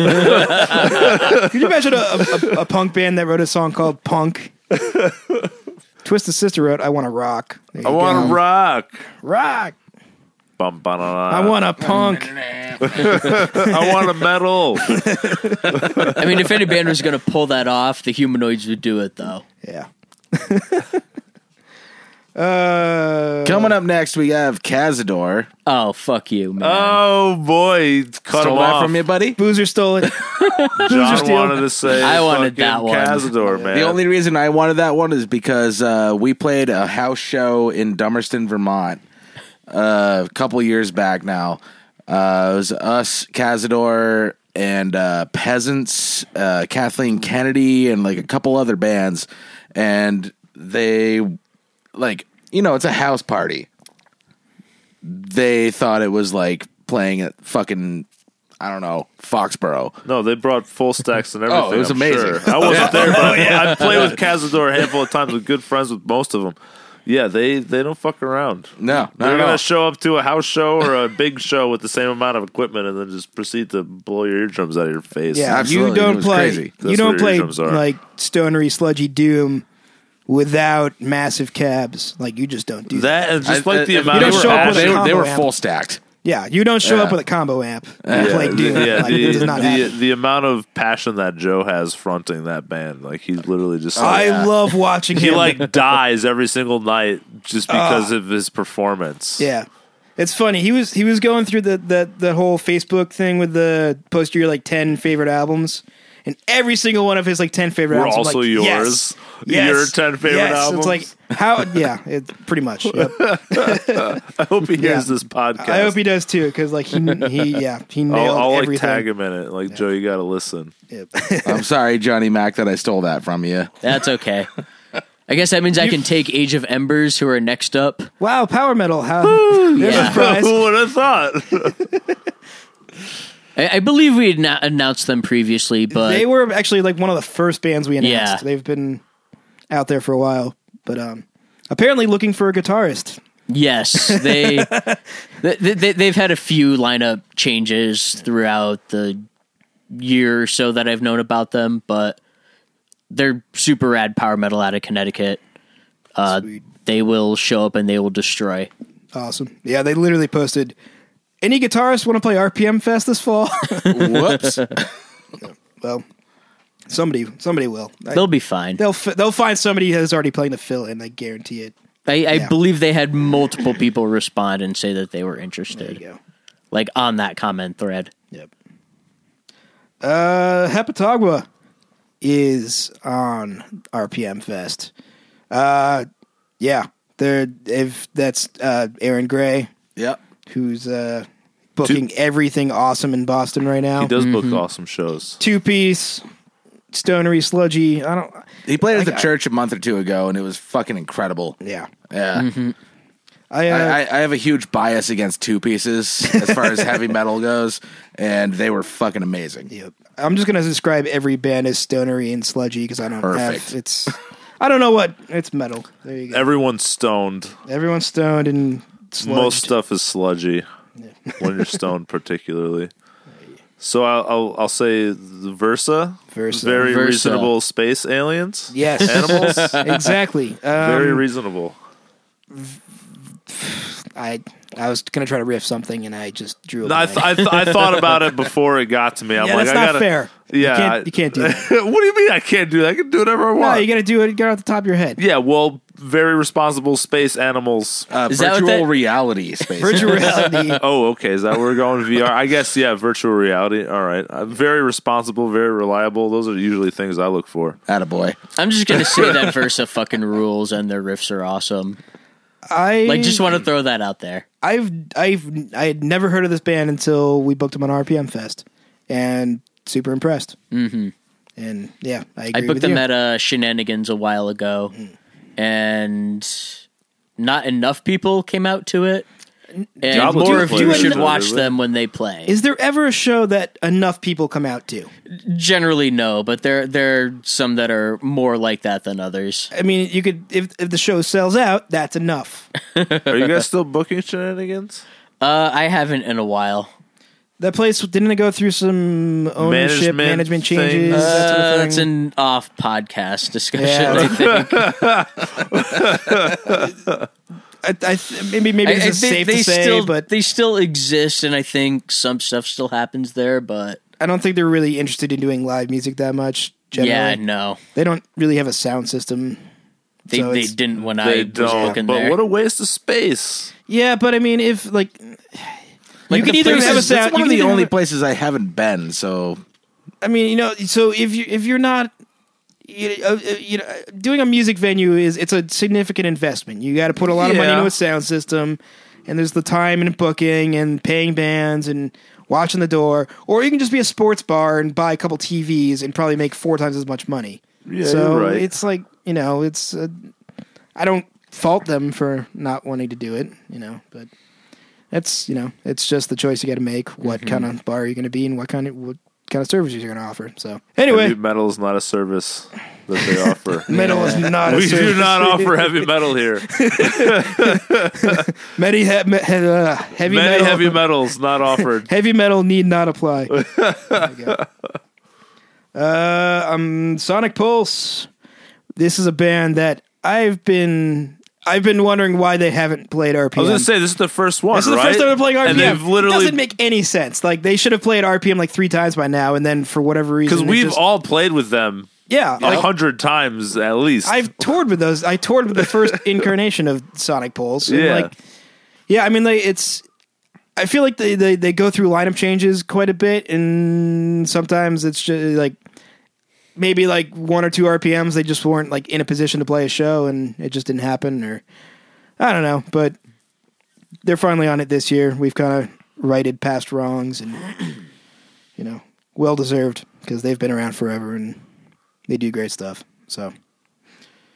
Speaker 1: you imagine a, a, a punk band that wrote a song called Punk? Twisted Sister wrote, "I want to rock. There
Speaker 5: I
Speaker 1: you
Speaker 5: want
Speaker 1: go.
Speaker 5: to rock.
Speaker 1: rock.
Speaker 5: Bum, ba, da, da.
Speaker 1: I want a punk.
Speaker 5: I want a metal.
Speaker 2: I mean, if any band was going to pull that off, the humanoids would do it, though.
Speaker 1: Yeah. Uh,
Speaker 3: Coming up next, we have Cazador.
Speaker 2: Oh, fuck you, man.
Speaker 5: Oh boy, cut
Speaker 3: Stole
Speaker 5: him
Speaker 3: that
Speaker 5: off.
Speaker 3: from you, buddy.
Speaker 1: Boozer stole it.
Speaker 5: John
Speaker 1: Steele.
Speaker 5: wanted to say,
Speaker 2: I wanted
Speaker 5: fucking
Speaker 2: that one.
Speaker 5: Cazador, man.
Speaker 3: The only reason I wanted that one is because uh, we played a house show in Dummerston, Vermont, uh, a couple years back now. Uh, it was us, Cazador, and uh, Peasants, uh, Kathleen Kennedy, and like a couple other bands. And they, like, you know, it's a house party. They thought it was like playing at fucking, I don't know, Foxborough.
Speaker 5: no, they brought full stacks and everything.
Speaker 3: Oh, it was
Speaker 5: I'm
Speaker 3: amazing. Oh,
Speaker 5: sure. I wasn't there, but I played with Cazador a handful of times. With good friends with most of them. Yeah, they they don't fuck around.
Speaker 3: No, not
Speaker 5: They're
Speaker 3: at all.
Speaker 5: gonna show up to a house show or a big show with the same amount of equipment, and then just proceed to blow your eardrums out of your face.
Speaker 1: Yeah,
Speaker 3: Absolutely.
Speaker 1: you
Speaker 3: It
Speaker 1: don't
Speaker 3: was
Speaker 1: play.
Speaker 3: crazy.
Speaker 1: You
Speaker 5: That's
Speaker 1: don't
Speaker 5: what
Speaker 1: play
Speaker 5: eardrums are.
Speaker 1: like stonery, sludgy doom without massive cabs. Like you just don't do that.
Speaker 5: that and just
Speaker 3: I-
Speaker 5: like
Speaker 3: I-
Speaker 5: the
Speaker 3: they
Speaker 5: amount
Speaker 1: don't
Speaker 5: of
Speaker 3: were
Speaker 1: show up
Speaker 5: passion.
Speaker 1: with a
Speaker 3: they were- they
Speaker 1: combo
Speaker 3: were
Speaker 1: amp.
Speaker 3: full stacked.
Speaker 1: Yeah, you don't show up
Speaker 3: Yeah.
Speaker 1: with a combo amp and play doom.
Speaker 5: Yeah,
Speaker 1: like,
Speaker 5: the,
Speaker 1: it does not
Speaker 5: the,
Speaker 1: happen.
Speaker 5: the amount of passion that Joe has fronting that band, like he's literally just
Speaker 1: I
Speaker 5: like,
Speaker 1: love watching
Speaker 5: he
Speaker 1: him.
Speaker 5: like dies every single night just because of his performance.
Speaker 1: Uh, Yeah. It's funny. He was he was going through the the, the whole Facebook thing with the post your like ten favorite albums. And every single one of his like ten favorite
Speaker 5: Were
Speaker 1: albums. I'm
Speaker 5: also
Speaker 1: like,
Speaker 5: yours?
Speaker 1: Yes,
Speaker 5: Your
Speaker 1: yes,
Speaker 5: 10 favorite
Speaker 1: yes."
Speaker 5: albums?
Speaker 1: It's like how yeah, it pretty much. Yep.
Speaker 5: I hope he hears
Speaker 1: Yeah.
Speaker 5: this podcast.
Speaker 1: I hope he does too, because like he he yeah, he nailed
Speaker 5: I'll, I'll like
Speaker 1: everything.
Speaker 5: tag him in it. Like Joe, you got to listen.
Speaker 1: Yep.
Speaker 3: I'm sorry, Johnny Mac, that I stole that from you.
Speaker 2: That's okay. I guess that means I can take Age of Embers, who are next up.
Speaker 1: wow, power metal. How there's
Speaker 2: Yeah.
Speaker 1: a prize.
Speaker 5: Who would have thought?
Speaker 2: I, I believe we had not announced them previously, but
Speaker 1: They were actually like one of the first bands we announced.
Speaker 2: Yeah.
Speaker 1: They've been out there for a while, but um apparently looking for a guitarist.
Speaker 2: yes, they, they, they they've had a few lineup changes throughout the year or so that I've known about them, but they're super rad power metal out of Connecticut. Uh, they will show up and they will destroy.
Speaker 1: Awesome. Yeah, they literally posted any guitarist want to play RPM Fest this fall?
Speaker 3: Whoops.
Speaker 1: well, somebody somebody will. I-
Speaker 2: They'll be fine.
Speaker 1: they'll fi- they'll find somebody that's already playing the fill in, I guarantee it.
Speaker 2: I, I
Speaker 1: Yeah.
Speaker 2: believe they had multiple people respond and say that they were interested.
Speaker 1: There you go.
Speaker 2: Like on that comment thread.
Speaker 1: Yep. Uh, Hepatagua is on RPM Fest. Uh, yeah, there. If that's uh, Aaron Gray,
Speaker 3: yep.
Speaker 1: who's uh, booking everything awesome in Boston right
Speaker 5: He
Speaker 1: now.
Speaker 5: does book awesome shows.
Speaker 1: Two piece, stonery, sludgy. I don't.
Speaker 3: He played at the church a month or two ago, and it was fucking incredible.
Speaker 1: Yeah, Mm-hmm.
Speaker 3: Yeah.
Speaker 1: I. Uh,
Speaker 3: I, I, I have a huge bias against two pieces as far as heavy metal goes, and they were fucking amazing.
Speaker 1: Yep. I'm just gonna describe every band as stonery and sludgy because I don't
Speaker 3: Perfect.
Speaker 1: have it's. I don't know what it's metal. There you go.
Speaker 5: Everyone's stoned.
Speaker 1: Everyone's stoned and sludged.
Speaker 5: Most stuff is sludgy when you're stoned, particularly. So I'll, I'll I'll say the Versa,
Speaker 1: Versa.
Speaker 5: very
Speaker 2: Versa.
Speaker 5: reasonable space aliens.
Speaker 1: Yes.
Speaker 5: animals.
Speaker 1: exactly. Um,
Speaker 5: very reasonable.
Speaker 1: I I was gonna try to riff something and I just drew. A
Speaker 5: No, I, th- I, th- I thought about it before it got to me. I'm
Speaker 1: yeah,
Speaker 5: like,
Speaker 1: that's
Speaker 5: I
Speaker 1: not
Speaker 5: gotta,
Speaker 1: fair.
Speaker 5: Yeah,
Speaker 1: you can't, you can't do that.
Speaker 5: what do you mean I can't do that? I can do whatever I
Speaker 1: No,
Speaker 5: want.
Speaker 1: you gotta do it. You got off the top of your head.
Speaker 5: yeah, well, very responsible space animals.
Speaker 3: Uh,
Speaker 2: Is that what
Speaker 3: virtual
Speaker 2: that-
Speaker 3: reality space.
Speaker 1: Virtual reality.
Speaker 5: oh, okay. Is that where we're going? VR? I guess, yeah, virtual reality. All right. Uh, very responsible, very reliable. Those are usually things I look for.
Speaker 3: Attaboy.
Speaker 2: I'm just gonna say that Versa fucking rules and their riffs are awesome.
Speaker 1: I
Speaker 2: Like just
Speaker 1: Mm.
Speaker 2: want to throw that out there.
Speaker 1: I've I've I had never heard of this band until we booked them on RPM Fest, and super impressed. Mm-hmm. And yeah, I
Speaker 2: I
Speaker 1: agree
Speaker 2: booked
Speaker 1: with
Speaker 2: them
Speaker 1: you. Mm.
Speaker 2: at uh, Shenanigans a while ago, and not enough people came out to it. And more
Speaker 5: Diablo two
Speaker 2: of
Speaker 5: players
Speaker 2: you
Speaker 1: showed
Speaker 2: should
Speaker 1: up,
Speaker 2: watch
Speaker 5: really.
Speaker 2: them when they play.
Speaker 1: Is there ever a show that enough people come out to?
Speaker 2: Generally, no, but there there are some that are more like that than others.
Speaker 1: I mean, you could if if the show sells out, that's enough.
Speaker 5: Are you guys still booking shenanigans?
Speaker 2: Uh, I haven't in a while.
Speaker 1: That place didn't it go through some ownership
Speaker 5: Management
Speaker 1: management,
Speaker 5: thing.
Speaker 1: changes? that sort of
Speaker 2: Uh,
Speaker 1: thing?
Speaker 2: that's an off podcast discussion.
Speaker 1: Yeah.
Speaker 2: I think.
Speaker 1: I, I th- maybe maybe
Speaker 2: I- I
Speaker 1: this is
Speaker 2: think
Speaker 1: safe to say,
Speaker 2: still,
Speaker 1: but
Speaker 2: they still exist, and I think some stuff still happens there. But
Speaker 1: I don't think they're really interested in doing live music that much. Generally,
Speaker 2: yeah, no,
Speaker 1: they don't really have a sound system.
Speaker 2: They,
Speaker 1: So
Speaker 2: they
Speaker 1: it's-
Speaker 2: didn't when
Speaker 5: They
Speaker 2: I was
Speaker 5: don't.
Speaker 2: looking
Speaker 5: But
Speaker 2: there.
Speaker 5: what a waste of space.
Speaker 1: Yeah, but I mean, if like
Speaker 2: Like,
Speaker 1: you can
Speaker 2: the
Speaker 1: either have a
Speaker 2: places-
Speaker 1: sound.
Speaker 3: That's one
Speaker 1: you can
Speaker 3: of the
Speaker 1: either
Speaker 3: only
Speaker 1: have a-
Speaker 3: places I haven't been. So
Speaker 1: I mean, you know, so if you if you're not you uh, uh, you know, doing a music venue is it's a significant investment. You got to put a lot of money
Speaker 5: Yeah.
Speaker 1: into a sound system, and there's the time and booking and paying bands and watching the door. Or you can just be a sports bar and buy a couple TVs and probably make four times as much money.
Speaker 5: Yeah,
Speaker 1: so
Speaker 5: you're right.
Speaker 1: it's like you know, it's uh, I don't fault them for not wanting to do it. You know, but that's you know it's just the choice you got to make what kind of bar you're going to be and what kind of what kind of services you're going to offer so anyway
Speaker 5: Heavy metal is not a service that they offer.
Speaker 1: metal is not a
Speaker 5: we do
Speaker 1: service.
Speaker 5: not offer heavy metal here.
Speaker 1: Medi- he- me- he- uh, heavy
Speaker 5: Many
Speaker 1: metal
Speaker 5: heavy metals not offered.
Speaker 1: heavy metal need not apply There you go. uh um sonic pulse this is a band that i've been i've been wondering why they haven't played rpm
Speaker 5: I was going to say this is the first one.
Speaker 1: This is the
Speaker 5: right?
Speaker 1: first time they're playing RPM.
Speaker 5: and they've
Speaker 1: it doesn't
Speaker 5: literally
Speaker 1: make any sense. Like they should have played RPM like three times by now, and then for whatever reason,
Speaker 5: because
Speaker 1: they
Speaker 5: we've
Speaker 1: just-
Speaker 5: all played with them
Speaker 1: yeah,
Speaker 5: a
Speaker 1: like,
Speaker 5: hundred times at least.
Speaker 1: I've toured with those. I toured with the first incarnation of Sonic Pulse. And
Speaker 5: Yeah.
Speaker 1: Like, yeah, I mean, like, it's. I feel like they, they, they go through lineup changes quite a bit, and sometimes it's just like maybe like one or two RPMs they just weren't like in a position to play a show, and it just didn't happen, or I don't know. But they're finally on it this year. We've kind of righted past wrongs, and you know, well deserved because they've been around forever and they do great stuff. So.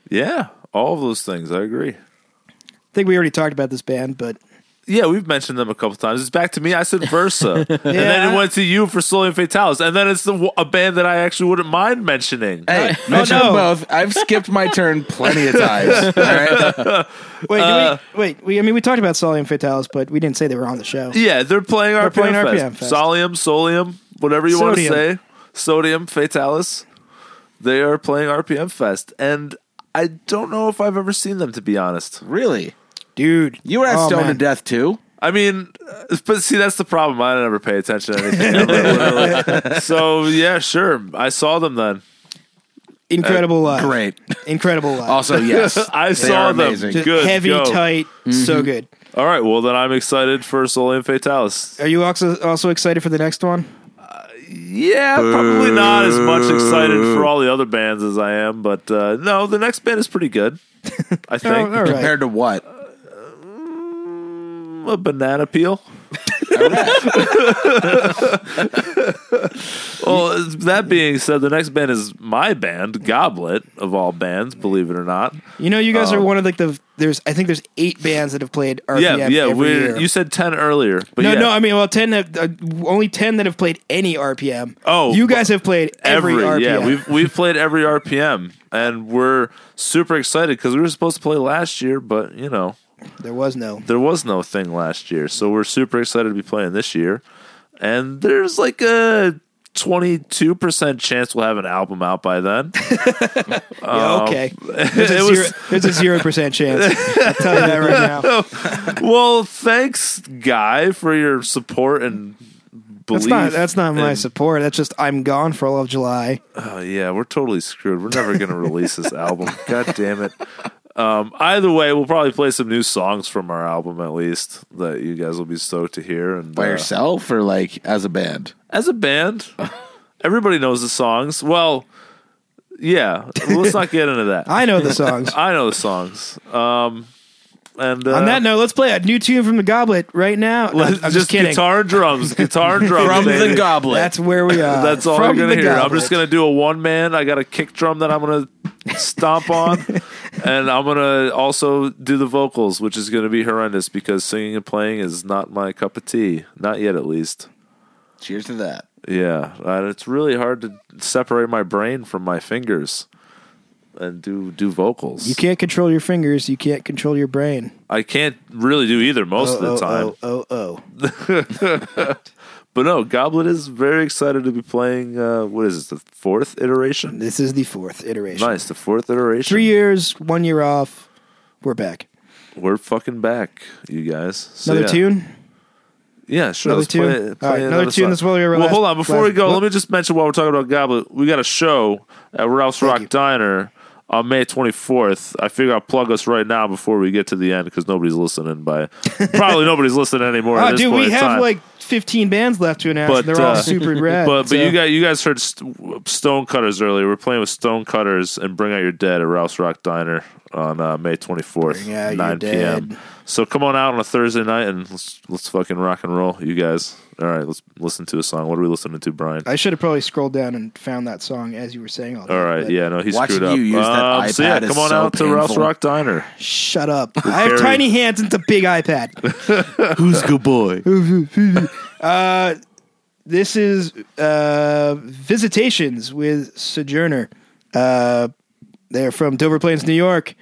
Speaker 5: yeah, all of those things. I agree.
Speaker 1: I think we already talked about this band, but
Speaker 5: Yeah, we've mentioned them a couple times. It's back to me. I said Versa, and then
Speaker 1: Yeah.
Speaker 5: it went to you for Soul and Fatalis, and then it's the, a band that I actually wouldn't mind mentioning.
Speaker 3: hey, mention
Speaker 1: no.
Speaker 3: them both. I've skipped my turn plenty of times. All right,
Speaker 1: wait, did we, wait. We, I mean, we talked about Sully and Fatalis, but we didn't say they were on the show.
Speaker 5: Yeah, they're playing RPM,
Speaker 1: playing
Speaker 5: Fest.
Speaker 1: RPM Fest.
Speaker 5: Solium, Solium, whatever you want to
Speaker 1: Sodium.
Speaker 5: say. Sodium, Fatalis. They are playing RPM Fest. And I don't know if I've ever seen them, to be honest.
Speaker 3: really?
Speaker 1: dude,
Speaker 3: You were at
Speaker 1: oh,
Speaker 3: Stone
Speaker 1: man.
Speaker 3: to Death too.
Speaker 5: I mean, uh, but see, that's the problem. I never pay attention to anything. ever, literally. so, yeah, sure. I saw them then.
Speaker 1: Incredible live,
Speaker 3: Great.
Speaker 1: incredible live.
Speaker 3: Also, yes,
Speaker 5: I
Speaker 3: they
Speaker 5: saw
Speaker 3: are
Speaker 5: them.
Speaker 3: amazing.
Speaker 1: Just
Speaker 5: good,
Speaker 1: heavy,
Speaker 5: go.
Speaker 1: tight, so good.
Speaker 5: All right, well, then I'm excited for Solium Fatalis.
Speaker 1: Are you also also excited for the next one?
Speaker 5: Yeah, probably not as much excited for all the other bands as I am, but uh, no, the next band is pretty good. I think
Speaker 1: all right.
Speaker 3: compared to what?
Speaker 5: a banana peel. well, that being said, the next band is my band, Goblet, of all bands, believe it or not.
Speaker 1: You know, you guys are one of like the there's. I think there's eight bands that have played RPM.
Speaker 5: Yeah, yeah.
Speaker 1: every
Speaker 5: We're,
Speaker 1: year.
Speaker 5: you said ten earlier, but
Speaker 1: no,
Speaker 5: yeah,
Speaker 1: no. I mean, well, ten. That, uh, only ten that have played any RPM.
Speaker 5: Oh,
Speaker 1: you guys have played every, RPM.
Speaker 5: yeah, we've we've played every RPM, and we're super excited because we were supposed to play last year, but you know,
Speaker 1: there was no.
Speaker 5: there was no thing last year. So we're super excited to be playing this year. And there's like a 22% chance we'll have an album out by then.
Speaker 1: Yeah, okay. There's a,
Speaker 5: Um, it
Speaker 1: zero,
Speaker 5: was-
Speaker 1: there's a zero percent chance. I'll tell you that right now.
Speaker 5: well, thanks, Guy, for your support and belief.
Speaker 1: That's not that's not my
Speaker 5: and-
Speaker 1: support. That's just I'm gone for all of July.
Speaker 5: Oh, yeah, we're totally screwed. We're never going to release this album. God damn it. Um, either way, we'll probably play some new songs from our album at least that you guys will be stoked to hear. And
Speaker 3: By
Speaker 5: uh,
Speaker 3: yourself or like as a band?
Speaker 5: As a band, everybody knows the songs. Well, yeah. Well, let's not get into that. I,
Speaker 1: I know the songs.
Speaker 5: know the songs. Um, and uh,
Speaker 1: On that note, let's play a new tune from the Goblet right now. No, I'm
Speaker 5: let's-
Speaker 1: just, kidding.
Speaker 5: guitar and drums, guitar and drums.
Speaker 3: From the
Speaker 5: baby.
Speaker 3: goblet.
Speaker 1: That's where we are.
Speaker 5: That's all
Speaker 1: From
Speaker 5: you're
Speaker 1: the
Speaker 5: gonna hear. I'm
Speaker 1: Goblet.
Speaker 5: just gonna do a one man. I got a kick drum that I'm gonna stomp on, and I'm gonna also do the vocals, which is gonna be horrendous because singing and playing is not my cup of tea. Not yet, at least.
Speaker 3: Cheers to that.
Speaker 5: Yeah, uh, it's really hard to separate my brain from my fingers and do do vocals.
Speaker 1: You can't control your fingers. You can't control your brain.
Speaker 5: I can't really do either most of the
Speaker 1: oh,
Speaker 5: time.
Speaker 1: oh, oh, oh.
Speaker 5: But no, Goblet is very excited to be playing. Uh, what is it? The fourth iteration.
Speaker 1: This is the fourth iteration.
Speaker 5: Nice, the fourth iteration.
Speaker 1: Three years, one year off. We're back.
Speaker 5: We're fucking back, you guys. So,
Speaker 1: Another
Speaker 5: yeah.
Speaker 1: tune.
Speaker 5: Yeah, sure.
Speaker 1: Another
Speaker 5: let's
Speaker 1: tune?
Speaker 5: Play, it- play
Speaker 1: All right, another tune,
Speaker 5: song.
Speaker 1: that's while we were
Speaker 5: Well,
Speaker 1: last-
Speaker 5: hold on. Before
Speaker 1: last-
Speaker 5: we go,
Speaker 1: what?
Speaker 5: let me just mention while we're talking about Goblet, we got a show at Ralph's Rock
Speaker 1: you.
Speaker 5: Diner on May 24th. I figure I'll plug us right now before we get to the end because nobody's listening. By probably nobody's listening anymore. at
Speaker 1: Oh,
Speaker 5: this
Speaker 1: dude,
Speaker 5: point
Speaker 1: we
Speaker 5: in
Speaker 1: have
Speaker 5: time.
Speaker 1: like 15 bands left to announce,
Speaker 5: But,
Speaker 1: and they're all
Speaker 5: uh,
Speaker 1: super rad.
Speaker 5: But but
Speaker 1: so-
Speaker 5: you guys you guys heard st- Stone Cutters earlier. We're playing with Stone Cutters and Bring Out Your Dead at Rouse Rock Diner on uh, May 24th,
Speaker 1: Bring Out Your
Speaker 5: 9 p.m.
Speaker 1: Dead.
Speaker 5: So come on out on a Thursday night and let's let's fucking rock and roll, you guys. All right, let's listen to a song. What are we listening to, Brian?
Speaker 1: I should have probably scrolled down and found that song as you were saying all that.
Speaker 5: All right,
Speaker 1: but
Speaker 5: yeah, no, he
Speaker 3: Watching
Speaker 5: screwed up.
Speaker 3: you use that
Speaker 5: Um, so
Speaker 3: iPad
Speaker 5: yeah,
Speaker 3: is
Speaker 5: come on
Speaker 3: so
Speaker 5: out to Rouse
Speaker 3: painful.
Speaker 5: Rock Diner.
Speaker 1: Shut up. I have
Speaker 5: very-
Speaker 1: tiny hands. It's a big iPad.
Speaker 3: Who's good boy?
Speaker 1: Uh, this is uh, Visitations with Sojourner. Uh, they're from Dover Plains, New York.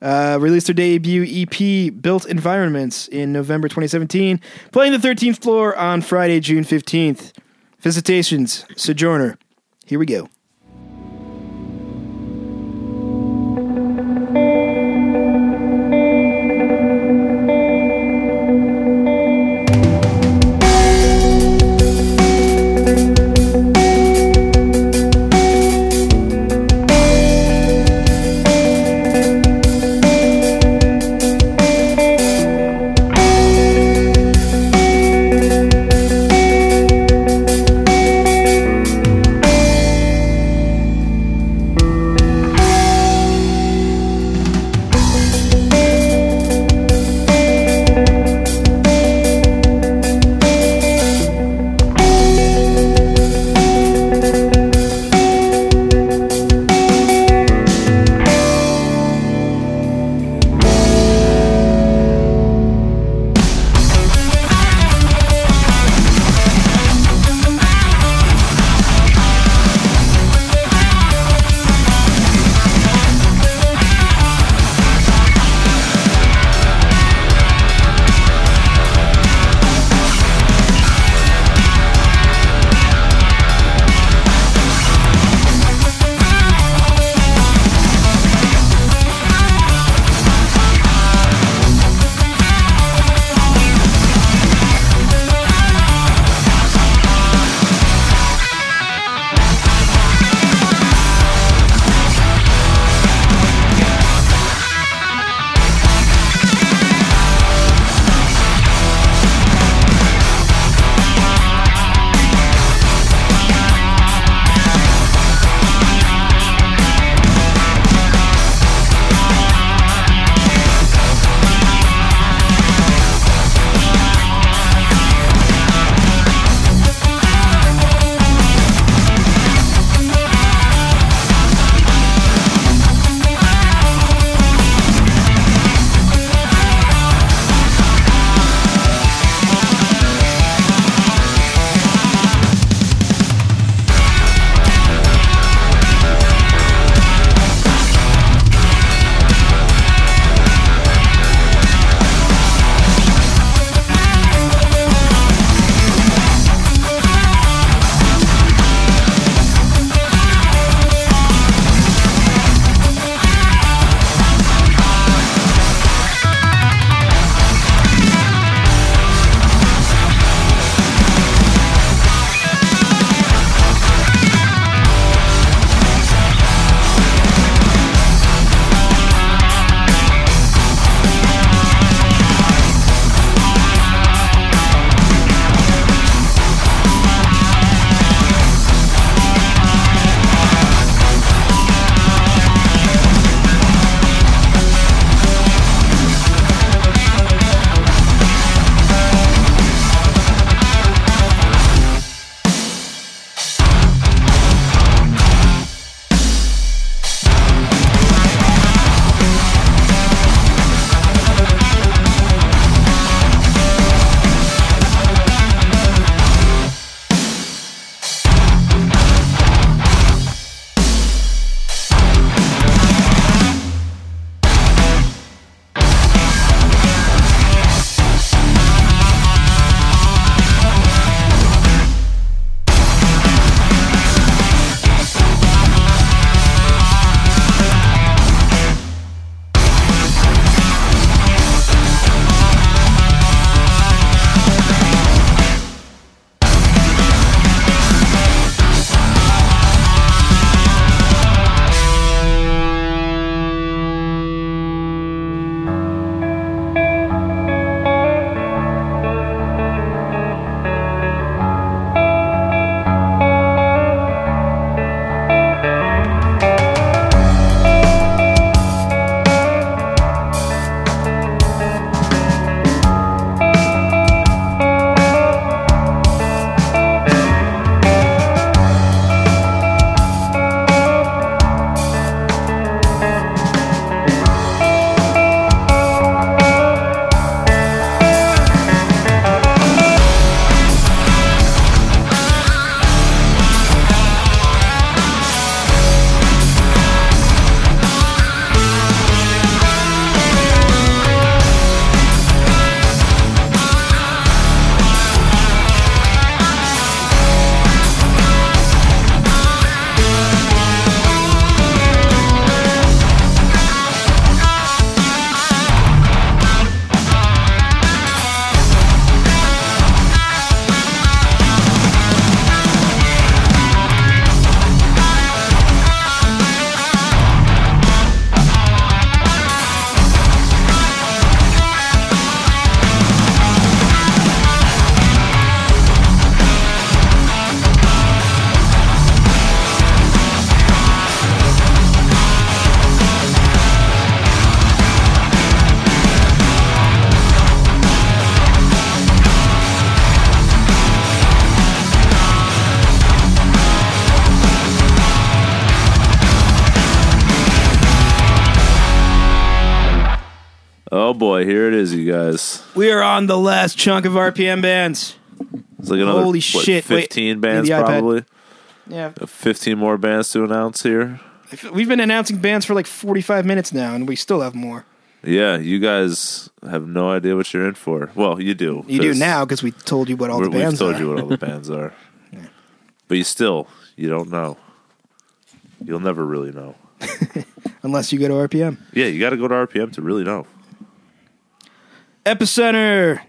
Speaker 1: Uh, released their debut EP, Built Environments, in November 2017. Playing the 13th floor on Friday, June 15th. Visitations, Sojourner. Here we go.
Speaker 5: Oh boy, here it is, you guys.
Speaker 1: We are on the last chunk of RPM bands.
Speaker 5: It's like another
Speaker 1: Holy
Speaker 5: what,
Speaker 1: shit, wait,
Speaker 5: fifteen
Speaker 1: need
Speaker 5: bands
Speaker 1: the iPad.
Speaker 5: probably.
Speaker 1: Yeah,
Speaker 5: Fifteen more bands to announce here.
Speaker 1: we've been announcing bands for like forty-five minutes now, and we still have more.
Speaker 5: Yeah, you guys have no idea what you're in for. Well, you do.
Speaker 1: You do
Speaker 5: 'cause
Speaker 1: now because we told you what all
Speaker 5: we-
Speaker 1: the bands
Speaker 5: We've told
Speaker 1: are.
Speaker 5: you what all the bands are, but you still you don't know. You'll never really know.
Speaker 1: unless you go to RPM.
Speaker 5: Yeah, you got to go to RPM to really know.
Speaker 1: Epicenter.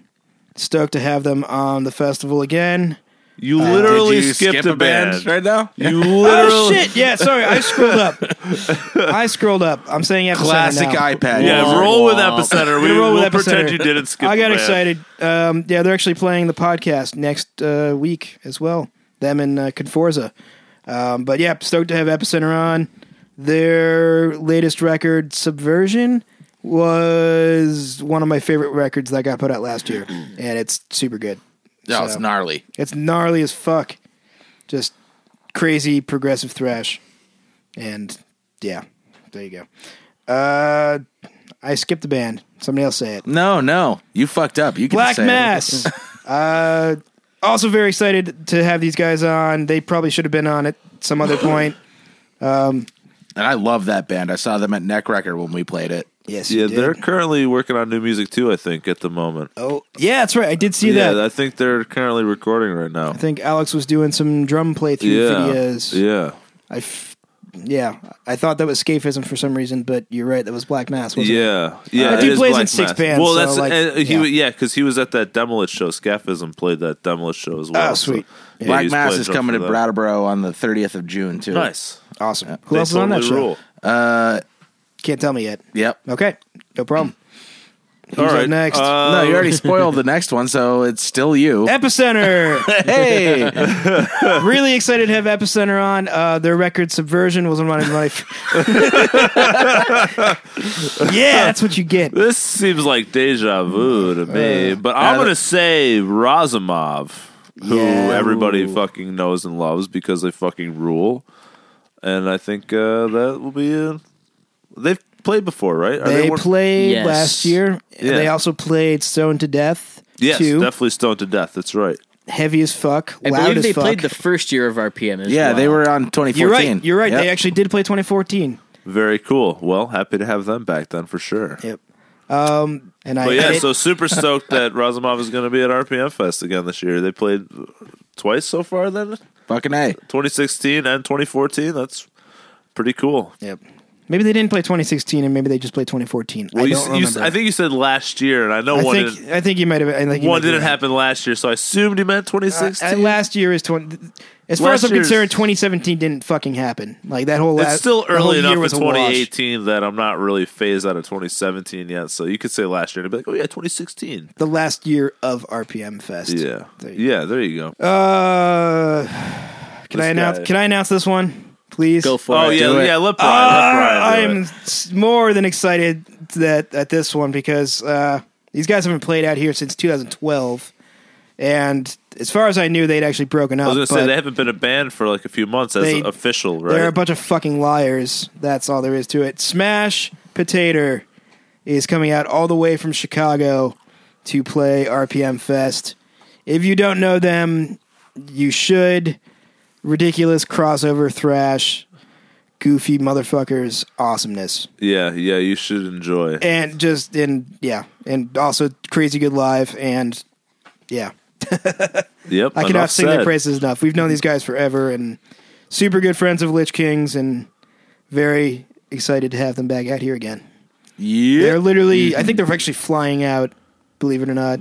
Speaker 1: Stoked to have them on the festival again. Uh,
Speaker 5: You
Speaker 3: Did
Speaker 5: literally
Speaker 3: you
Speaker 5: skipped
Speaker 3: skip a band, right now.
Speaker 5: You literally.
Speaker 1: Oh shit! Yeah, sorry, I scrolled up. I scrolled up. I'm saying Epicenter
Speaker 3: Classic
Speaker 1: now.
Speaker 3: iPad.
Speaker 5: Yeah,
Speaker 2: Womp
Speaker 5: roll with
Speaker 2: womp.
Speaker 5: Epicenter.
Speaker 1: We're
Speaker 5: We
Speaker 1: gonna roll
Speaker 5: will
Speaker 1: with Epicenter.
Speaker 5: pretend you didn't skip.
Speaker 1: I
Speaker 5: the
Speaker 1: got
Speaker 5: band.
Speaker 1: excited. Um, yeah, they're actually playing the podcast next uh, week as well. Them and uh, Conforza. Um, but yeah, stoked to have Epicenter on. Their latest record, Subversion, was one of my favorite records that got put out last year, and it's super good.
Speaker 3: No, it's
Speaker 1: So-
Speaker 3: gnarly.
Speaker 1: It's gnarly as fuck. Just crazy progressive thrash. And yeah, there you go. Uh, I skipped the band. Somebody else say it.
Speaker 3: No, no, you fucked up. You can
Speaker 1: Black
Speaker 3: say it.
Speaker 1: Mass. uh, also very excited to have these guys on. They probably should have been on at some other point.
Speaker 3: and I love that band. I saw them at Neck Record when we played it.
Speaker 1: Yes,
Speaker 5: Yeah,
Speaker 1: you
Speaker 5: they're
Speaker 1: did.
Speaker 5: currently working on new music too. I think at the moment.
Speaker 1: Oh, yeah, that's right. I did see
Speaker 5: yeah,
Speaker 1: that.
Speaker 5: I think they're currently recording right now.
Speaker 1: I think Alex was doing some drum playthrough
Speaker 5: yeah,
Speaker 1: videos.
Speaker 5: yeah,
Speaker 1: I f- yeah, I thought that was Scaphism for some reason, but you're right. That was Black Mass. Wasn't It?
Speaker 5: yeah, yeah.
Speaker 1: That
Speaker 5: it
Speaker 1: dude
Speaker 5: is
Speaker 1: plays
Speaker 5: Black
Speaker 1: in six
Speaker 5: Mass.
Speaker 1: bands,
Speaker 5: Well,
Speaker 1: so,
Speaker 5: that's
Speaker 1: like,
Speaker 5: and
Speaker 1: yeah.
Speaker 5: he yeah, because he was at that Demolish show. Scaphism played that Demolish show as well.
Speaker 1: Oh, sweet.
Speaker 5: yeah,
Speaker 3: Black
Speaker 5: he's
Speaker 3: Mass
Speaker 5: played
Speaker 3: is
Speaker 5: drums
Speaker 3: coming
Speaker 5: for
Speaker 3: to
Speaker 5: that.
Speaker 3: Brattleboro on the 30th of June too.
Speaker 5: Nice.
Speaker 1: Awesome. Who
Speaker 5: They
Speaker 1: else is on that
Speaker 5: totally
Speaker 1: show?
Speaker 5: rule.
Speaker 1: Can't tell me yet.
Speaker 3: Yep.
Speaker 1: Okay, no problem.
Speaker 5: All
Speaker 1: up
Speaker 5: right,
Speaker 1: next?
Speaker 5: uh,
Speaker 3: no, you already spoiled the next one, so it's still you.
Speaker 1: Epicenter.
Speaker 3: Hey,
Speaker 1: really excited to have Epicenter on. Uh, their record Subversion was on my life. yeah, that's what you get.
Speaker 5: This seems like deja vu to
Speaker 1: Uh,
Speaker 5: me, but I'm gonna say Razumov, who
Speaker 1: Yeah.
Speaker 5: everybody fucking knows and loves because they fucking rule, and I think uh, that will be. Uh, they've played before, right? Are
Speaker 1: They
Speaker 5: one-
Speaker 1: played
Speaker 2: Yes.
Speaker 1: last year.
Speaker 5: Yeah.
Speaker 1: They also played Stone to Death.
Speaker 5: yes,
Speaker 1: too.
Speaker 5: definitely stoned to death. That's right.
Speaker 1: Heavy as fuck.
Speaker 2: I
Speaker 1: loud
Speaker 2: believe
Speaker 1: as
Speaker 2: they
Speaker 1: fuck.
Speaker 2: played the first year of RPM as
Speaker 3: yeah,
Speaker 2: well.
Speaker 3: they were on 2014.
Speaker 1: You're right. You're right.
Speaker 3: Yep.
Speaker 1: They actually did play 2014.
Speaker 5: Very cool. Well, happy to have them back then for sure.
Speaker 1: Yep. Um, and I
Speaker 5: But
Speaker 1: I
Speaker 5: yeah,
Speaker 1: did-
Speaker 5: so super stoked that Razumov is going to be at RPM Fest again this year. They played twice so far, then
Speaker 3: Fucking a.
Speaker 5: 2016 and 2014. That's pretty cool.
Speaker 1: Yep. Maybe they didn't play 2016, and maybe they just played 2014.
Speaker 5: Well,
Speaker 1: I
Speaker 5: you,
Speaker 1: don't
Speaker 5: you,
Speaker 1: remember.
Speaker 5: I think you said last year, and I know
Speaker 1: I
Speaker 5: one
Speaker 1: think,
Speaker 5: didn't,
Speaker 1: I think you might have. I think you
Speaker 5: one
Speaker 1: might be
Speaker 5: didn't
Speaker 1: right.
Speaker 5: happen last year, so I assumed you meant
Speaker 1: Uh,
Speaker 5: 2016.
Speaker 1: uh, last year is 20. As far
Speaker 5: Last
Speaker 1: as I'm
Speaker 5: year's-
Speaker 1: concerned, 2017 didn't fucking happen. Like that whole.
Speaker 5: it's
Speaker 1: la-
Speaker 5: still
Speaker 1: the whole
Speaker 5: early enough
Speaker 1: year
Speaker 5: in
Speaker 1: was a wash.
Speaker 5: 2018 that I'm not really phased out of 2017 yet. So you could say last year and I'd be like, oh yeah, 2016.
Speaker 1: The last year of RPM Fest.
Speaker 5: Yeah,
Speaker 1: There you
Speaker 5: yeah. There you go.
Speaker 1: go. Uh, can I
Speaker 5: This
Speaker 1: announce?
Speaker 5: guy.
Speaker 1: Can I announce this one, please?
Speaker 2: Go for
Speaker 5: oh
Speaker 2: it.
Speaker 5: yeah,
Speaker 3: Do it.
Speaker 5: yeah. Let
Speaker 1: Uh,
Speaker 5: Brian. let
Speaker 1: I
Speaker 5: Brian do
Speaker 1: am
Speaker 5: it.
Speaker 1: s- more than excited that at this one because uh, these guys haven't played out here since 2012, and as far as I knew, they'd actually broken up.
Speaker 5: I was gonna say
Speaker 1: but-
Speaker 5: they haven't been a band for like a few months as
Speaker 1: They-
Speaker 5: official,
Speaker 1: They're
Speaker 5: right?
Speaker 1: a bunch of fucking liars. That's all there is to it. Smash Potato is coming out all the way from Chicago to play RPM Fest. If you don't know them, you should. Ridiculous crossover thrash, goofy motherfuckers, awesomeness,
Speaker 5: yeah, yeah. You should enjoy.
Speaker 1: and just and yeah, and also crazy good live, and yeah,
Speaker 5: yep,
Speaker 1: I
Speaker 5: enough
Speaker 1: cannot sing their
Speaker 5: said.
Speaker 1: praises enough. We've known these guys forever and super good friends of Lich Kings and very excited to have them back out here again.
Speaker 3: Yeah.
Speaker 1: They're literally,
Speaker 5: Mm-hmm.
Speaker 1: I think they're actually flying out, believe it or not,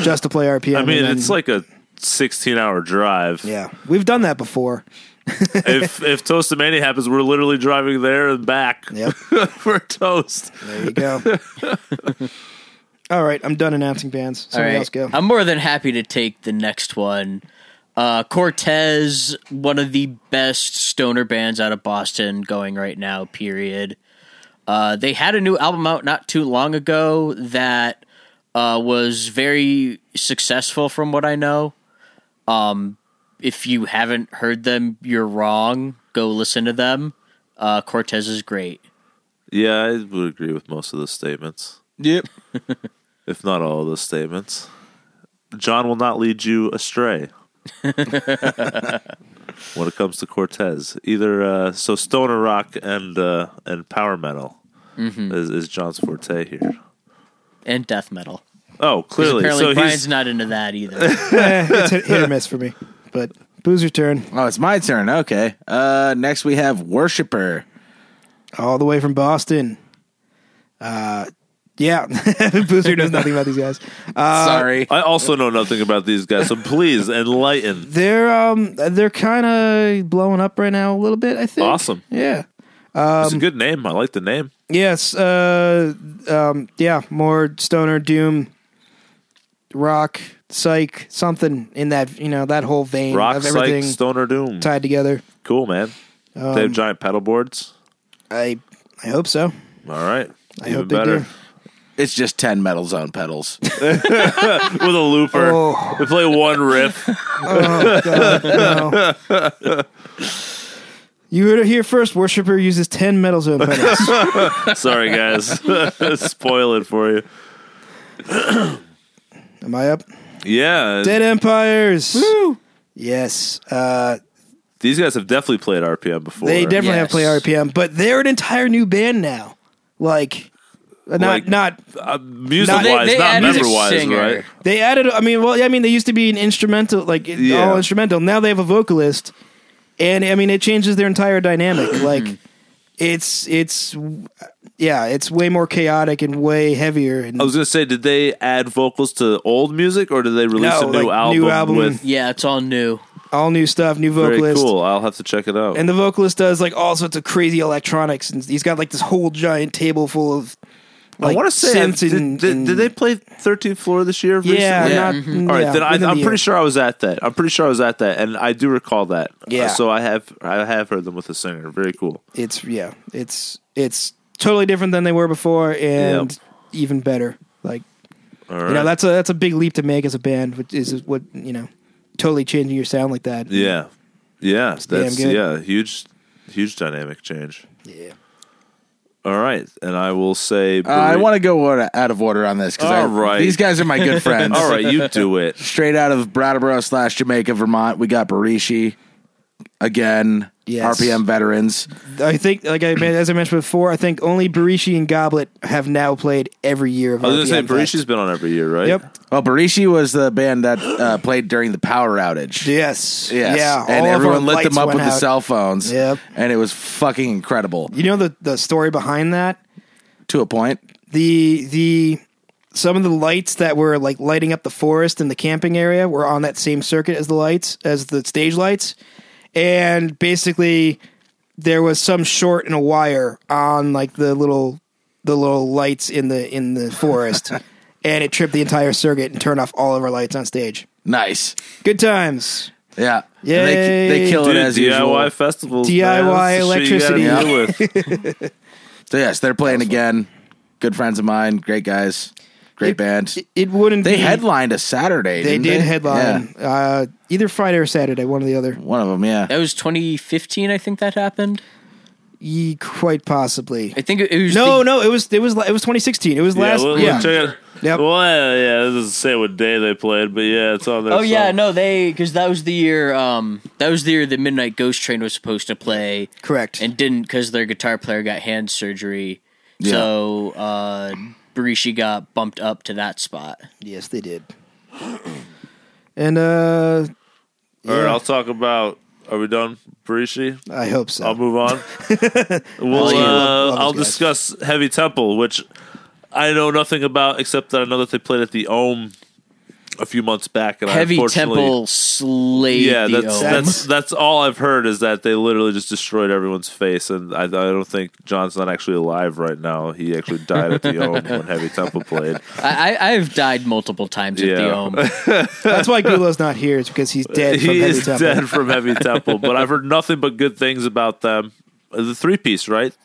Speaker 1: just to play RPM.
Speaker 5: I mean,
Speaker 1: and then-
Speaker 5: it's like a 16 hour drive.
Speaker 1: yeah, we've done that before.
Speaker 5: if if Toastamania happens, we're literally driving there and back
Speaker 1: Yep.
Speaker 5: for toast.
Speaker 1: There you go. All right, I'm done announcing bands.
Speaker 2: All
Speaker 1: Somebody
Speaker 2: right.
Speaker 1: else go.
Speaker 2: I'm more than happy to take the next one. Uh, Cortez, one of the best stoner bands out of Boston going right now, period. Uh, they had a new album out not too long ago that uh, was very successful, from what I know. Um, if you haven't heard them, you're wrong. Go listen to them. Uh, Cortez is great.
Speaker 5: Yeah, I would agree with most of those statements.
Speaker 3: Yep.
Speaker 5: if not all of those statements. John will not lead you astray when it comes to Cortez. Either uh, so stoner rock and uh, and power metal
Speaker 2: Mm-hmm.
Speaker 5: is, is John's forte here.
Speaker 2: and death metal. 'Cause
Speaker 5: Oh, clearly,
Speaker 2: Apparently,
Speaker 5: so
Speaker 2: Brian's
Speaker 5: he's
Speaker 2: not into that either.
Speaker 1: Eh, it's hit, hit or miss for me. But Boozer turn
Speaker 3: Oh, it's my turn. Okay. Uh, next we have Worshipper.
Speaker 1: all the way from Boston. Uh, yeah, Boozer knows nothing about these guys. Uh,
Speaker 3: Sorry.
Speaker 5: I also know nothing about these guys, so please enlighten.
Speaker 1: They're um they're kind of blowing up right now a little bit. I think.
Speaker 5: Awesome.
Speaker 1: Yeah. Um,
Speaker 5: it's a good name. I like the name.
Speaker 1: Yes. Uh. Um. Yeah. More stoner doom. Rock, psych, something in that you know that whole vein
Speaker 5: Rock,
Speaker 1: of everything Um,
Speaker 5: psych, stoner, doom.
Speaker 1: tied together.
Speaker 5: Cool, man. they have giant pedal boards.
Speaker 1: I I hope so.
Speaker 5: All right,
Speaker 1: I
Speaker 5: even
Speaker 1: hope they
Speaker 5: better
Speaker 1: do.
Speaker 3: It's just 10 metal zone pedals. Uh,
Speaker 5: with a looper.
Speaker 1: Oh.
Speaker 5: They play one riff.
Speaker 1: Oh, God, oh, no. You heard it here first. Worshipper uses 10 metal zone pedals.
Speaker 5: Sorry, guys. Spoil it for you.
Speaker 1: Am I up?
Speaker 5: Yeah,
Speaker 1: Dead Empires. Yes. Uh,
Speaker 5: these guys have definitely played RPM before.
Speaker 1: they definitely have
Speaker 2: Yes.
Speaker 1: play RPM, but they're an entire new band now. Like, not,
Speaker 5: Like-
Speaker 1: not,
Speaker 5: uh, music
Speaker 1: No,
Speaker 5: wise,
Speaker 1: they-
Speaker 2: they
Speaker 5: not
Speaker 2: added a
Speaker 5: member wise,
Speaker 2: singer.
Speaker 5: right?
Speaker 1: they added, I mean, well, I mean, they used to be an instrumental, like
Speaker 5: Yeah.
Speaker 1: all instrumental. Now they have a vocalist. And I mean, it changes their entire dynamic. like, it's, it's, yeah, it's way more chaotic and way heavier. And
Speaker 5: I was gonna say, did they add vocals to old music, or did they release
Speaker 1: No,
Speaker 5: a new,
Speaker 1: like,
Speaker 5: album
Speaker 1: new album.
Speaker 5: with?
Speaker 2: yeah, it's all new.
Speaker 1: all new stuff, new
Speaker 5: Very
Speaker 1: vocalist.
Speaker 5: cool. I'll have to check it out.
Speaker 1: And the vocalist does like all sorts of crazy electronics, and he's got like this whole giant table full of. Like,
Speaker 5: I want to say,
Speaker 1: synths
Speaker 5: did,
Speaker 1: and-
Speaker 5: did-
Speaker 1: and-
Speaker 5: did they play 13th Floor this year?
Speaker 1: Yeah,
Speaker 5: recently?
Speaker 1: not-
Speaker 5: All right,
Speaker 1: yeah,
Speaker 5: then I,
Speaker 1: within
Speaker 5: I'm
Speaker 1: the year.
Speaker 5: pretty sure I was at that. I'm pretty sure I was at that, and I do recall that.
Speaker 1: Yeah.
Speaker 5: so I have I have heard them with a singer. Very cool.
Speaker 1: It's yeah, it's it's totally different than they were before, and
Speaker 5: Yep.
Speaker 1: even better. Like
Speaker 5: All
Speaker 1: you
Speaker 5: right.
Speaker 1: know, that's a that's a big leap to make as a band, which is what you know, totally changing your sound like that.
Speaker 5: Yeah, yeah,
Speaker 1: damn
Speaker 5: that's
Speaker 1: good.
Speaker 5: yeah, huge, huge dynamic change.
Speaker 1: Yeah.
Speaker 5: All right, and I will say,
Speaker 3: Uh, I want to go out of- out of order on this because
Speaker 5: All right.
Speaker 3: these guys are my good friends.
Speaker 5: All right, you do it.
Speaker 3: Straight out of Brattleboro slash Jamaica, Vermont, we got Barishi again.
Speaker 1: Yes.
Speaker 3: RPM veterans.
Speaker 1: I think like I as I mentioned before, I think only Barishi and Goblet have now played every year of.
Speaker 5: I was going
Speaker 1: RPM
Speaker 5: to say,
Speaker 1: Fest.
Speaker 5: Barishi's been on every year, right?
Speaker 1: Yep.
Speaker 3: Well, Barishi was the band that uh, played during the power outage.
Speaker 1: Yes.
Speaker 3: Yes.
Speaker 1: Yeah.
Speaker 3: and
Speaker 1: all of our
Speaker 3: everyone lit them
Speaker 1: lights
Speaker 3: up
Speaker 1: went
Speaker 3: with the
Speaker 1: out.
Speaker 3: cell phones.
Speaker 1: Yep.
Speaker 3: And it was fucking incredible
Speaker 1: You know the the story behind that.
Speaker 3: to a point.
Speaker 1: the the some of the lights that were like lighting up the forest and the camping area were on that same circuit as the lights as the stage lights and basically there was some short in a wire on like the little the little lights in the in the forest and it tripped the entire circuit and turned off all of our lights on stage
Speaker 3: Nice.
Speaker 1: good times
Speaker 3: Yeah. And They,
Speaker 1: Yay.
Speaker 3: they kill
Speaker 5: Dude,
Speaker 3: it as
Speaker 5: DIY
Speaker 3: usual.
Speaker 5: festivals,
Speaker 1: DIY
Speaker 5: man. That's the shit you gotta deal with.
Speaker 3: So yes, they're playing again. Good friends of mine, great guys, great band.
Speaker 1: it, it wouldn't
Speaker 3: They
Speaker 1: be,
Speaker 3: headlined a Saturday.
Speaker 1: they
Speaker 3: didn't
Speaker 1: did headline
Speaker 3: Yeah.
Speaker 1: uh, either friday or saturday one or the other
Speaker 3: One of them, yeah.
Speaker 2: That was 2015, I think that happened.
Speaker 1: Ye- quite possibly
Speaker 2: I think it, it was
Speaker 1: No,
Speaker 2: the-
Speaker 1: no, it was it was it was 2016. It was
Speaker 5: yeah,
Speaker 1: last
Speaker 5: we'll,
Speaker 1: yeah.
Speaker 5: We'll check it.
Speaker 1: Yep.
Speaker 5: Well, yeah, it doesn't say what day they played, but yeah, it's on there.
Speaker 2: Oh yeah,
Speaker 5: some-
Speaker 2: no, they because that was the year. Um, that was the year the Midnight Ghost Train was supposed to play,
Speaker 1: correct.
Speaker 2: and didn't because their guitar player got hand surgery. So uh, Barishi got bumped up to that spot.
Speaker 1: yes, they did. And uh
Speaker 5: All right,
Speaker 1: yeah.
Speaker 5: I'll talk about. Are we done, Barishi?
Speaker 1: I hope so.
Speaker 5: I'll move on. we'll,
Speaker 2: yeah.
Speaker 5: uh,
Speaker 1: Love- love
Speaker 5: I'll
Speaker 1: those guys.
Speaker 5: discuss Heavy Temple, which I know nothing about except that I know that they played at the Ohm a few months back, and I
Speaker 2: Heavy
Speaker 5: unfortunately-
Speaker 2: Temple slayed.
Speaker 5: Yeah,
Speaker 2: the
Speaker 5: that's
Speaker 2: Ohm.
Speaker 5: that's that's all I've heard is that they literally just destroyed everyone's face, and I, I don't think John's not actually alive right now. He actually died at the Ohm when Heavy Temple played.
Speaker 2: I, I I've died multiple times at the
Speaker 5: Yeah.
Speaker 2: Ohm.
Speaker 1: That's why Gulo's not here. It's because he's dead. From
Speaker 5: he
Speaker 1: Heavy
Speaker 5: is
Speaker 1: Temple.
Speaker 5: dead from Heavy Temple, but I've heard nothing but good things about them. The three piece, right?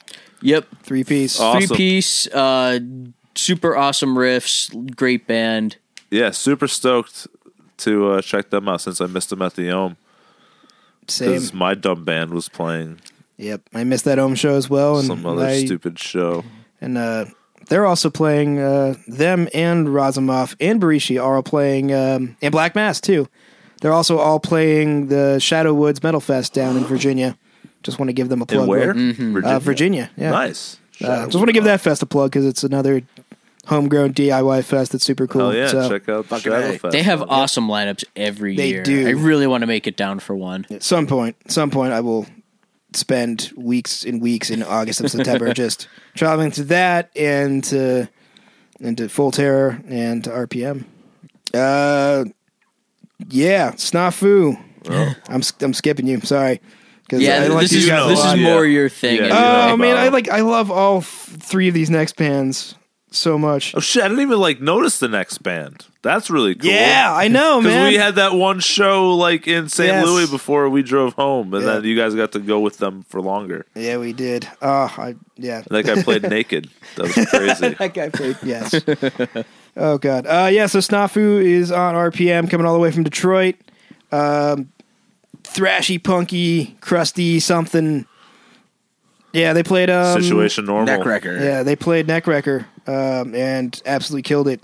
Speaker 2: Yep,
Speaker 1: Three piece.
Speaker 5: Oh. Awesome.
Speaker 2: three piece, uh, super awesome riffs, great band.
Speaker 5: Yeah, super stoked to uh, check them out since I missed them at the Ohm.
Speaker 1: Same.
Speaker 5: because my dumb band was playing
Speaker 1: Yep. I missed that home show as well, and
Speaker 5: some other
Speaker 1: I-
Speaker 5: stupid show.
Speaker 1: and uh, They're also playing uh, them and Razumov and Barishi are all playing um, and Black Mass too. They're also all playing the Shadow Woods Metal Fest down in Virginia. Just want to give them a plug.
Speaker 5: And where?
Speaker 1: real-
Speaker 3: Mm-hmm.
Speaker 1: Uh, Virginia. Yeah.
Speaker 5: Nice.
Speaker 1: Uh, just want to give that fest a plug because it's another homegrown DIY fest that's super cool.
Speaker 5: Hell yeah!
Speaker 1: so,
Speaker 5: Check out
Speaker 3: Fucking A.
Speaker 5: Shadowfest.
Speaker 2: They have awesome lineups every
Speaker 1: They
Speaker 2: year.
Speaker 1: do.
Speaker 2: I really want to make it down for one.
Speaker 1: at some point, some point, I will spend weeks and weeks in August and September just traveling to that and to and to Full Terror and to RPM. Uh, yeah, Snafu.
Speaker 5: Oh.
Speaker 1: I'm s- I'm skipping you. Sorry. 'Cause I
Speaker 2: Yeah,
Speaker 1: like
Speaker 2: this
Speaker 1: these
Speaker 2: is
Speaker 1: guys a
Speaker 2: this
Speaker 1: lot.
Speaker 2: is
Speaker 5: Yeah.
Speaker 2: more your thing.
Speaker 5: Yeah.
Speaker 2: I
Speaker 5: Uh,
Speaker 2: feel
Speaker 1: Oh
Speaker 5: like
Speaker 1: man, I
Speaker 5: Bob.
Speaker 1: like I love all f- three of these next bands so much.
Speaker 5: Oh shit! I didn't even like notice the next band. That's really cool.
Speaker 1: Yeah, I know, man.
Speaker 5: Because we had that one show like in St.
Speaker 1: Yes.
Speaker 5: Louis before we drove home, and
Speaker 1: Yeah.
Speaker 5: then you guys got to go with them for longer.
Speaker 1: yeah, we did. Oh, I yeah.
Speaker 5: And that guy played naked. That was crazy.
Speaker 1: that guy played. Yes. oh god. Uh, yeah. So Snafu is on RPM, coming all the way from Detroit. Um, thrashy, punky, crusty, something. Yeah, they played. Um,
Speaker 5: Situation normal.
Speaker 3: Neck record.
Speaker 1: Yeah, they played Neckrecker um, and absolutely killed it.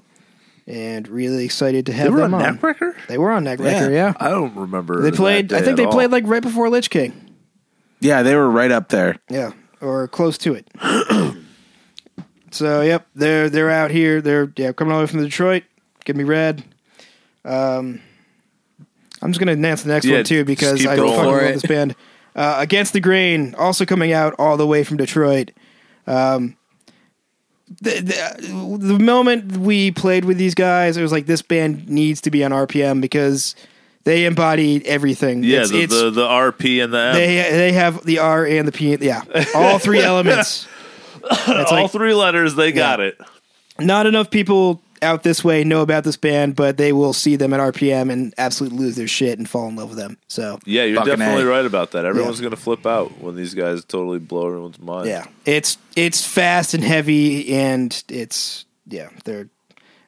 Speaker 1: And really excited to have
Speaker 5: They were on
Speaker 1: them on.
Speaker 5: neck record.
Speaker 1: They were on Neckrecker. Yeah.
Speaker 5: I don't remember.
Speaker 1: They
Speaker 5: that
Speaker 1: played. I
Speaker 5: day
Speaker 1: think
Speaker 5: at
Speaker 1: they
Speaker 5: all.
Speaker 1: played like right before Lich King.
Speaker 3: Yeah, they were right up there.
Speaker 1: Yeah, or close to it. so yep, they're they're out here. They're yeah coming all the way from Detroit. Give me red. Um, I'm just gonna announce the next
Speaker 5: Yeah,
Speaker 1: one too
Speaker 5: just
Speaker 1: because
Speaker 5: keep
Speaker 1: I
Speaker 5: going.
Speaker 1: fucking
Speaker 2: For
Speaker 1: love
Speaker 2: it.
Speaker 1: this band. Uh, Against the Grain, also coming out all the way from Detroit. Um, the, the, the moment we played with these guys, it was like this band needs to be on RPM because they embody everything.
Speaker 5: Yeah,
Speaker 1: It's-
Speaker 5: the,
Speaker 1: it's-
Speaker 5: the the RP and the M.
Speaker 1: they they have the R and the P. Yeah, all three elements. It's
Speaker 5: all
Speaker 1: like
Speaker 5: three letters. They got it.
Speaker 1: not enough people out this way know about this band, but they will see them at RPM and absolutely lose their shit and fall in love with them. So
Speaker 5: Yeah, you're
Speaker 3: Fucking
Speaker 5: definitely
Speaker 3: A.
Speaker 5: right about that. Everyone's gonna flip out when these guys totally blow everyone's mind.
Speaker 1: yeah, it's it's fast and heavy, and it's yeah they're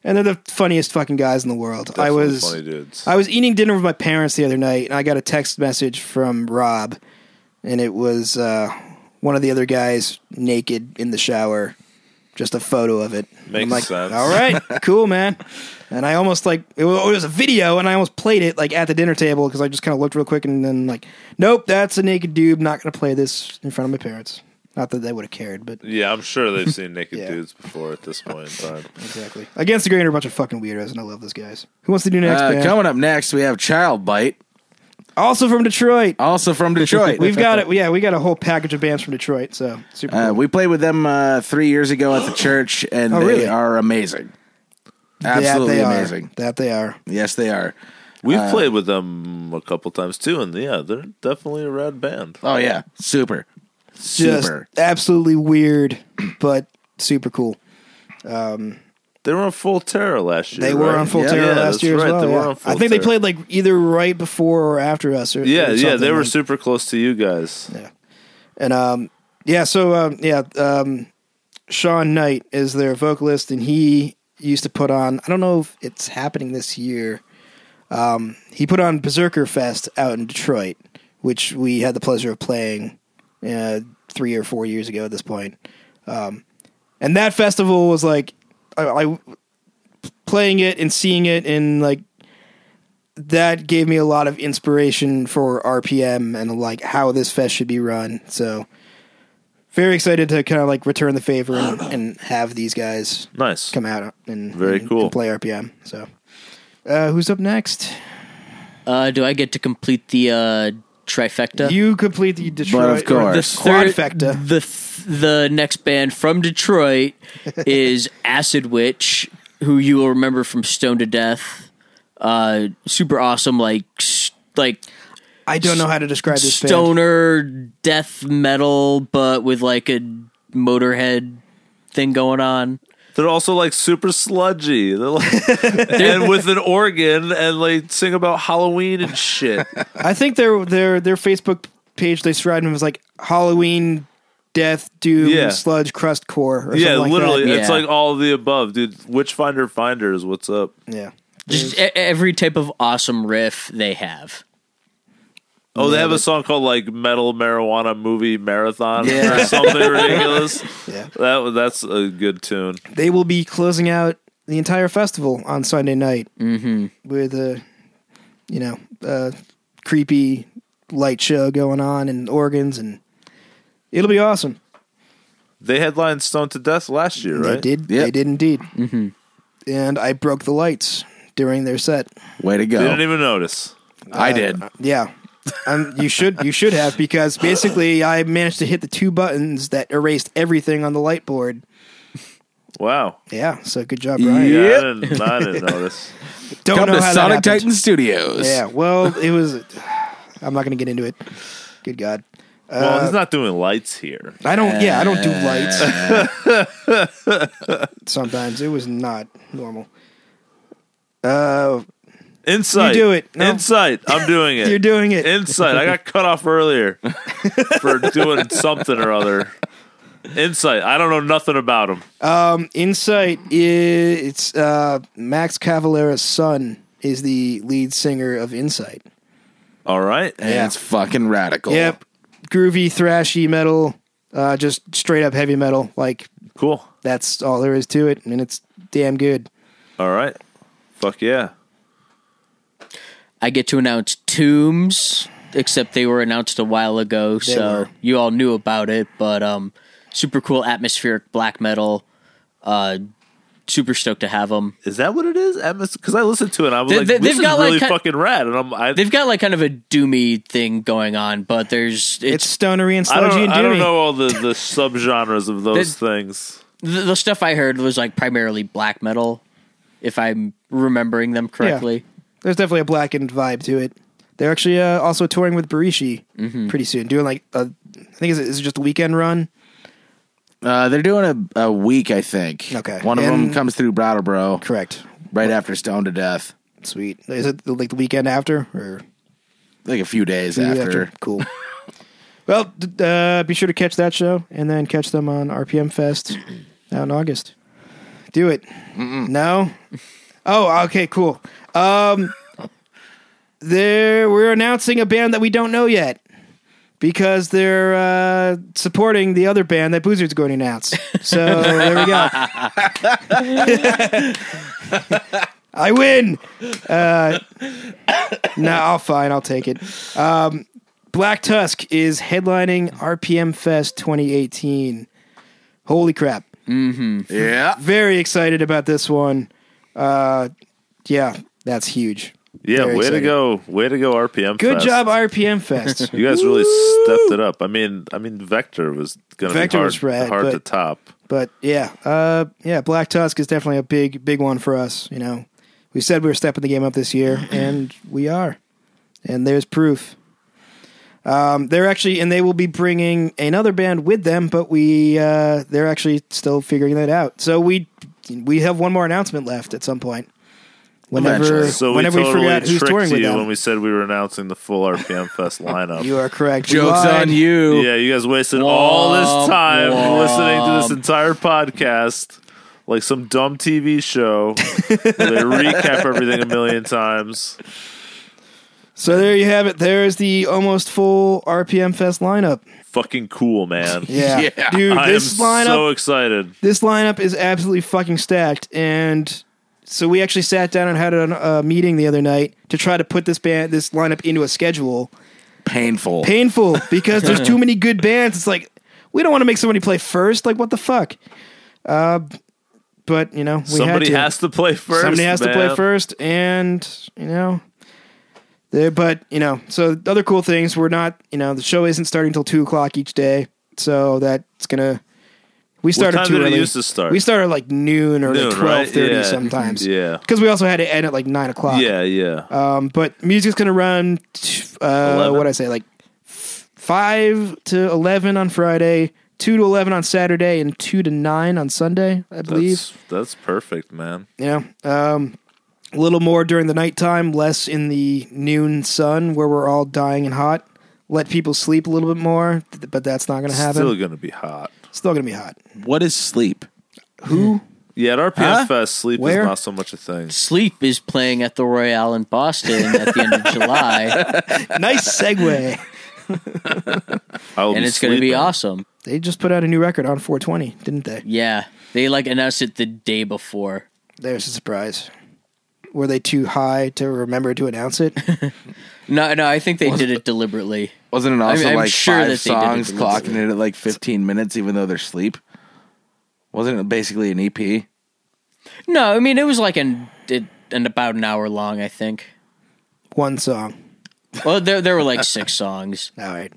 Speaker 1: and they're the funniest fucking guys in the world. I
Speaker 5: Definitely
Speaker 1: was
Speaker 5: funny dudes.
Speaker 1: I was eating dinner with my parents the other night, and I got a text message from Rob, and it was uh, one of the other guys naked in the shower, just a photo of it. And I'm
Speaker 5: Makes
Speaker 1: like,
Speaker 5: sense.
Speaker 1: All right, cool, man. And I almost like it was, it was a video, and I almost played it like at the dinner table because I just kind of looked real quick and then like, nope, that's a naked dude. Not gonna play this in front of my parents. Not that they would have cared, but
Speaker 5: yeah, I'm sure they've seen naked
Speaker 1: Yeah.
Speaker 5: dudes before at this point in time.
Speaker 1: exactly. Against the grain are a bunch of fucking weirdos, and I love those guys. Who wants to do next?
Speaker 3: Uh,
Speaker 1: band?
Speaker 3: coming up next, we have Child Bite,
Speaker 1: Also from Detroit.
Speaker 3: also from Detroit.
Speaker 1: We've got it. Yeah, we got a whole package of bands from Detroit. So super.
Speaker 3: Uh,
Speaker 1: cool.
Speaker 3: we played with them uh, three years ago at the church, and
Speaker 1: Oh,
Speaker 3: they
Speaker 1: really?
Speaker 3: are amazing. Absolutely
Speaker 1: that they
Speaker 3: amazing.
Speaker 1: Are. That they are.
Speaker 3: Yes, they are.
Speaker 5: We've
Speaker 1: Uh,
Speaker 5: played with them a couple times too, and yeah, they're definitely a rad band.
Speaker 3: Oh yeah, super,
Speaker 1: Just
Speaker 3: super.
Speaker 1: absolutely weird, but super cool.
Speaker 5: They were on Full Terror last year.
Speaker 1: They were
Speaker 5: right?
Speaker 1: on Full
Speaker 3: Yeah,
Speaker 1: Terror
Speaker 5: yeah,
Speaker 1: last
Speaker 5: that's
Speaker 1: year as
Speaker 5: right.
Speaker 1: well.
Speaker 5: They were
Speaker 1: yeah.
Speaker 5: on Full
Speaker 1: I think they
Speaker 5: Terror.
Speaker 1: played like either right before or after us. Or, or
Speaker 5: Yeah, yeah, they
Speaker 1: something,
Speaker 5: were
Speaker 1: like-
Speaker 5: super close to you guys.
Speaker 1: Yeah. And um, yeah. So um, yeah, um, Sean Knight is their vocalist, and he used to put on. I don't know if it's happening this year. Um, he put on Berserker Fest out in Detroit, which we had the pleasure of playing uh, three or four years ago at this point. Um, and that festival was like, I, I playing it and seeing it and like that gave me a lot of inspiration for RPM and like how this fest should be run. So very excited to kind of like return the favor and, and have these guys
Speaker 5: Nice.
Speaker 1: come out and
Speaker 5: Very
Speaker 1: and-
Speaker 5: cool.
Speaker 1: and play RPM. So uh, who's up next?
Speaker 2: like. Uh, do I get to complete the uh, trifecta?
Speaker 1: You complete the Detroit
Speaker 3: But of course.
Speaker 1: the
Speaker 2: the third,
Speaker 1: quadfecta.
Speaker 2: The th- the next band from Detroit is Acid Witch, who you will remember from Stone to Death. Uh, super awesome, like s- like
Speaker 1: I don't know how to describe this band.
Speaker 2: stoner death metal, but with like a Motorhead thing going on.
Speaker 5: They're also like super sludgy. They're like, and with an organ and like sing about Halloween and shit.
Speaker 1: I think their their their Facebook page they described them as like Halloween, death, doom,
Speaker 5: Yeah.
Speaker 1: sludge, crust core. Or
Speaker 5: yeah,
Speaker 1: something like
Speaker 5: literally,
Speaker 1: that.
Speaker 5: it's
Speaker 2: Yeah.
Speaker 5: like all of the above, dude. Witchfinder Finders, what's up?
Speaker 1: yeah.
Speaker 2: e-, Just e- every type of awesome riff they have.
Speaker 5: Oh, they have a song called like Metal Marijuana Movie Marathon or something ridiculous.
Speaker 1: Yeah.
Speaker 5: That that's a good tune.
Speaker 1: They will be closing out the entire festival on Sunday night with a, you know, a creepy light show going on and organs, and it'll be awesome.
Speaker 5: They headlined Stone to Death last year,
Speaker 1: They
Speaker 5: right?
Speaker 1: did.
Speaker 3: Yep.
Speaker 1: They did indeed. Mm-hmm. And I broke the lights during their set.
Speaker 3: Way to go.
Speaker 1: Oh.
Speaker 5: Didn't even notice. Uh,
Speaker 3: I did.
Speaker 1: Yeah. Um, you should you should have because basically I managed to hit the two buttons that erased everything on the light board.
Speaker 5: Wow.
Speaker 1: Yeah, so good job, Ryan.
Speaker 5: Yeah,
Speaker 3: Yep.
Speaker 5: I, didn't, I didn't notice.
Speaker 1: Don't
Speaker 3: Come
Speaker 1: know
Speaker 3: to
Speaker 1: how that
Speaker 3: Sonic
Speaker 1: happened.
Speaker 3: Titan Studios.
Speaker 1: Yeah, well, it was. I'm not going to get into it. Good God,
Speaker 5: Well,
Speaker 1: Uh,
Speaker 5: he's not doing lights here.
Speaker 1: I don't. Yeah, I don't do lights. Sometimes it was not normal. Uh,
Speaker 5: Insight.
Speaker 1: You do it. No.
Speaker 5: Insight. I'm doing it.
Speaker 1: You're doing it.
Speaker 5: Insight. I got cut off earlier for doing something or other. Insight. I don't know nothing about him.
Speaker 1: um, Insight is it's uh, Max Cavalera's son is the lead singer of Insight.
Speaker 5: All right.
Speaker 3: And
Speaker 1: Yeah.
Speaker 3: It's fucking radical.
Speaker 1: Yep, groovy, thrashy metal, uh, just straight up heavy metal. Like
Speaker 5: Cool.
Speaker 1: that's all there is to it, and it's damn good.
Speaker 5: All right. Fuck yeah.
Speaker 2: I get to announce Tombs, except they were announced a while ago, so
Speaker 1: were.
Speaker 2: you all knew about it. But um, super cool atmospheric black metal. Uh, super stoked to have them.
Speaker 5: Is that what it is? Because I listened to it. and I was
Speaker 2: They-
Speaker 5: like,
Speaker 2: they-
Speaker 5: this
Speaker 2: they've
Speaker 5: is
Speaker 2: got, like,
Speaker 5: really
Speaker 2: ki-
Speaker 5: fucking rad. And I'm. I,
Speaker 2: They've got like kind of a doomy thing going on, but there's
Speaker 1: It's
Speaker 2: it's,
Speaker 1: stonery and
Speaker 5: I
Speaker 1: sludgy
Speaker 5: don't.
Speaker 1: and
Speaker 5: I
Speaker 1: doomy.
Speaker 5: don't know all the the subgenres of those things.
Speaker 2: the, the stuff I heard was like primarily black metal, if I'm remembering them correctly.
Speaker 1: there's definitely a blackened vibe to it. They're actually uh, also touring with Barishi pretty soon, doing like a, I think is it, is it just a weekend run?
Speaker 3: Uh, they're doing a, a week, I think.
Speaker 1: Okay.
Speaker 3: One of them
Speaker 1: And-
Speaker 3: comes through Brattleboro
Speaker 1: Correct.
Speaker 3: right after Stone to Death,
Speaker 1: Sweet. Is it like the weekend after or
Speaker 3: like a few days
Speaker 1: the week
Speaker 3: after.
Speaker 1: Cool. well, d- uh, be sure to catch that show and then catch them on RPM Fest out in August. Do it. No. Oh, okay, cool. Um, there we're announcing a band that we don't know yet because they're uh, supporting the other band that Boozer's going to announce. So there we go. I win. Uh, no, I'll fine. I'll take it. Um, Black Tusk is headlining RPM Fest 2018. Holy crap!
Speaker 3: Yeah.
Speaker 1: Very excited about this one. Uh, yeah, that's huge.
Speaker 5: Yeah.
Speaker 1: Very
Speaker 5: way
Speaker 1: exciting.
Speaker 5: to go. Way to go. RPM.
Speaker 1: Good
Speaker 5: Fest.
Speaker 1: job, RPM Fest.
Speaker 5: You guys really stepped it up. I mean, I mean, Vector was going to be
Speaker 1: Vector
Speaker 5: hard,
Speaker 1: was rad,
Speaker 5: hard
Speaker 1: but-
Speaker 5: to top.
Speaker 1: but yeah, uh, yeah, Black Tusk is definitely a big, big one for us. You know, we said we were stepping the game up this year, and we are. And there's proof. Um, they're actually, and they will be bringing another band with them, but we uh, they're actually still figuring that out. So we we have one more announcement left at some point. Whenever,
Speaker 3: Eventually.
Speaker 5: So we
Speaker 1: whenever we,
Speaker 5: totally
Speaker 1: figure out who's
Speaker 5: tricked
Speaker 1: touring with
Speaker 5: you
Speaker 1: them,
Speaker 5: when we said we were announcing the full RPM Fest lineup.
Speaker 1: you are correct. We
Speaker 3: Joke's
Speaker 1: lied.
Speaker 3: on you.
Speaker 5: yeah, you guys wasted all this time listening to this entire podcast, like some dumb TV show. where they recap everything a million times.
Speaker 1: So there you have it. There is the almost full RPM Fest lineup.
Speaker 5: Fucking cool, man.
Speaker 1: Yeah,
Speaker 3: Yeah.
Speaker 1: dude,
Speaker 5: I
Speaker 1: this
Speaker 5: am
Speaker 1: lineup.
Speaker 5: so excited.
Speaker 1: this lineup is absolutely fucking stacked and so we actually sat down and had a, a meeting the other night to try to put this band this lineup into a schedule
Speaker 3: Painful.
Speaker 1: painful because there's too many good bands it's like we don't want to make somebody play first like what the fuck uh, but you know we
Speaker 5: Somebody
Speaker 1: had to.
Speaker 5: has to play first.
Speaker 1: somebody has to
Speaker 5: man.
Speaker 1: play first and you know there but you know so the other cool things we're not you know the show isn't starting till two o'clock each day so that's gonna we started
Speaker 5: time
Speaker 1: too
Speaker 5: did it
Speaker 1: early.
Speaker 5: used to start?
Speaker 1: We started like noon or
Speaker 5: Noon,
Speaker 1: like
Speaker 5: right?
Speaker 1: twelve thirty
Speaker 5: Yeah.
Speaker 1: sometimes.
Speaker 5: Yeah.
Speaker 1: because we also had to end at like nine o'clock.
Speaker 5: Yeah, yeah.
Speaker 1: Um, but music's gonna run. T- uh, what I say, like f- five to eleven on Friday, two to eleven on Saturday, and two to nine on Sunday. I believe
Speaker 5: that's, that's perfect, man.
Speaker 1: you know um, a little more during the nighttime less in the noon sun where we're all dying and hot let people sleep a little bit more th- but that's not going to happen
Speaker 5: Still
Speaker 1: still,
Speaker 5: going to be hot.
Speaker 1: going to be hot
Speaker 3: What is sleep?
Speaker 1: who
Speaker 5: Yeah, at RPM
Speaker 1: Huh?
Speaker 5: Fest, sleep is
Speaker 1: Where?
Speaker 5: not so much a thing.
Speaker 2: Sleep is playing at the Royale in Boston at the end of July,
Speaker 1: nice segue.
Speaker 5: I will
Speaker 2: and it's going to be
Speaker 5: sleeping.
Speaker 2: awesome.
Speaker 1: they just put out a new record on 420, didn't they?
Speaker 2: Yeah, they like announced it the day before.
Speaker 1: There's a surprise. Were they too high to remember to announce it?
Speaker 2: No, no, I think they did it deliberately.
Speaker 3: Wasn't it also
Speaker 2: I'm
Speaker 3: like
Speaker 2: sure that they
Speaker 3: five
Speaker 2: did it
Speaker 3: songs
Speaker 2: deliberately.
Speaker 3: clocking it at like 15 minutes, even though they're sleep? Wasn't it basically an E EP?
Speaker 2: No, I mean it was like an it, an about an hour long, I think.
Speaker 1: One song.
Speaker 2: Well, there there were like six songs.
Speaker 1: All right.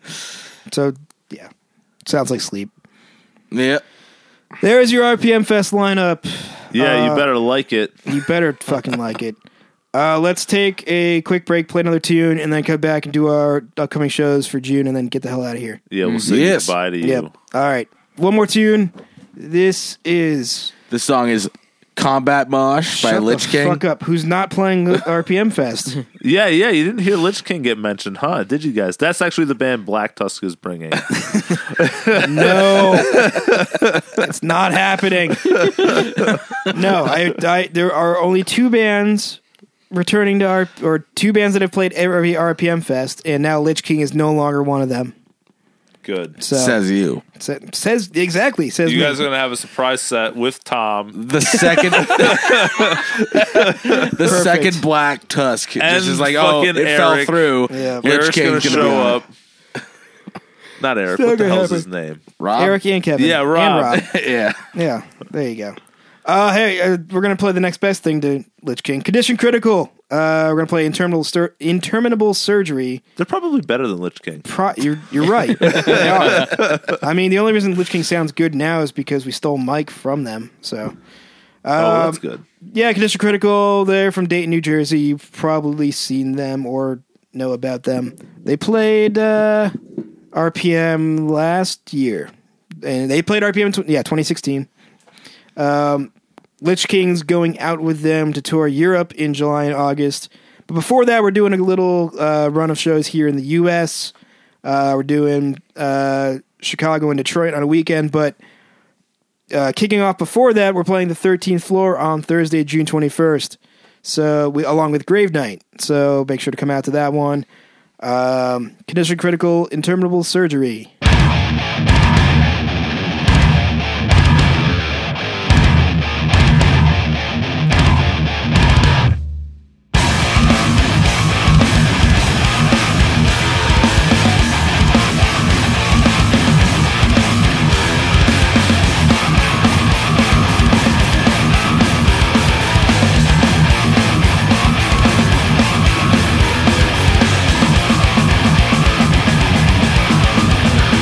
Speaker 1: So, yeah. Sounds like sleep.
Speaker 3: Yeah.
Speaker 1: There's your RPM Fest lineup.
Speaker 5: Yeah,
Speaker 3: Uh,
Speaker 5: you better like it.
Speaker 1: You better fucking like it. Uh, let's take a quick break, play another tune, and then come back and do our upcoming shows for June and then get the hell out of here.
Speaker 5: Yeah, we'll say
Speaker 3: Yes.
Speaker 5: goodbye to you.
Speaker 1: Yep. All right. One more tune. This is
Speaker 3: This song is Combat Mosh by
Speaker 1: Shut
Speaker 3: Lich
Speaker 1: the
Speaker 3: King.
Speaker 1: Fuck up. Who's not playing the RPM Fest?
Speaker 5: Yeah, yeah, you didn't hear Lich King get mentioned, huh? Did you guys? That's actually the band Black Tusk is bringing.
Speaker 1: No, it's not happening. No, I, I there are only two bands returning to our or two bands that have played every RPM Fest, and now Lich King is no longer one of them.
Speaker 5: Good.
Speaker 1: So
Speaker 3: Says you.
Speaker 1: sa- says exactly says
Speaker 5: You
Speaker 1: me.
Speaker 5: guys are gonna have a surprise set with Tom.
Speaker 3: The second, the second Black Tusk
Speaker 5: And
Speaker 3: just is like, oh, it
Speaker 5: fucking
Speaker 3: fell
Speaker 5: Eric.
Speaker 3: through.
Speaker 1: Yeah.
Speaker 3: Lich
Speaker 5: Eric's gonna
Speaker 3: King's gonna
Speaker 5: show
Speaker 3: be on.
Speaker 5: up. Not Eric.
Speaker 1: Still
Speaker 5: what the
Speaker 1: gonna
Speaker 5: hell's his name?
Speaker 3: Rob?
Speaker 1: Eric and Kevin.
Speaker 5: Yeah,
Speaker 1: And
Speaker 5: Rob.
Speaker 1: Rob.
Speaker 3: yeah.
Speaker 1: yeah, there you go. Uh, hey, uh, we're gonna play the next best thing to Lich King. Condition critical. Uh, we're gonna play interminable, Sur- interminable surgery.
Speaker 5: They're probably better than Lich King.
Speaker 1: Pro- you're you're right. They are. I mean, the only reason Lich King sounds good now is because we stole Mike from them. So
Speaker 3: Um,
Speaker 5: oh, that's good.
Speaker 1: yeah, Condition Critical. They're from Dayton, New Jersey. You've probably seen them or know about them. They played uh, RPM last year, and they played RPM. in Tw- yeah, 2016. Um, Lich King's going out with them to tour Europe in July and August. But before that, we're doing a little uh, run of shows here in the U.S. Uh, we're doing uh, Chicago and Detroit on a weekend, but uh, kicking off before that, we're playing the 13th floor on Thursday, June 21st. So we, along with Grave Night. So make sure to come out to that one. Um, condition critical, interminable surgery.
Speaker 6: Thank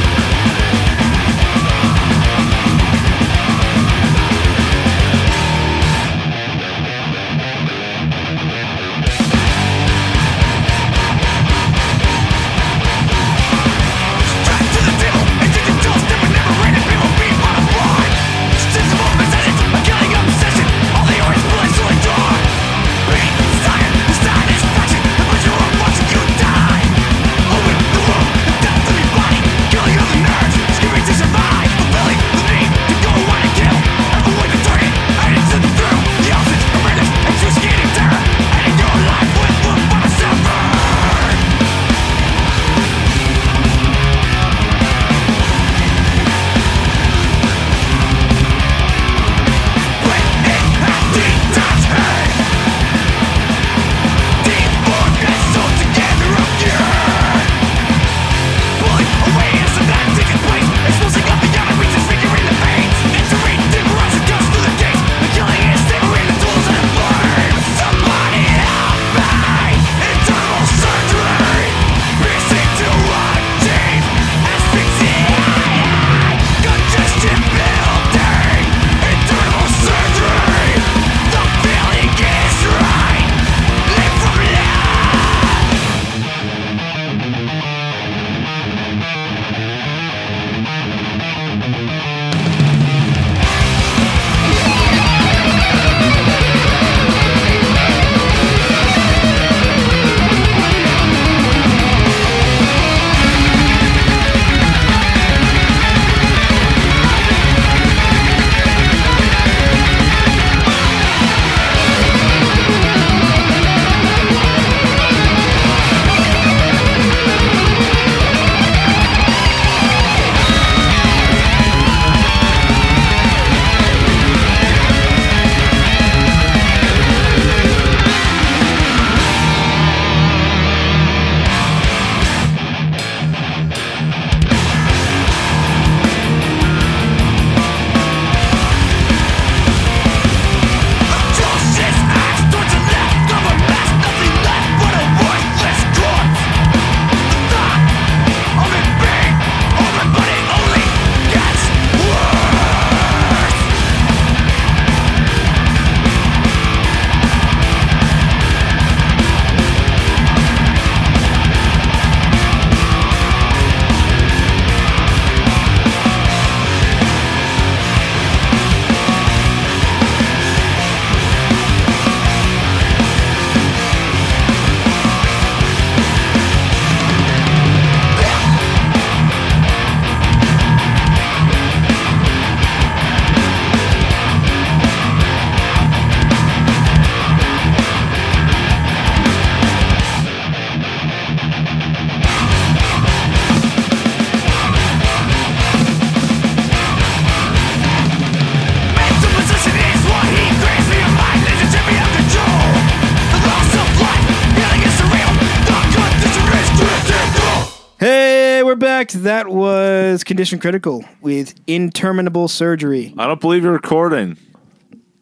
Speaker 1: fact, that was Condition Critical with Interminable Surgery.
Speaker 5: I don't believe you're recording.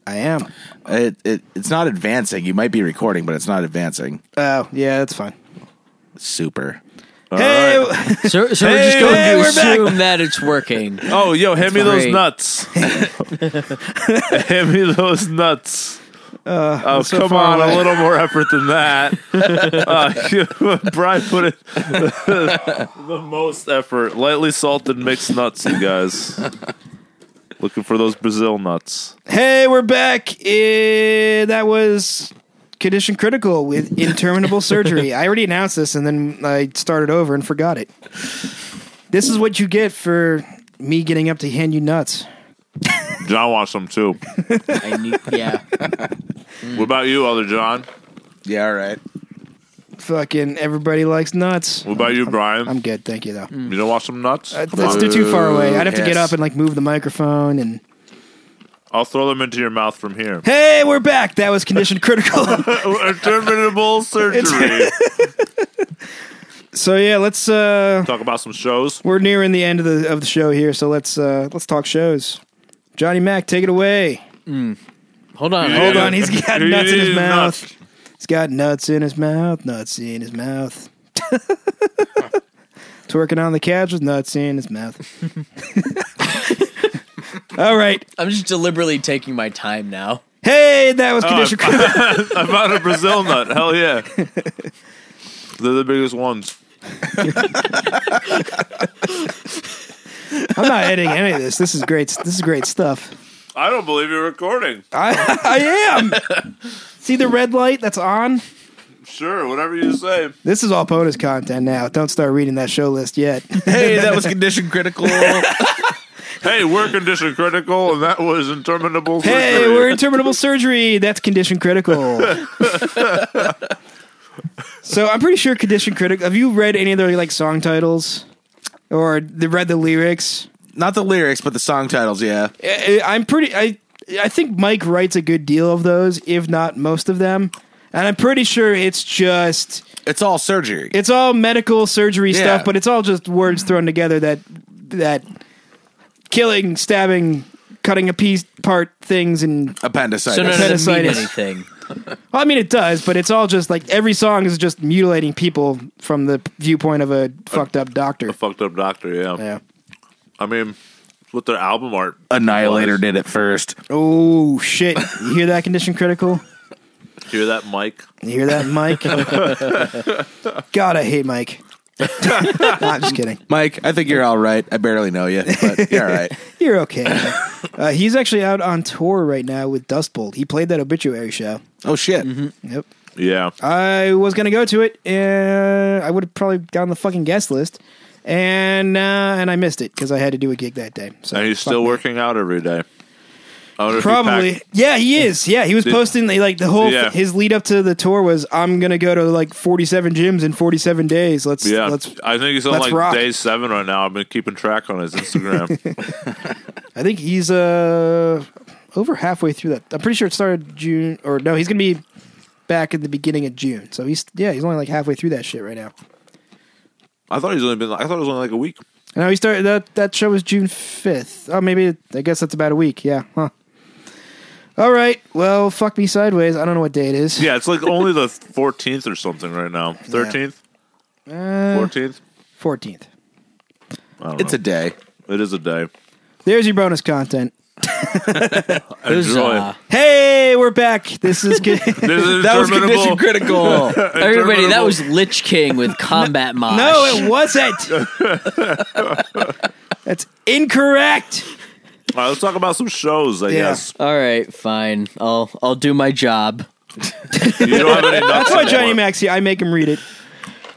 Speaker 1: I am.
Speaker 3: It, it it's not advancing. You might be recording, but it's not advancing.
Speaker 1: Oh, yeah, that's fine.
Speaker 3: Super.
Speaker 5: All
Speaker 1: hey,
Speaker 5: right.
Speaker 2: So, so we're just
Speaker 1: Hey,
Speaker 2: going
Speaker 1: hey,
Speaker 2: to
Speaker 1: we're back.
Speaker 2: assume that it's working.
Speaker 5: Oh, yo, hand me those
Speaker 2: great.
Speaker 5: nuts. hand me those nuts. oh,
Speaker 1: Uh, so
Speaker 5: come
Speaker 1: far
Speaker 5: on,
Speaker 1: away.
Speaker 5: a little more effort than that. uh, Brian put it the most effort. Lightly salted mixed nuts, you guys. Looking for those Brazil nuts.
Speaker 1: hey, we're back. Eh, that was Condition Critical with Interminable Surgery. I already announced this and then I started over and forgot it. This is what you get for me getting up to hand you nuts.
Speaker 5: John wants them too.
Speaker 2: I need, yeah.
Speaker 5: what about you, other John?
Speaker 3: Yeah, all right.
Speaker 1: Fucking everybody likes nuts.
Speaker 5: What about you, Brian?
Speaker 1: I'm good. Thank you, though.
Speaker 5: you don't want some nuts?
Speaker 1: Uh, That's they're too far away. I'd have to get
Speaker 3: Yes.
Speaker 1: up and like move the microphone and.
Speaker 5: I'll throw them into your mouth from here.
Speaker 1: Hey, we're back. That was Condition Critical.
Speaker 5: Terminable surgery.
Speaker 1: so yeah, let's. uh
Speaker 5: Talk about some shows.
Speaker 1: We're nearing the end of the of the show here, so let's uh let's talk shows. Johnny Mac, take it away.
Speaker 2: Hold on.
Speaker 5: Yeah.
Speaker 1: Hold on, he's got
Speaker 5: He
Speaker 1: nuts in his
Speaker 5: is
Speaker 1: mouth.
Speaker 5: nuts.
Speaker 1: He's got nuts in his mouth. Nuts in his mouth. Twerking on the couch with nuts in his mouth. All right.
Speaker 2: I'm just deliberately taking my time now.
Speaker 1: Hey, that was Condition Critical.
Speaker 5: I found a Brazil nut. Hell yeah. They're the biggest ones.
Speaker 1: I'm not editing any of this. This is great. This is great stuff.
Speaker 5: I don't believe you're recording.
Speaker 1: I, I am. See the red light that's on?
Speaker 5: Sure, whatever you say.
Speaker 1: This is all bonus content now. Don't start reading that show list yet.
Speaker 3: Hey, that was condition critical.
Speaker 5: Hey, we're condition critical, and that was interminable.
Speaker 1: hey,
Speaker 5: surgery.
Speaker 1: we're in terminal surgery. That's condition critical. so I'm pretty sure condition critical. Have you read any of their like song titles or the, read the lyrics?
Speaker 3: not the lyrics, but the song titles. Yeah.
Speaker 1: I- I- I'm pretty. I I think Mike writes a good deal of those, if not most of them. And I'm pretty sure it's just.
Speaker 3: It's all surgery.
Speaker 1: it's all medical surgery
Speaker 3: Yeah.
Speaker 1: stuff, but it's all just words thrown together that that killing, stabbing, cutting a piece part things and
Speaker 3: Appendicitis.
Speaker 2: So none of this mean
Speaker 1: Appendicitis.
Speaker 2: anything.
Speaker 1: well, I mean it does, but it's all just like every song is just mutilating people from the viewpoint of a fucked up doctor.
Speaker 5: Fucked up doctor, yeah.
Speaker 1: Yeah.
Speaker 5: I mean, with their album art.
Speaker 3: Annihilator did it first.
Speaker 1: Oh shit! You hear that condition critical?
Speaker 5: Hear that, Mike?
Speaker 1: You hear that, Mike? God, I hate Mike. No, I'm just kidding.
Speaker 3: Mike, I think you're all right. I barely know you, but you're all right.
Speaker 1: You're okay. Uh, he's actually out on tour right now with Dustbolt. He played that obituary show.
Speaker 3: Oh shit.
Speaker 1: Yep.
Speaker 5: Yeah.
Speaker 1: I was gonna go to it, and I would have probably gotten the fucking guest list, and uh, and I missed it because I had to do a gig that day. So
Speaker 5: And he's
Speaker 1: fuck
Speaker 5: still
Speaker 1: me.
Speaker 5: working out every day. I wonder if he
Speaker 1: Probably,
Speaker 5: packed-
Speaker 1: yeah, he is. Yeah, he was posting like the whole
Speaker 5: Yeah.
Speaker 1: his lead up to the tour was I'm gonna go to like 47 gyms in 47 days. Let's
Speaker 5: Yeah,
Speaker 1: let's.
Speaker 5: I think he's on
Speaker 1: let's
Speaker 5: like
Speaker 1: rock.
Speaker 5: day seven right now. I've been keeping track on his Instagram.
Speaker 1: I think he's uh over halfway through that. I'm pretty sure it started June or no, he's gonna be back at the beginning of June. So he's yeah, he's only like halfway through that shit right now.
Speaker 5: I thought he's only been. I thought it was only like a week.
Speaker 1: No, he started that that show was June fifth. Oh, maybe I guess that's about a week. Yeah. Huh. All right. Well, fuck me sideways. I don't know what day it is.
Speaker 5: Yeah, it's like only the 14th or something right now. 13th,
Speaker 1: Eh.
Speaker 5: 14th.
Speaker 1: Fourteenth.
Speaker 3: It's a day.
Speaker 5: It is a day.
Speaker 1: There's your bonus content.
Speaker 2: There's,
Speaker 5: Enjoy.
Speaker 2: uh,
Speaker 1: Hey, we're back. This is good.
Speaker 5: This is
Speaker 3: That was
Speaker 5: interminable-
Speaker 3: condition critical.
Speaker 2: everybody, that
Speaker 5: interminable-
Speaker 2: was Lich King with Combat Mosh.
Speaker 1: no, it wasn't. that's incorrect.
Speaker 5: All right, let's talk about some shows. I
Speaker 1: Yeah.
Speaker 5: guess
Speaker 2: All right, fine. I'll I'll do my job.
Speaker 5: you don't have any.
Speaker 1: That's
Speaker 5: nuts
Speaker 1: why Johnny
Speaker 5: anymore.
Speaker 1: Maxi. I make him read it.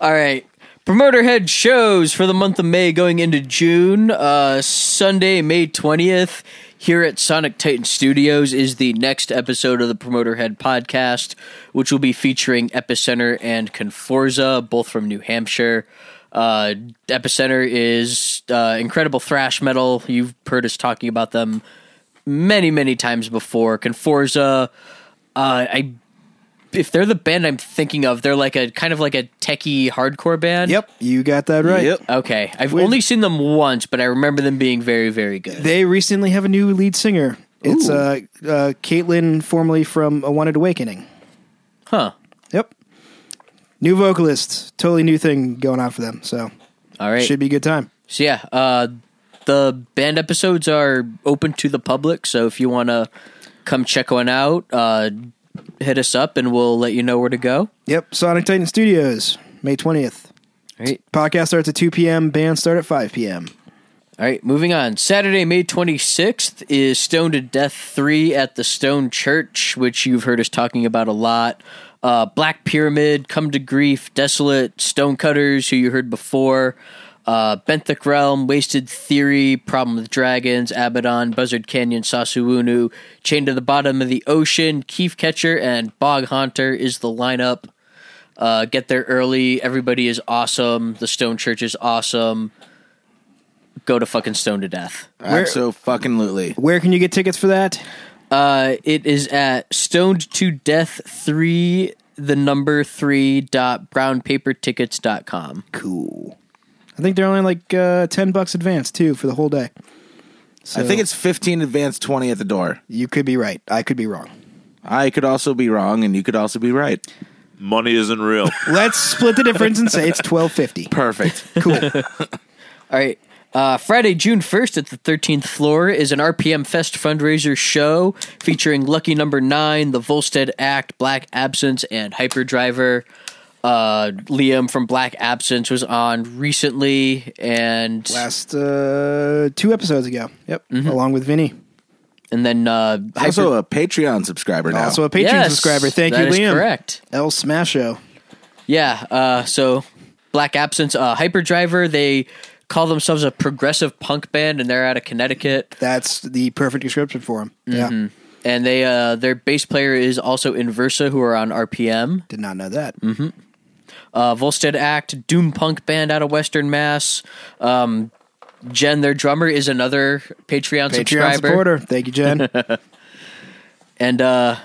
Speaker 2: All right. Promoter head shows for the month of May going into June. Uh, Sunday, May 20th, here at Sonic Titan Studios is the next episode of the Promoter Head podcast, which will be featuring Epicenter and Conforza, both from New Hampshire. Uh, Epicenter is uh, incredible thrash metal. You've heard us talking about them many, many times before. Conforza, uh, I if they're the band I'm thinking of, they're like a kind of like a techie hardcore band.
Speaker 1: Yep, you got that right.
Speaker 3: Yep.
Speaker 2: Okay, I've only seen them once, but I remember them being very, very good.
Speaker 1: They recently have a new lead singer. It's uh, uh, Caitlin, formerly from A Wanted Awakening.
Speaker 2: huh.
Speaker 1: Yep. New vocalist, totally new thing going on for them. So
Speaker 2: All right.
Speaker 1: should be a good time.
Speaker 2: So yeah, uh, the band episodes are open to the public. So if you want to come check one out, uh, hit us up and we'll let you know where to go.
Speaker 1: Yep, Sonic Titan Studios, May twentieth.
Speaker 2: All right.
Speaker 1: Podcast starts at two p.m. Bands start at five p.m.
Speaker 2: All right, moving on. Saturday, May 26th is Stone to Death 3 at the Stone Church, which you've heard us talking about a lot. Uh, Black Pyramid, Come to Grief, Desolate, Stonecutters, who you heard before, uh, Benthic Realm, Wasted Theory, Problem with Dragons, Abaddon, Buzzard Canyon, Sasuunu, Chained to the Bottom of the Ocean, Keef Catcher, and Bog Haunter is the lineup. Uh, get there early. Everybody is awesome. The Stone Church is awesome. Go to fucking Stone to Death.
Speaker 3: so fucking lutely.
Speaker 1: Where can you get tickets for that?
Speaker 2: Uh, it is at stoned to death three, the number three dot brownpapertickets.com.
Speaker 1: Cool. I think they're only like uh, ten bucks advance too for the whole day. So
Speaker 3: I think it's 15 advance, 20 at the door.
Speaker 1: you could be right. I could be wrong.
Speaker 3: I could also be wrong, and you could also be right.
Speaker 5: Money isn't real.
Speaker 1: Let's split the difference and say it's twelve fifty.
Speaker 3: Perfect.
Speaker 1: Cool.
Speaker 2: All right. Uh, Friday, June 1st at the 13th floor is an RPM Fest fundraiser show featuring Lucky Number 9, The Volstead Act, Black Absence, and Hyperdriver. Uh, Liam from Black Absence was on recently, and
Speaker 1: Last uh, two episodes ago. Yep. Along with Vinny,
Speaker 2: and then uh, Hyper-
Speaker 3: also a Patreon subscriber now.
Speaker 1: also a Patreon
Speaker 2: Yes,
Speaker 1: subscriber. Thank
Speaker 2: that
Speaker 1: you,
Speaker 2: is
Speaker 1: Liam.
Speaker 2: Correct.
Speaker 1: El Smasho.
Speaker 2: Yeah. Uh, so Black Absence, uh, Hyperdriver, they call themselves a progressive punk band, and they're out of Connecticut.
Speaker 1: That's the perfect description for him.
Speaker 2: Mm-hmm.
Speaker 1: Yeah.
Speaker 2: And they uh, their bass player is also Inversa, who are on RPM.
Speaker 1: Did not know that.
Speaker 2: Mm-hmm. Uh, Volstead Act, doom punk band out of Western Mass. Um, Jen, their drummer, is another Patreon,
Speaker 1: Patreon
Speaker 2: subscriber.
Speaker 1: supporter. Thank you, Jen.
Speaker 2: And uh,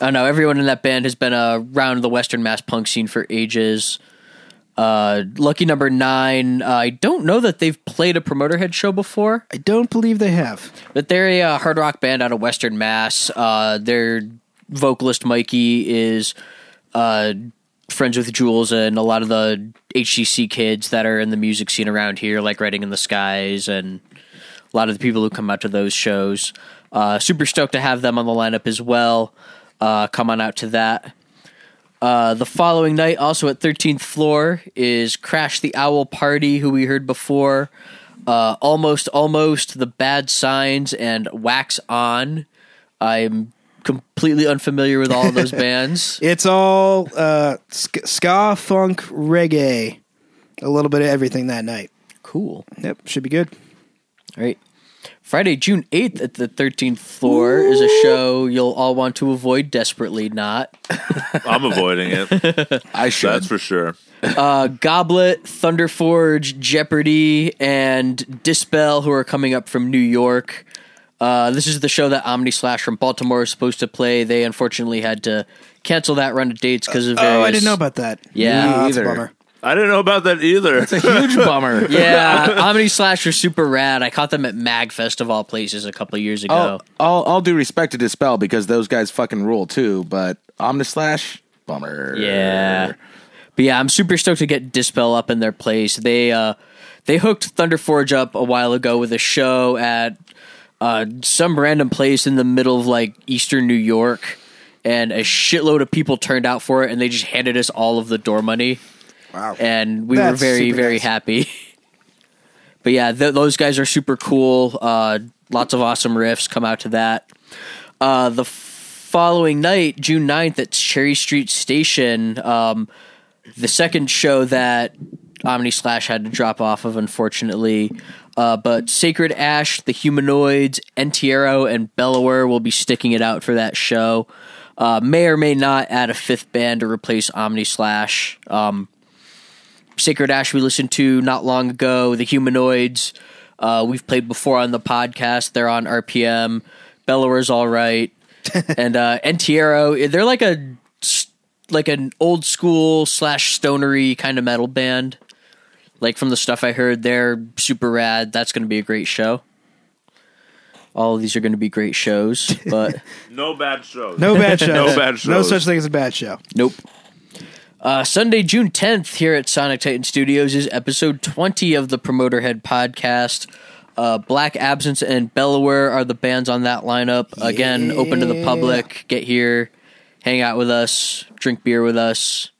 Speaker 2: I don't know, everyone in that band has been uh, around the Western Mass punk scene for ages. Uh, Lucky Number Nine, I don't know that they've played a promoter head show before.
Speaker 1: I don't believe they have.
Speaker 2: But they're a uh, hard rock band out of Western Mass. Uh, their vocalist Mikey is uh, friends with Jules and a lot of the HCC kids that are in the music scene around here, like Writing in the Skies and a lot of the people who come out to those shows. Uh, super stoked to have them on the lineup as well. Uh, come on out to that. Uh, the following night, also at 13th floor, is Crash the Owl Party, who we heard before. Uh, almost, almost, The Bad Signs, and Wax On. I'm completely unfamiliar with all of those bands.
Speaker 1: It's all uh, sk- ska, funk, reggae, a little bit of everything that night.
Speaker 2: Cool.
Speaker 1: Yep, should be good.
Speaker 2: All right. Friday, June 8th at the 13th floor is a show you'll all want to avoid desperately not.
Speaker 5: I'm avoiding it.
Speaker 3: I should.
Speaker 5: That's for sure.
Speaker 2: uh, Goblet, Thunderforge, Jeopardy, and Dispel, who are coming up from New York. Uh, this is the show that Omni Slash from Baltimore is supposed to play. They unfortunately had to cancel that run of dates because of various.
Speaker 1: Oh, I didn't know about that.
Speaker 2: Yeah.
Speaker 1: Ah, that's a
Speaker 3: Neither.
Speaker 1: bummer.
Speaker 5: I didn't know about that either.
Speaker 3: Huge bummer.
Speaker 2: yeah, Omni Slash are super rad. I caught them at MagFest of all places a couple of years ago.
Speaker 3: I'll, I'll, I'll do respect to Dispel because those guys fucking rule too, but Omnislash, bummer.
Speaker 2: Yeah. But yeah, I'm super stoked to get Dispel up in their place. They uh they hooked Thunderforge up a while ago with a show at uh some random place in the middle of like eastern New York and a shitload of people turned out for it and they just handed us all of the door money.
Speaker 1: Wow.
Speaker 3: Eh.
Speaker 2: And we
Speaker 1: That's
Speaker 2: were very
Speaker 1: super
Speaker 2: very
Speaker 1: nice.
Speaker 2: happy. but yeah, th- those guys are super cool. Uh lots of awesome riffs come out to that. Uh the following night, June 9th at Cherry Street Station, um the second show that Omni Slash had to drop off of, unfortunately. Uh, but Sacred Ash, The Humanoids, Entiero, and Bellower will be sticking it out for that show. Uh, may or may not add a fifth band to replace Omni Slash. Um, Sacred Ash we listened to not long ago. The Humanoids uh, we've played before on the podcast. They're on RPM. Bellower's all right, and uh, Entiero they're like a s- like an old school slash stonery kind of metal band. Like from the stuff I heard, they're super rad. That's going to be a great show. All of these are going to be great shows, but
Speaker 5: No bad shows.
Speaker 1: No bad show.
Speaker 5: No bad
Speaker 1: No
Speaker 5: shows.
Speaker 1: such thing as a bad show.
Speaker 2: nope. Uh, Sunday, June 10th, here at Sonic Titan Studios is episode 20 of the Promoter Head podcast. Uh, Black Absence and Belaware are the bands on that lineup. Again, open to the public. Get here, hang out with us, drink beer with us.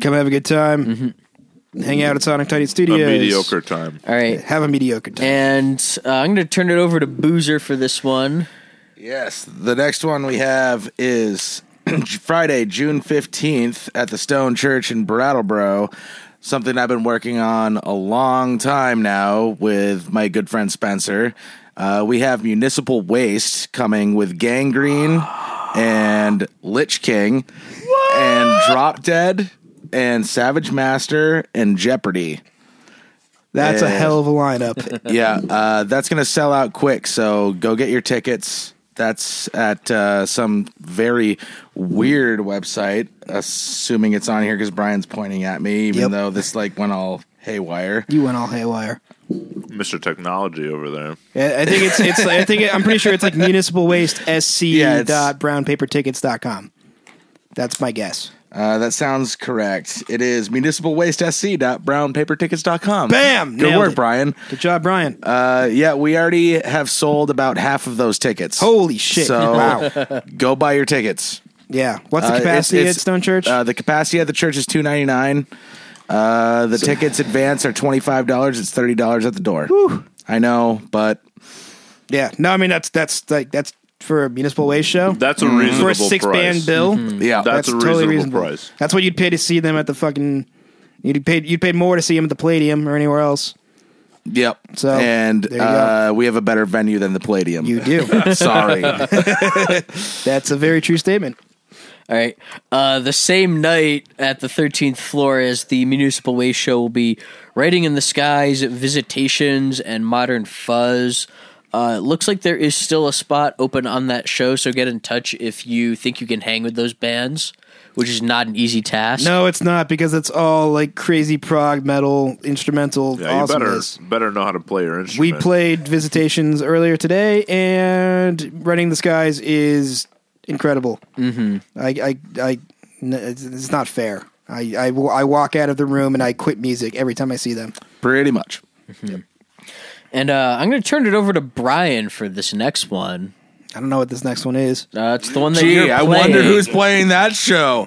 Speaker 1: Come have a good time.
Speaker 3: Mm-hmm.
Speaker 1: Hang out at Sonic Titan
Speaker 5: A
Speaker 1: Studios.
Speaker 5: mediocre time.
Speaker 2: All right.
Speaker 1: Have a mediocre
Speaker 3: Eh.
Speaker 1: time.
Speaker 2: And uh, I'm going to turn it over to Boozer for this one.
Speaker 3: Yes. The next one we have is Friday, June 15th at the Stone Church in Brattleboro. Something I've been working on a long time now with my good friend Spencer. Uh, we have Municipal Waste coming with Gangrene and Lich King and Drop Dead and Savage Master and Jeopardy.
Speaker 1: That's a
Speaker 3: Yeah.
Speaker 1: hell of a lineup.
Speaker 3: yeah, uh, that's going to sell out quick. So go get your tickets. That's at uh, some very weird website. Assuming it's on here because Brian's pointing at me, even
Speaker 1: Yep.
Speaker 3: though this like went all haywire.
Speaker 1: you went all haywire.
Speaker 5: Mr. Technology over there.
Speaker 1: Yeah, I think it's it's I think it, I'm pretty sure it's like municipal waste sc
Speaker 3: Yeah, it's-
Speaker 1: dot brownpapertickets.com. That's my guess.
Speaker 3: Uh, that sounds correct. It is municipalwastesc.brownpapertickets.com.
Speaker 1: Bam!
Speaker 3: Good
Speaker 1: Nailed
Speaker 3: work,
Speaker 1: it.
Speaker 3: Brian.
Speaker 1: Good job, Brian.
Speaker 3: Uh, yeah, we already have sold about half of those tickets.
Speaker 1: Holy shit.
Speaker 3: So
Speaker 1: Wow.
Speaker 3: go buy your tickets.
Speaker 1: yeah. What's the
Speaker 3: Uh, it's-
Speaker 1: capacity
Speaker 3: it's-
Speaker 1: at Stone Church?
Speaker 3: Uh, the capacity at the church is two ninety nine. Uh, the tickets advance are twenty five dollars. It's thirty dollars at the door. I know, but
Speaker 1: yeah. No, I mean that's that's like that's for a municipal waste show.
Speaker 5: That's a reasonable
Speaker 1: Mm. for a six
Speaker 5: price.
Speaker 1: band bill.
Speaker 3: yeah,
Speaker 5: That's, a reasonable,
Speaker 1: totally reasonable.
Speaker 5: price.
Speaker 1: That's what you'd pay to see them at the fucking. You'd pay you'd pay more to see them at the Palladium or anywhere else.
Speaker 3: yep.
Speaker 1: So,
Speaker 3: and
Speaker 1: there you
Speaker 3: uh, we have a better venue than the Palladium.
Speaker 1: You do.
Speaker 3: Sorry,
Speaker 1: that's a very true statement.
Speaker 2: All right. Uh, the same night at the 13th floor as the Municipal Waste Show will be Writing in the Skies, Visitations, and Modern Fuzz. Uh, it looks like there is still a spot open on that show, so get in touch if you think you can hang with those bands, which is not an easy task.
Speaker 1: No, it's not because it's all like crazy prog metal instrumental
Speaker 5: Yeah,
Speaker 1: awesomeness.
Speaker 5: you better better know how to play your
Speaker 1: We
Speaker 5: instrument.
Speaker 1: played Visitations earlier today, and Running the Skies is incredible. Mm-hmm. I, I, I n- it's- it's not fair. I, I, wa- I walk out of the room and I quit music every time I see them.
Speaker 3: pretty much.
Speaker 2: And uh, I'm going to turn it over to Brian for this next one.
Speaker 1: I don't know what this next one is.
Speaker 2: Uh, it's the one that
Speaker 3: Gee,
Speaker 2: you're
Speaker 3: I
Speaker 2: playing.
Speaker 3: wonder who's playing that show.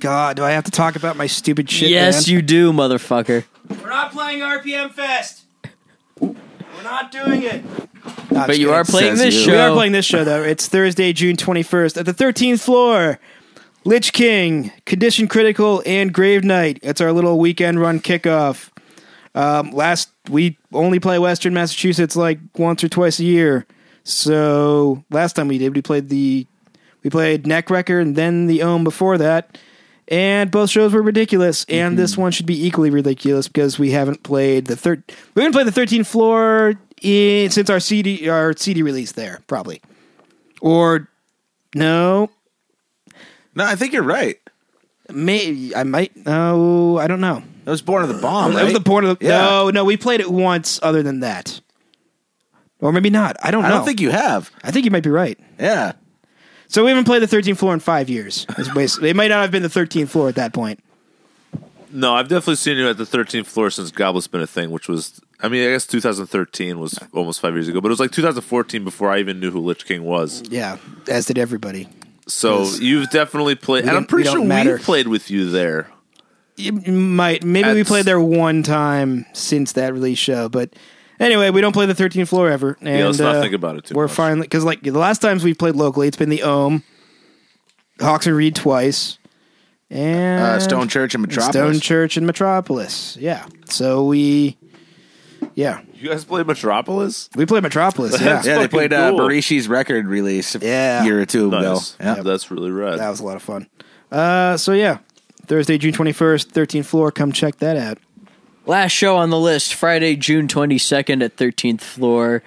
Speaker 1: God, do I have to talk about my stupid shit?
Speaker 2: Yes,
Speaker 1: man?
Speaker 2: you do, motherfucker.
Speaker 1: We're not playing RPM Fest. We're not doing it.
Speaker 2: But you are playing
Speaker 3: Says
Speaker 2: this
Speaker 3: you.
Speaker 2: show.
Speaker 1: We are playing this show though. It's Thursday, June twenty first, at the thirteenth floor. Lich King, Condition Critical, and Grave Knight. It's our little weekend run kickoff. Um, last we only play Western Massachusetts like once or twice a year. So last time we did, we played the we played Neckrecker and then the Ohm before that. And both shows were ridiculous, and this one should be equally ridiculous because we haven't played the third. We haven't played the 13th floor in, since our CD our CD release there, probably. Or no,
Speaker 3: No, I think you're right.
Speaker 1: may I might no, I don't know.
Speaker 3: It was Born of the Bomb.
Speaker 1: That was
Speaker 3: right?
Speaker 1: the point of the,
Speaker 3: Yeah.
Speaker 1: no, no. We played it once, other than that, or maybe not. I don't know.
Speaker 3: I don't think you have.
Speaker 1: I think you might be right.
Speaker 3: Yeah, Uh,
Speaker 1: So we haven't played the 13th floor in five years. It's basi- it might not have been the 13th floor at that point.
Speaker 5: No, I've definitely seen you at the 13th floor since Goblet's been a thing, which was, I mean, I guess 2013 was almost five years ago, but it was like 2014 before I even knew who Lich King was.
Speaker 1: Yeah, as did everybody.
Speaker 5: So you've definitely played, and I'm
Speaker 1: didn't- we
Speaker 5: pretty
Speaker 1: don't
Speaker 5: sure
Speaker 1: matter.
Speaker 5: we played with you there.
Speaker 1: It might maybe we
Speaker 5: That's-
Speaker 1: played there one time since that release show, but anyway, we don't play the 13th floor ever. And,
Speaker 5: let's not
Speaker 1: uh,
Speaker 5: think about it too
Speaker 1: We're
Speaker 5: much.
Speaker 1: finally because like the last times we've played locally, it's been the Ohm, Hawks and Reed twice, and
Speaker 3: uh, Stone Church and Metropolis.
Speaker 1: Stone Church and Metropolis. Yeah. So we, yeah,
Speaker 5: You guys played Metropolis?
Speaker 1: we played Metropolis. Yeah.
Speaker 3: Yeah, they
Speaker 5: fucking
Speaker 3: played uh,
Speaker 5: cool.
Speaker 3: Barishi's record release a
Speaker 1: Yeah.
Speaker 3: year or two ago.
Speaker 5: Nice.
Speaker 3: Yeah.
Speaker 5: That's really rad.
Speaker 1: That was a lot of fun. Uh, so yeah, Thursday, June 21st, 13th floor. Come check that out.
Speaker 2: Last show on the list, Friday, June 22nd at 13th Floor.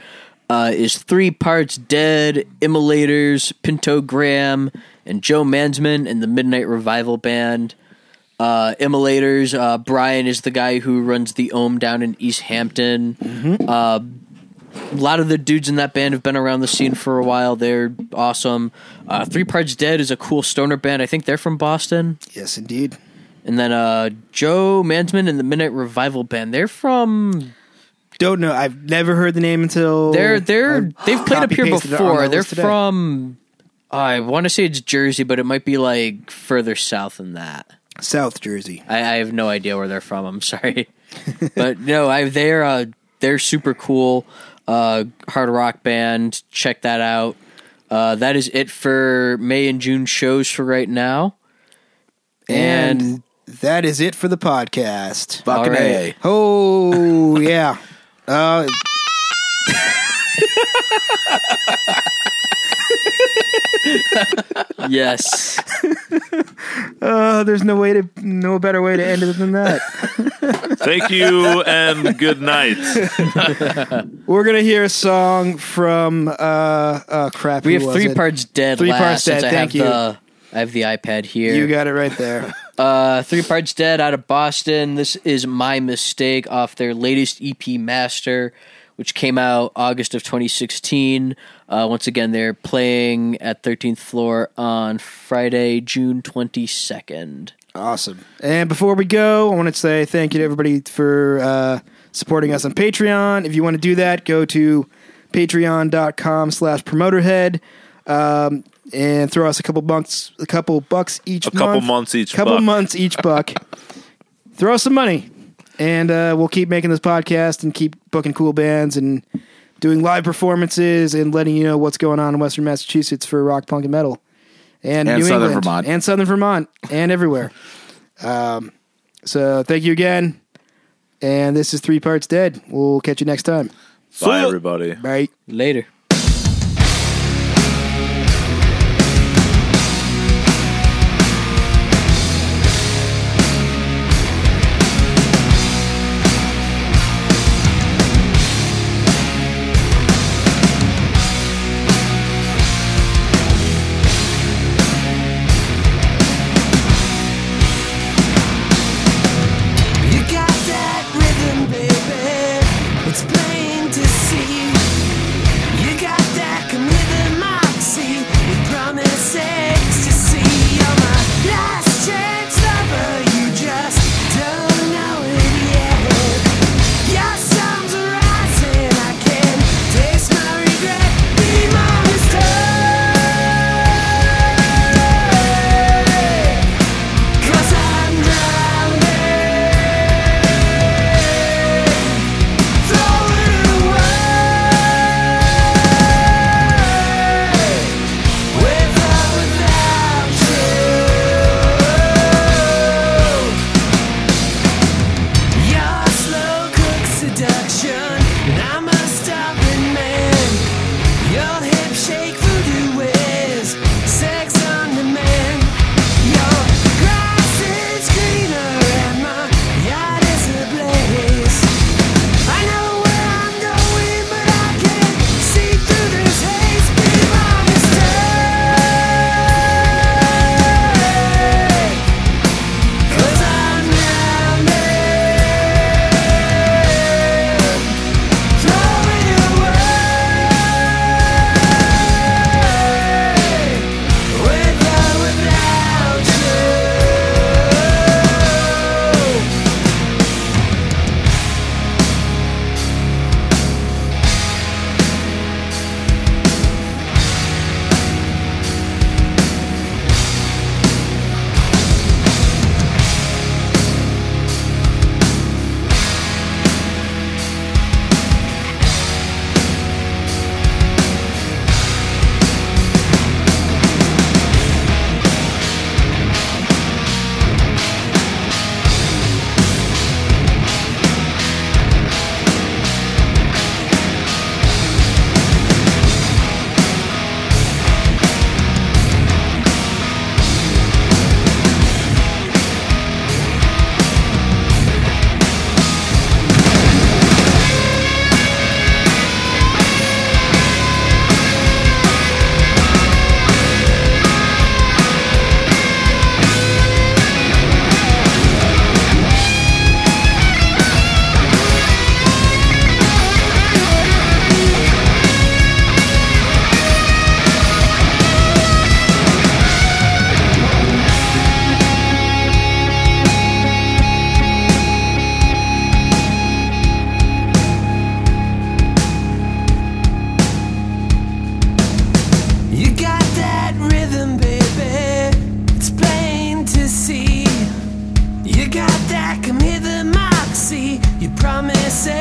Speaker 2: uh, is three parts Dead, Immolators, Pintogram, and Joe Mansman and the Midnight Revival Band. Uh, Immolators, uh, Brian is the guy who runs the Ohm down in East Hampton. Uh, a lot of the dudes in that band have been around the scene for a while. They're awesome. Uh, Three Parts Dead is a cool stoner band. I think they're from Boston.
Speaker 1: Yes, indeed.
Speaker 2: And then uh, Joe Mansman and the Midnight Revival Band. They're from
Speaker 1: Don't know. I've never heard the name until
Speaker 2: they're they're
Speaker 1: Oh, I
Speaker 2: they've played up here
Speaker 1: copy-pasted it on
Speaker 2: before.
Speaker 1: my
Speaker 2: They're
Speaker 1: list today.
Speaker 2: from I want to say it's Jersey, but it might be like further south than that.
Speaker 1: South Jersey.
Speaker 2: I, I have no idea where they're from. I'm sorry, but no, I they're uh, they're super cool. Uh, hard rock band. Check that out. Uh, that is it for May and June shows for right now.
Speaker 1: And, that is it for the podcast.
Speaker 3: Fucking
Speaker 2: All right.
Speaker 3: A.
Speaker 1: Oh yeah. Uh,
Speaker 2: yes.
Speaker 1: uh, there's no way to no better way to end it than that.
Speaker 5: Thank you and good night.
Speaker 1: We're gonna hear a song from uh, uh crap.
Speaker 2: We
Speaker 1: who
Speaker 2: have
Speaker 1: was
Speaker 2: three
Speaker 1: it?
Speaker 2: parts dead.
Speaker 1: Three
Speaker 2: last,
Speaker 1: Parts
Speaker 2: since
Speaker 1: Dead,
Speaker 2: I have
Speaker 1: thank you.
Speaker 2: The, I have the iPad here.
Speaker 1: You got it right there.
Speaker 2: uh, three parts dead out of Boston. This is my mistake off their latest EP, Master, which came out August of 2016. Uh, once again, they're playing at 13th Floor on Friday, June 22nd.
Speaker 1: Awesome. And before we go, I want to say thank you to everybody for uh, supporting us on Patreon. If you want to do that, go to patreon.com slash promoterhead um, and throw us a couple bucks, a couple bucks each
Speaker 5: A couple months each
Speaker 1: couple
Speaker 5: buck.
Speaker 1: months each buck. throw us some money and uh, we'll keep making this podcast and keep booking cool bands and doing live performances and letting you know what's going on in Western Massachusetts for rock, punk, and metal. And,
Speaker 3: And
Speaker 1: New
Speaker 3: Southern
Speaker 1: England,
Speaker 3: Vermont.
Speaker 1: And Southern Vermont. And everywhere. um, so thank you again. And this is Three Parts Dead. We'll catch you next time.
Speaker 5: Bye, everybody.
Speaker 1: Bye.
Speaker 2: Later.
Speaker 6: You got that rhythm, baby. It's plain to see. You
Speaker 4: back and hit the moxie. You promise